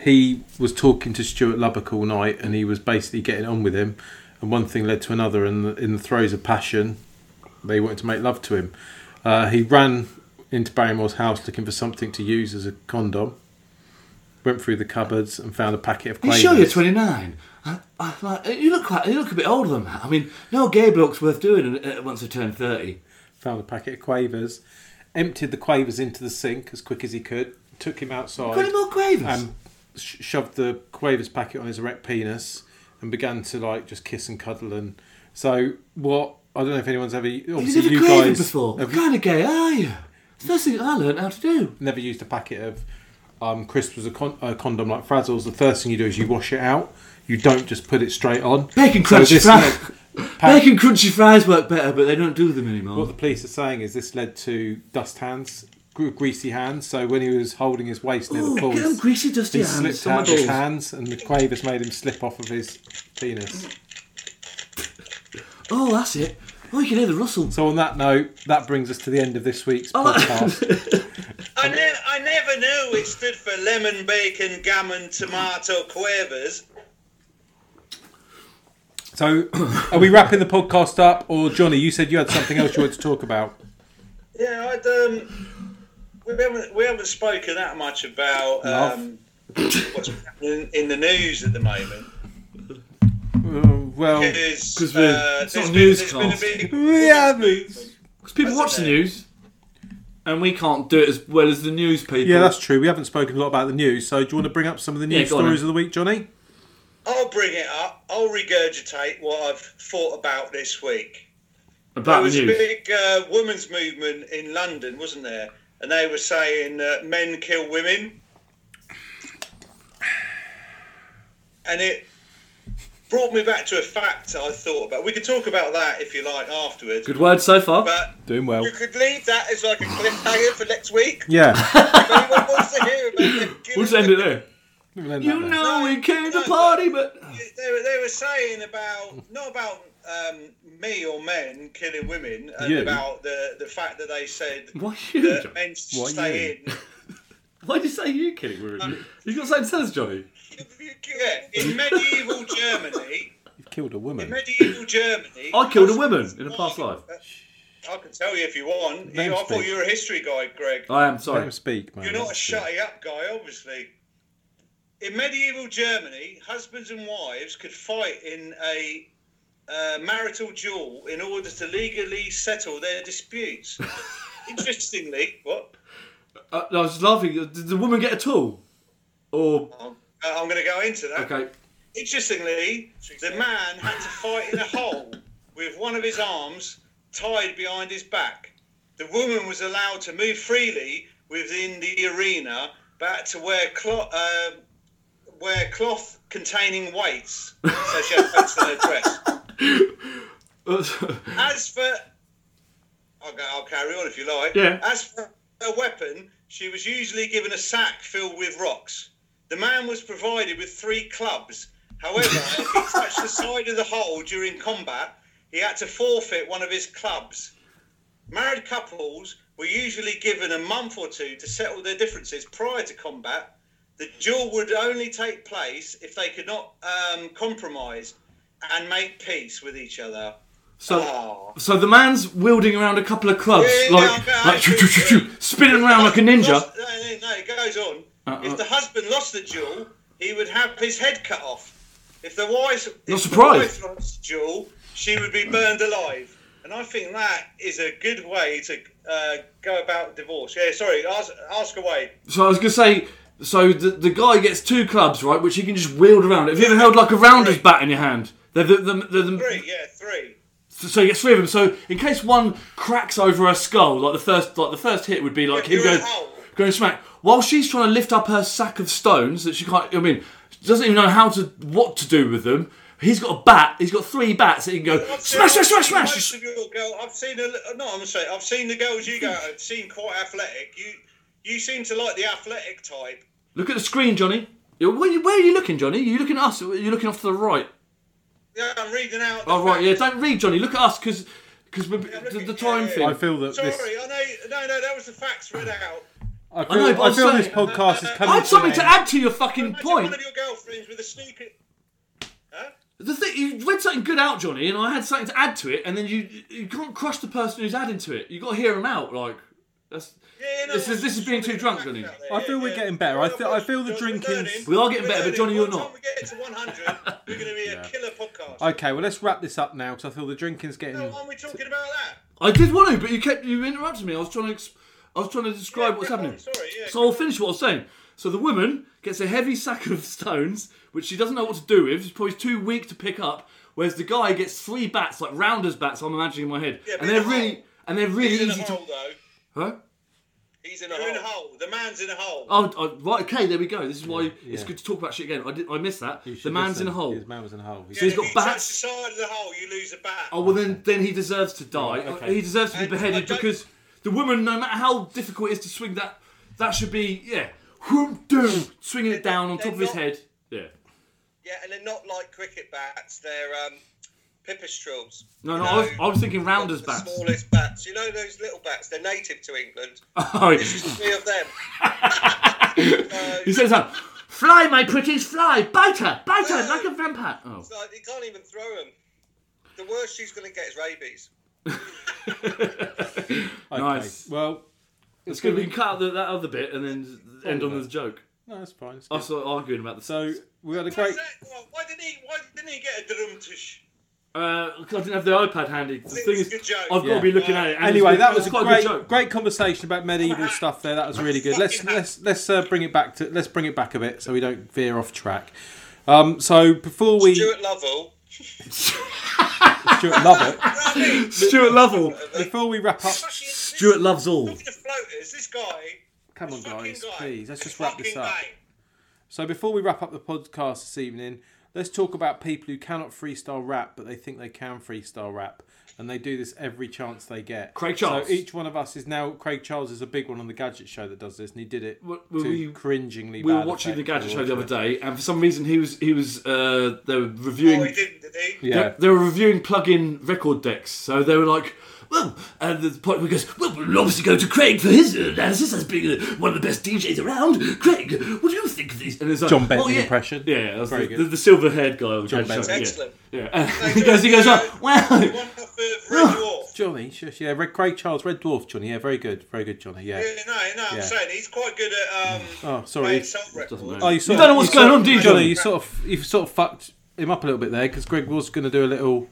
he was talking to stuart lubbock all night and he was basically getting on with him and one thing led to another and in the throes of passion they wanted to make love to him uh, he ran into barrymore's house looking for something to use as a condom went through the cupboards and found a packet of
You
Quavers.
sure you're 29? I, I, like, you look quite. You look a bit older than that. I mean, no gay bloke's worth doing uh, once I turn 30.
found a packet of quavers, emptied the quavers into the sink as quick as he could, took him outside.
Got any more quavers?
And sh- shoved the quavers packet on his erect penis and began to like just kiss and cuddle and so what I don't know if anyone's ever obviously
never
you
quavered
guys
before.
have
What kind of gay are you? It's the first thing I learned how to do.
Never used a packet of um, crisps as a, con- a condom like Frazzles. The first thing you do is you wash it out. You don't just put it straight on.
Bacon
So
crunchy
this
fries.
led- Pat-
Bacon crunchy fries work better, but they don't do them anymore.
What the police are saying is this led to dust hands, gr- greasy hands. So when he was holding his waist near
Ooh,
the
get
balls,
them greasy, dusty
he
hands,
slipped
on my
out his
balls.
hands, and the quavers made him slip off of his penis.
Oh, that's it. Oh, you can hear the rustle.
So on that note, that brings us to the end of this week's
Oh.
podcast.
I, ne- I never knew it stood for lemon, bacon, gammon, tomato, quavers.
so are we wrapping the podcast up, or Johnny? You said you had something else you wanted to talk about.
Yeah, I'd, um, we haven't we haven't spoken that much about um, what's happening in the news at the moment.
Uh, well,
because
Oh, we're it's not a newscast.
Yeah, because
people watch the news, and we can't do it as well as the news people.
Yeah, that's true. We haven't spoken a lot about the news, so do you want to bring up some of the
Yeah,
news
go on
stories
then.
of the week, Johnny?
I'll bring it up. I'll regurgitate what I've thought about this week. there
about the
was a
news.
big uh, women's movement in London, wasn't there? And they were saying uh, men kill women, and it brought me back to a fact I thought about. We could talk about that if you like afterwards.
Good word so far.
But
Doing well.
you could leave that as like a cliffhanger for next week.
Yeah.
we'll just end it there.
You
know we came to party, but
They were, they were saying about not about um, me or men killing women, and
You?
about the the fact that they said
Why you, John?
that men should
Why
stay
you?
in.
why did you say you kidding? We're you got something to tell us, Johnny?
Yeah, in medieval Germany,
You've killed a woman.
in medieval Germany,
I killed a woman in a past life.
uh, I can tell you if you want.
Let him
You, I
speak.
thought you were a history guy, Greg.
I am sorry.
Let him speak, man.
You're not a shutty up guy, obviously. In medieval Germany, husbands and wives could fight in a uh, marital duel in order to legally settle their disputes. Interestingly, what?
Uh, I was just laughing. Did the woman get a tool? Or
Uh, I'm going to go into that.
okay,
Interestingly, the man had to fight in a hole with one of his arms tied behind his back. The woman was allowed to move freely within the arena, but had to wear cloth, uh, wear cloth containing weights, so she had weights in her dress. As for, I'll, go, I'll carry on if you like.
Yeah.
As for her weapon, she was usually given a sack filled with rocks. The man was provided with three clubs. However, if he touched the side of the hole during combat, he had to forfeit one of his clubs. Married couples were usually given a month or two to settle their differences prior to combat. The duel would only take place if they could not um, compromise and make peace with each other.
so
Oh.
so the man's wielding around a couple of clubs, like like choo, choo, choo, choo, spinning around like a ninja.
No, no, no, it goes on.
Uh, uh.
if the husband lost the duel, he would have his head cut off. If the wife,
Not
if the
surprised.
wife lost the duel, she would be burned alive. And I think that is a good way to uh, go about divorce. Yeah, sorry, ask, ask away.
So I was gonna say, so the, the guy gets two clubs, right, which he can just wield around. Have you ever held like a rounder's bat in your hand? They're the, the, the, the,
Three, yeah, three.
so he gets three of them. So in case one cracks over her skull, like the first, like the first hit would be like him going, going smack. While she's trying to lift up her sack of stones that she can't, I mean, doesn't even know how to what to do with them. He's got a bat. He's got three bats that he can go smash, smash, smash, smash.
Most of your girl, I've seen a, no, I'm sorry, I've seen the girls you go. I've seen quite athletic. You, you seem to like the athletic type.
Look at the screen, Johnny. You're- Where, you- where are you looking, Johnny? You looking at us? You're looking off to the right.
Yeah, I'm reading out.
Oh right, yeah. Don't read, Johnny. Look at us, because because the, the time thing.
I feel that
Sorry,
this.
I know. No, no, that was the facts read out.
I
I know,
feel,
but
I
I'm
feel
saying-
this podcast is
I
coming.
had something
an
to
end.
add to your fucking point.
Your girlfriend's with a sneaker.
The thing you read something good out, Johnny, and I had something to add to it, and then you you can't crush the person who's adding to it. You got to hear him out. Like that's this is this is being too drunk, Johnny.
I feel we're getting better. I feel, I feel the drinking.
We are getting better, but Johnny, you're not.
Okay, well let's wrap this up now because I feel the drinking's getting.
Are we talking about that?
I did want to, but you kept you interrupted me. I was trying to ex- I was trying to describe what's happening. so I'll finish what I was saying. So the woman gets a heavy sack of stones, which she doesn't know what to do with. She's probably too weak to pick up. Whereas the guy gets three bats, like rounders bats. I'm imagining in my head, and they're really and they're really easy to. Huh?
He's in a hole. In a hole. The man's in a hole.
Oh, oh, right. Okay, there we go. This is why it's good to talk about shit again. I did. I missed that. The man's in a hole.
His man was in a hole.
So he's got
Touch
bats.
the side of the hole, you lose a bat.
Oh well, then then he deserves to die.
Right, okay.
He deserves to be beheaded because the woman, no matter how difficult it is to swing that, that should be yeah, whoop, doom, swinging it down on top of his head. Yeah.
Yeah, and they're not like cricket bats. They're um, pipistrels.
No,
you
no,
know,
I, was, I was thinking rounders
the
bats.
smallest bats. You know those little bats? They're native to England.
Oh,
This is three of them. Uh,
He says that. Fly, my pretties, fly! Bite her, bite her like a vampire. Oh,
It's like you can't even throw them. The worst she's going to get is rabies.
nice.
Well,
it's good. We can cut out the, that other bit and then end on with a joke.
No, that's fine. it's
I
good.
was sort of arguing about the.
So we had a great.
Well, why didn't he? Why didn't he get a drumtish?
Uh, 'cause I didn't have the iPad handy. The thing is, I've got
Yeah.
to be looking at it. and
Anyway,
it's-
that was
it's
a
quite
great,
good joke.
great conversation about medieval stuff there. That was really good. Let's let's let's uh, bring it back to let's bring it back a bit so we don't veer off track. Um, so before we
Stuart Lovell.
Stuart Lovell,
Stuart Lovell.
Before we wrap up,
Stuart loves all.
floaters. This guy.
Come on, guys, please. Let's just wrap this up. So before we wrap up the podcast this evening, let's talk about people who cannot freestyle rap, but they think they can freestyle rap, and they do this every chance they get.
Craig Charles.
So each one of us is now. Craig Charles is a big one on the Gadget Show that does this, and he did it
What-
to
were we-
cringingly.
We were
bad
watching the
effect.
Gadget
We
Show
were
the other
watching
day, and for some reason he was he was uh, they were reviewing.
Oh, he?
They-
Yeah.
they, were reviewing plug-in record decks, so they were like, well, and the point where he goes, well, we'll obviously go to Craig for his analysis as being uh, one of the best DJs around. Craig, what do you think of these? And it's like, "Oh,
John Bentley
yeah.
impression.
Yeah, yeah, that was
Very
the,
good.
the, the silver-haired guy. on
John
Gadget Show,
Bentley.
yeah.
Excellent.
Yeah, and he goes, he goes, like, well,
Johnny, shush, yeah, Red, Craig Charles, Red Dwarf, Johnny, yeah, very good, very good, Johnny, yeah.
No, no, I'm
Yeah.
saying he's quite good at. Um,
Oh, sorry.
matter.
Oh, you, sort
You don't know what's
sort
going
of-
on, do you,
Johnny?
Johnny?
You sort of, you sort of fucked him up a little bit there because Greg was going to do a little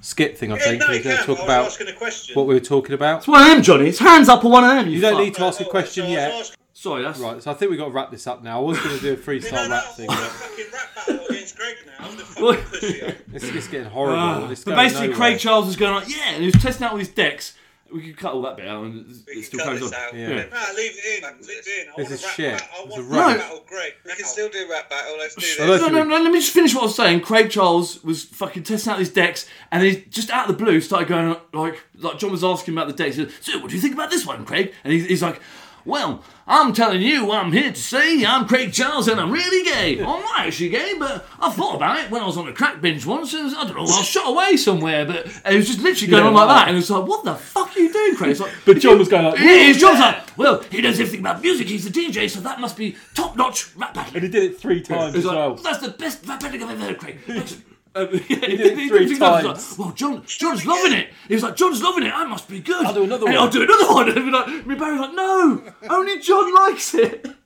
skit thing. I think
no,
he was
he
going to
can,
talk
but I was
about
asking a question.
what we were talking about. It's
one of them, Johnny. It's hands up or one of them. You,
You don't
fuck.
need
Uh,
to
oh,
ask a question yet.
Sorry, that's
right. So I think we have got to wrap this up now. I was going to do a freestyle rap thing. But it's, it's getting horrible.
Ah,
It's
but
going
basically,
nowhere.
Craig Charles was going like, yeah, and he was testing out all his decks. We could cut all that bit out, and it- it still carries on. Yeah.
Nah, leave it in. Leave it in. I
This
want
is
to rap
shit.
battle. I
It's
want
a
to
rap.
rap battle. Great. We can still do rap battle. Let's do this.
No, no, no, Let me just finish what I was saying. Craig Charles was fucking testing out his decks, and then he just out of the blue started going like, like John was asking about the decks. He said, so, what do you think about this one, Craig? And he's, he's like, well, I'm telling you, I'm here to say I'm Craig Charles, and I'm really gay. I'm not actually gay, but I thought about it when I was on a crack binge once. And I don't know, I was shot away somewhere, but it was just literally going
Yeah,
on like
right.
that, and it's like, what the fuck are you doing, Craig? It's like,
But John was going like,
yeah, his
"Whoa,
job's
yeah."
like, well, he knows everything about music. He's a DJ, so that must be top-notch rap battle.
And he did it three times
He's
as
like,
well.
That's the best rap battle I've ever heard, Craig. Um,
He did it three times.
well, John, John's loving it. He was like, John's loving it. I must be good. I'll do
another
I'll
one.
do another one. And like, me Barry's like, no, only John likes it.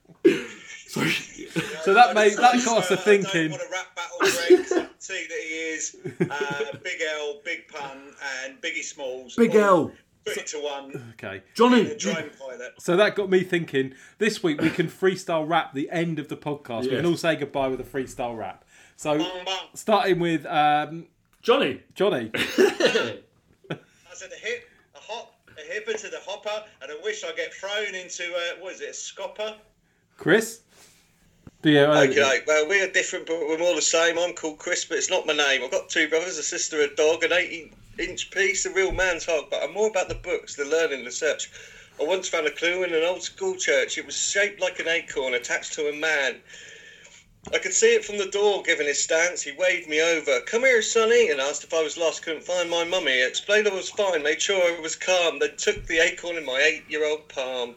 So that made that got us to thinking.
See that he is uh, Big L, Big Pun, and Biggie Smalls.
Big
all
L.
Put it to one.
Okay,
Johnny.
The drone pilot.
So that got me thinking. This week we can freestyle rap the end of the podcast. We
Yes.
can all say goodbye with a freestyle rap. So starting with um,
Johnny.
Johnny.
I said a hip, a hop, a hipper to the hopper, and I wish I get thrown into a what is it, a scopper?
Chris. Yeah. I-
Okay, well we are different, but we're all the same. I'm called Chris, but it's not my name. I've got two brothers, a sister, a dog, an 18 inch piece, a real man's hog. But I'm more about the books, the learning, the search. I once found a clue in an old school church. It was shaped like an acorn attached to a man. I could see it from the door, given his stance. He waved me over. Come here, sonny, and asked if I was lost. Couldn't find my mummy. I explained I was fine, made sure I was calm. Then took the acorn in my eight year old palm.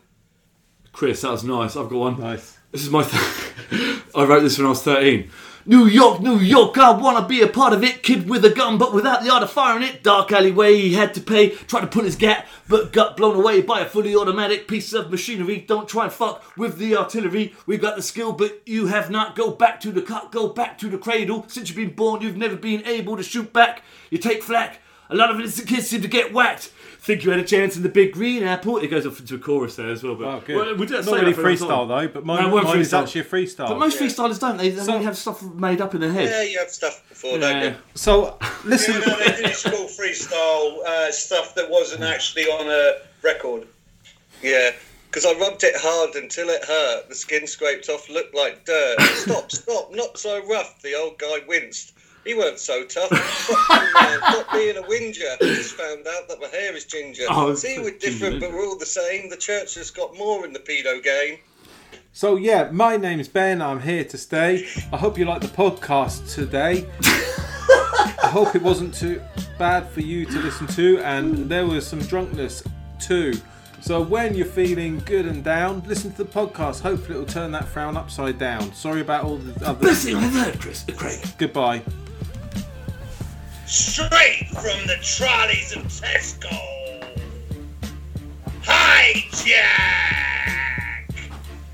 Chris, that was nice. I've got one. Nice. This is my. Th- I wrote this when I was 13. New York, New York, I wanna be a part of it. Kid with a gun, but without the art of firing it. Dark alleyway, he had to pay. Tried to pull his gap, but got blown away by a fully automatic piece of machinery. Don't try and fuck with the artillery. We've got the skill, but you have not. Go back to the cut, go back to the cradle. Since you've been born, you've never been able to shoot back. You take flack. A lot of innocent kids seem to get whacked. Think you had a chance in the big green apple? It goes off into a chorus there as well. But
Oh, good.
Well, we did
Not
say
really
that for a long
freestyle,
time.
though, but mine-
it wasn't
mine is actually a freestyle.
But most
Yeah.
freestylers don't. They, they only have stuff made up in their head.
Yeah, you have stuff before, don't you?
So listen.
You know, they did school freestyle uh, stuff that wasn't actually on a record. Yeah, because I rubbed it hard until it hurt. The skin scraped off, looked like dirt. stop, stop, not so rough. The old guy winced. He weren't so tough. Stop being, uh, stop being a whinger. I just found out that my hair is ginger.
Oh,
See,
it's
we're different,
ginger.
but we're all the same. The church has got more in the pedo game.
So yeah, my name's Ben. I'm here to stay. I hope you like the podcast today. I hope it wasn't too bad for you to listen to, and there was some drunkenness too. So when you're feeling good and down, listen to the podcast. Hopefully, it'll turn that frown upside down. Sorry about all the other.
Best thing I've heard, Chris. Craig.
Goodbye.
Straight from the trolleys of Tesco. Hijack!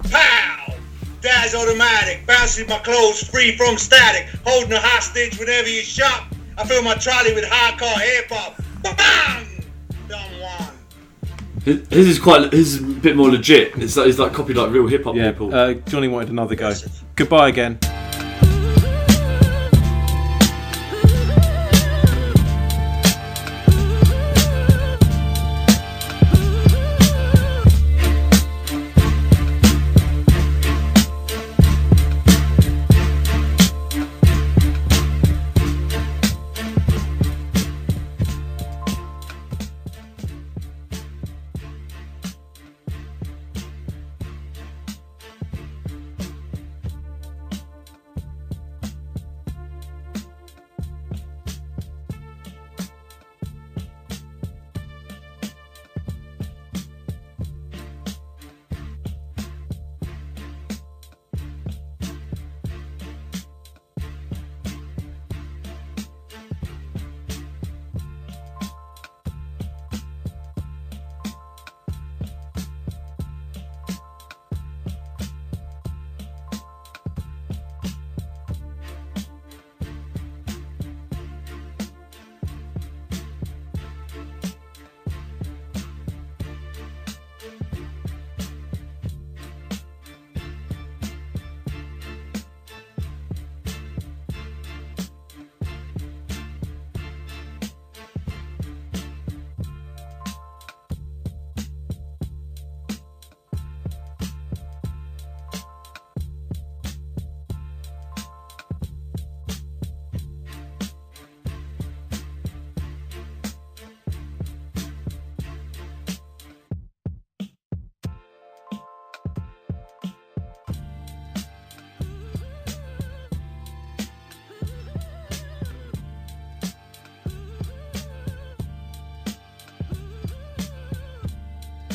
Pow! Dad's automatic, bouncing my clothes free from static, holding a hostage whenever you shop. I fill my trolley with hardcore hip hop. Bang! Done one.
His his is quite. His is a bit more legit. It's like, it's like copied like real hip hop people.
Uh, Johnny wanted another go. Goodbye again.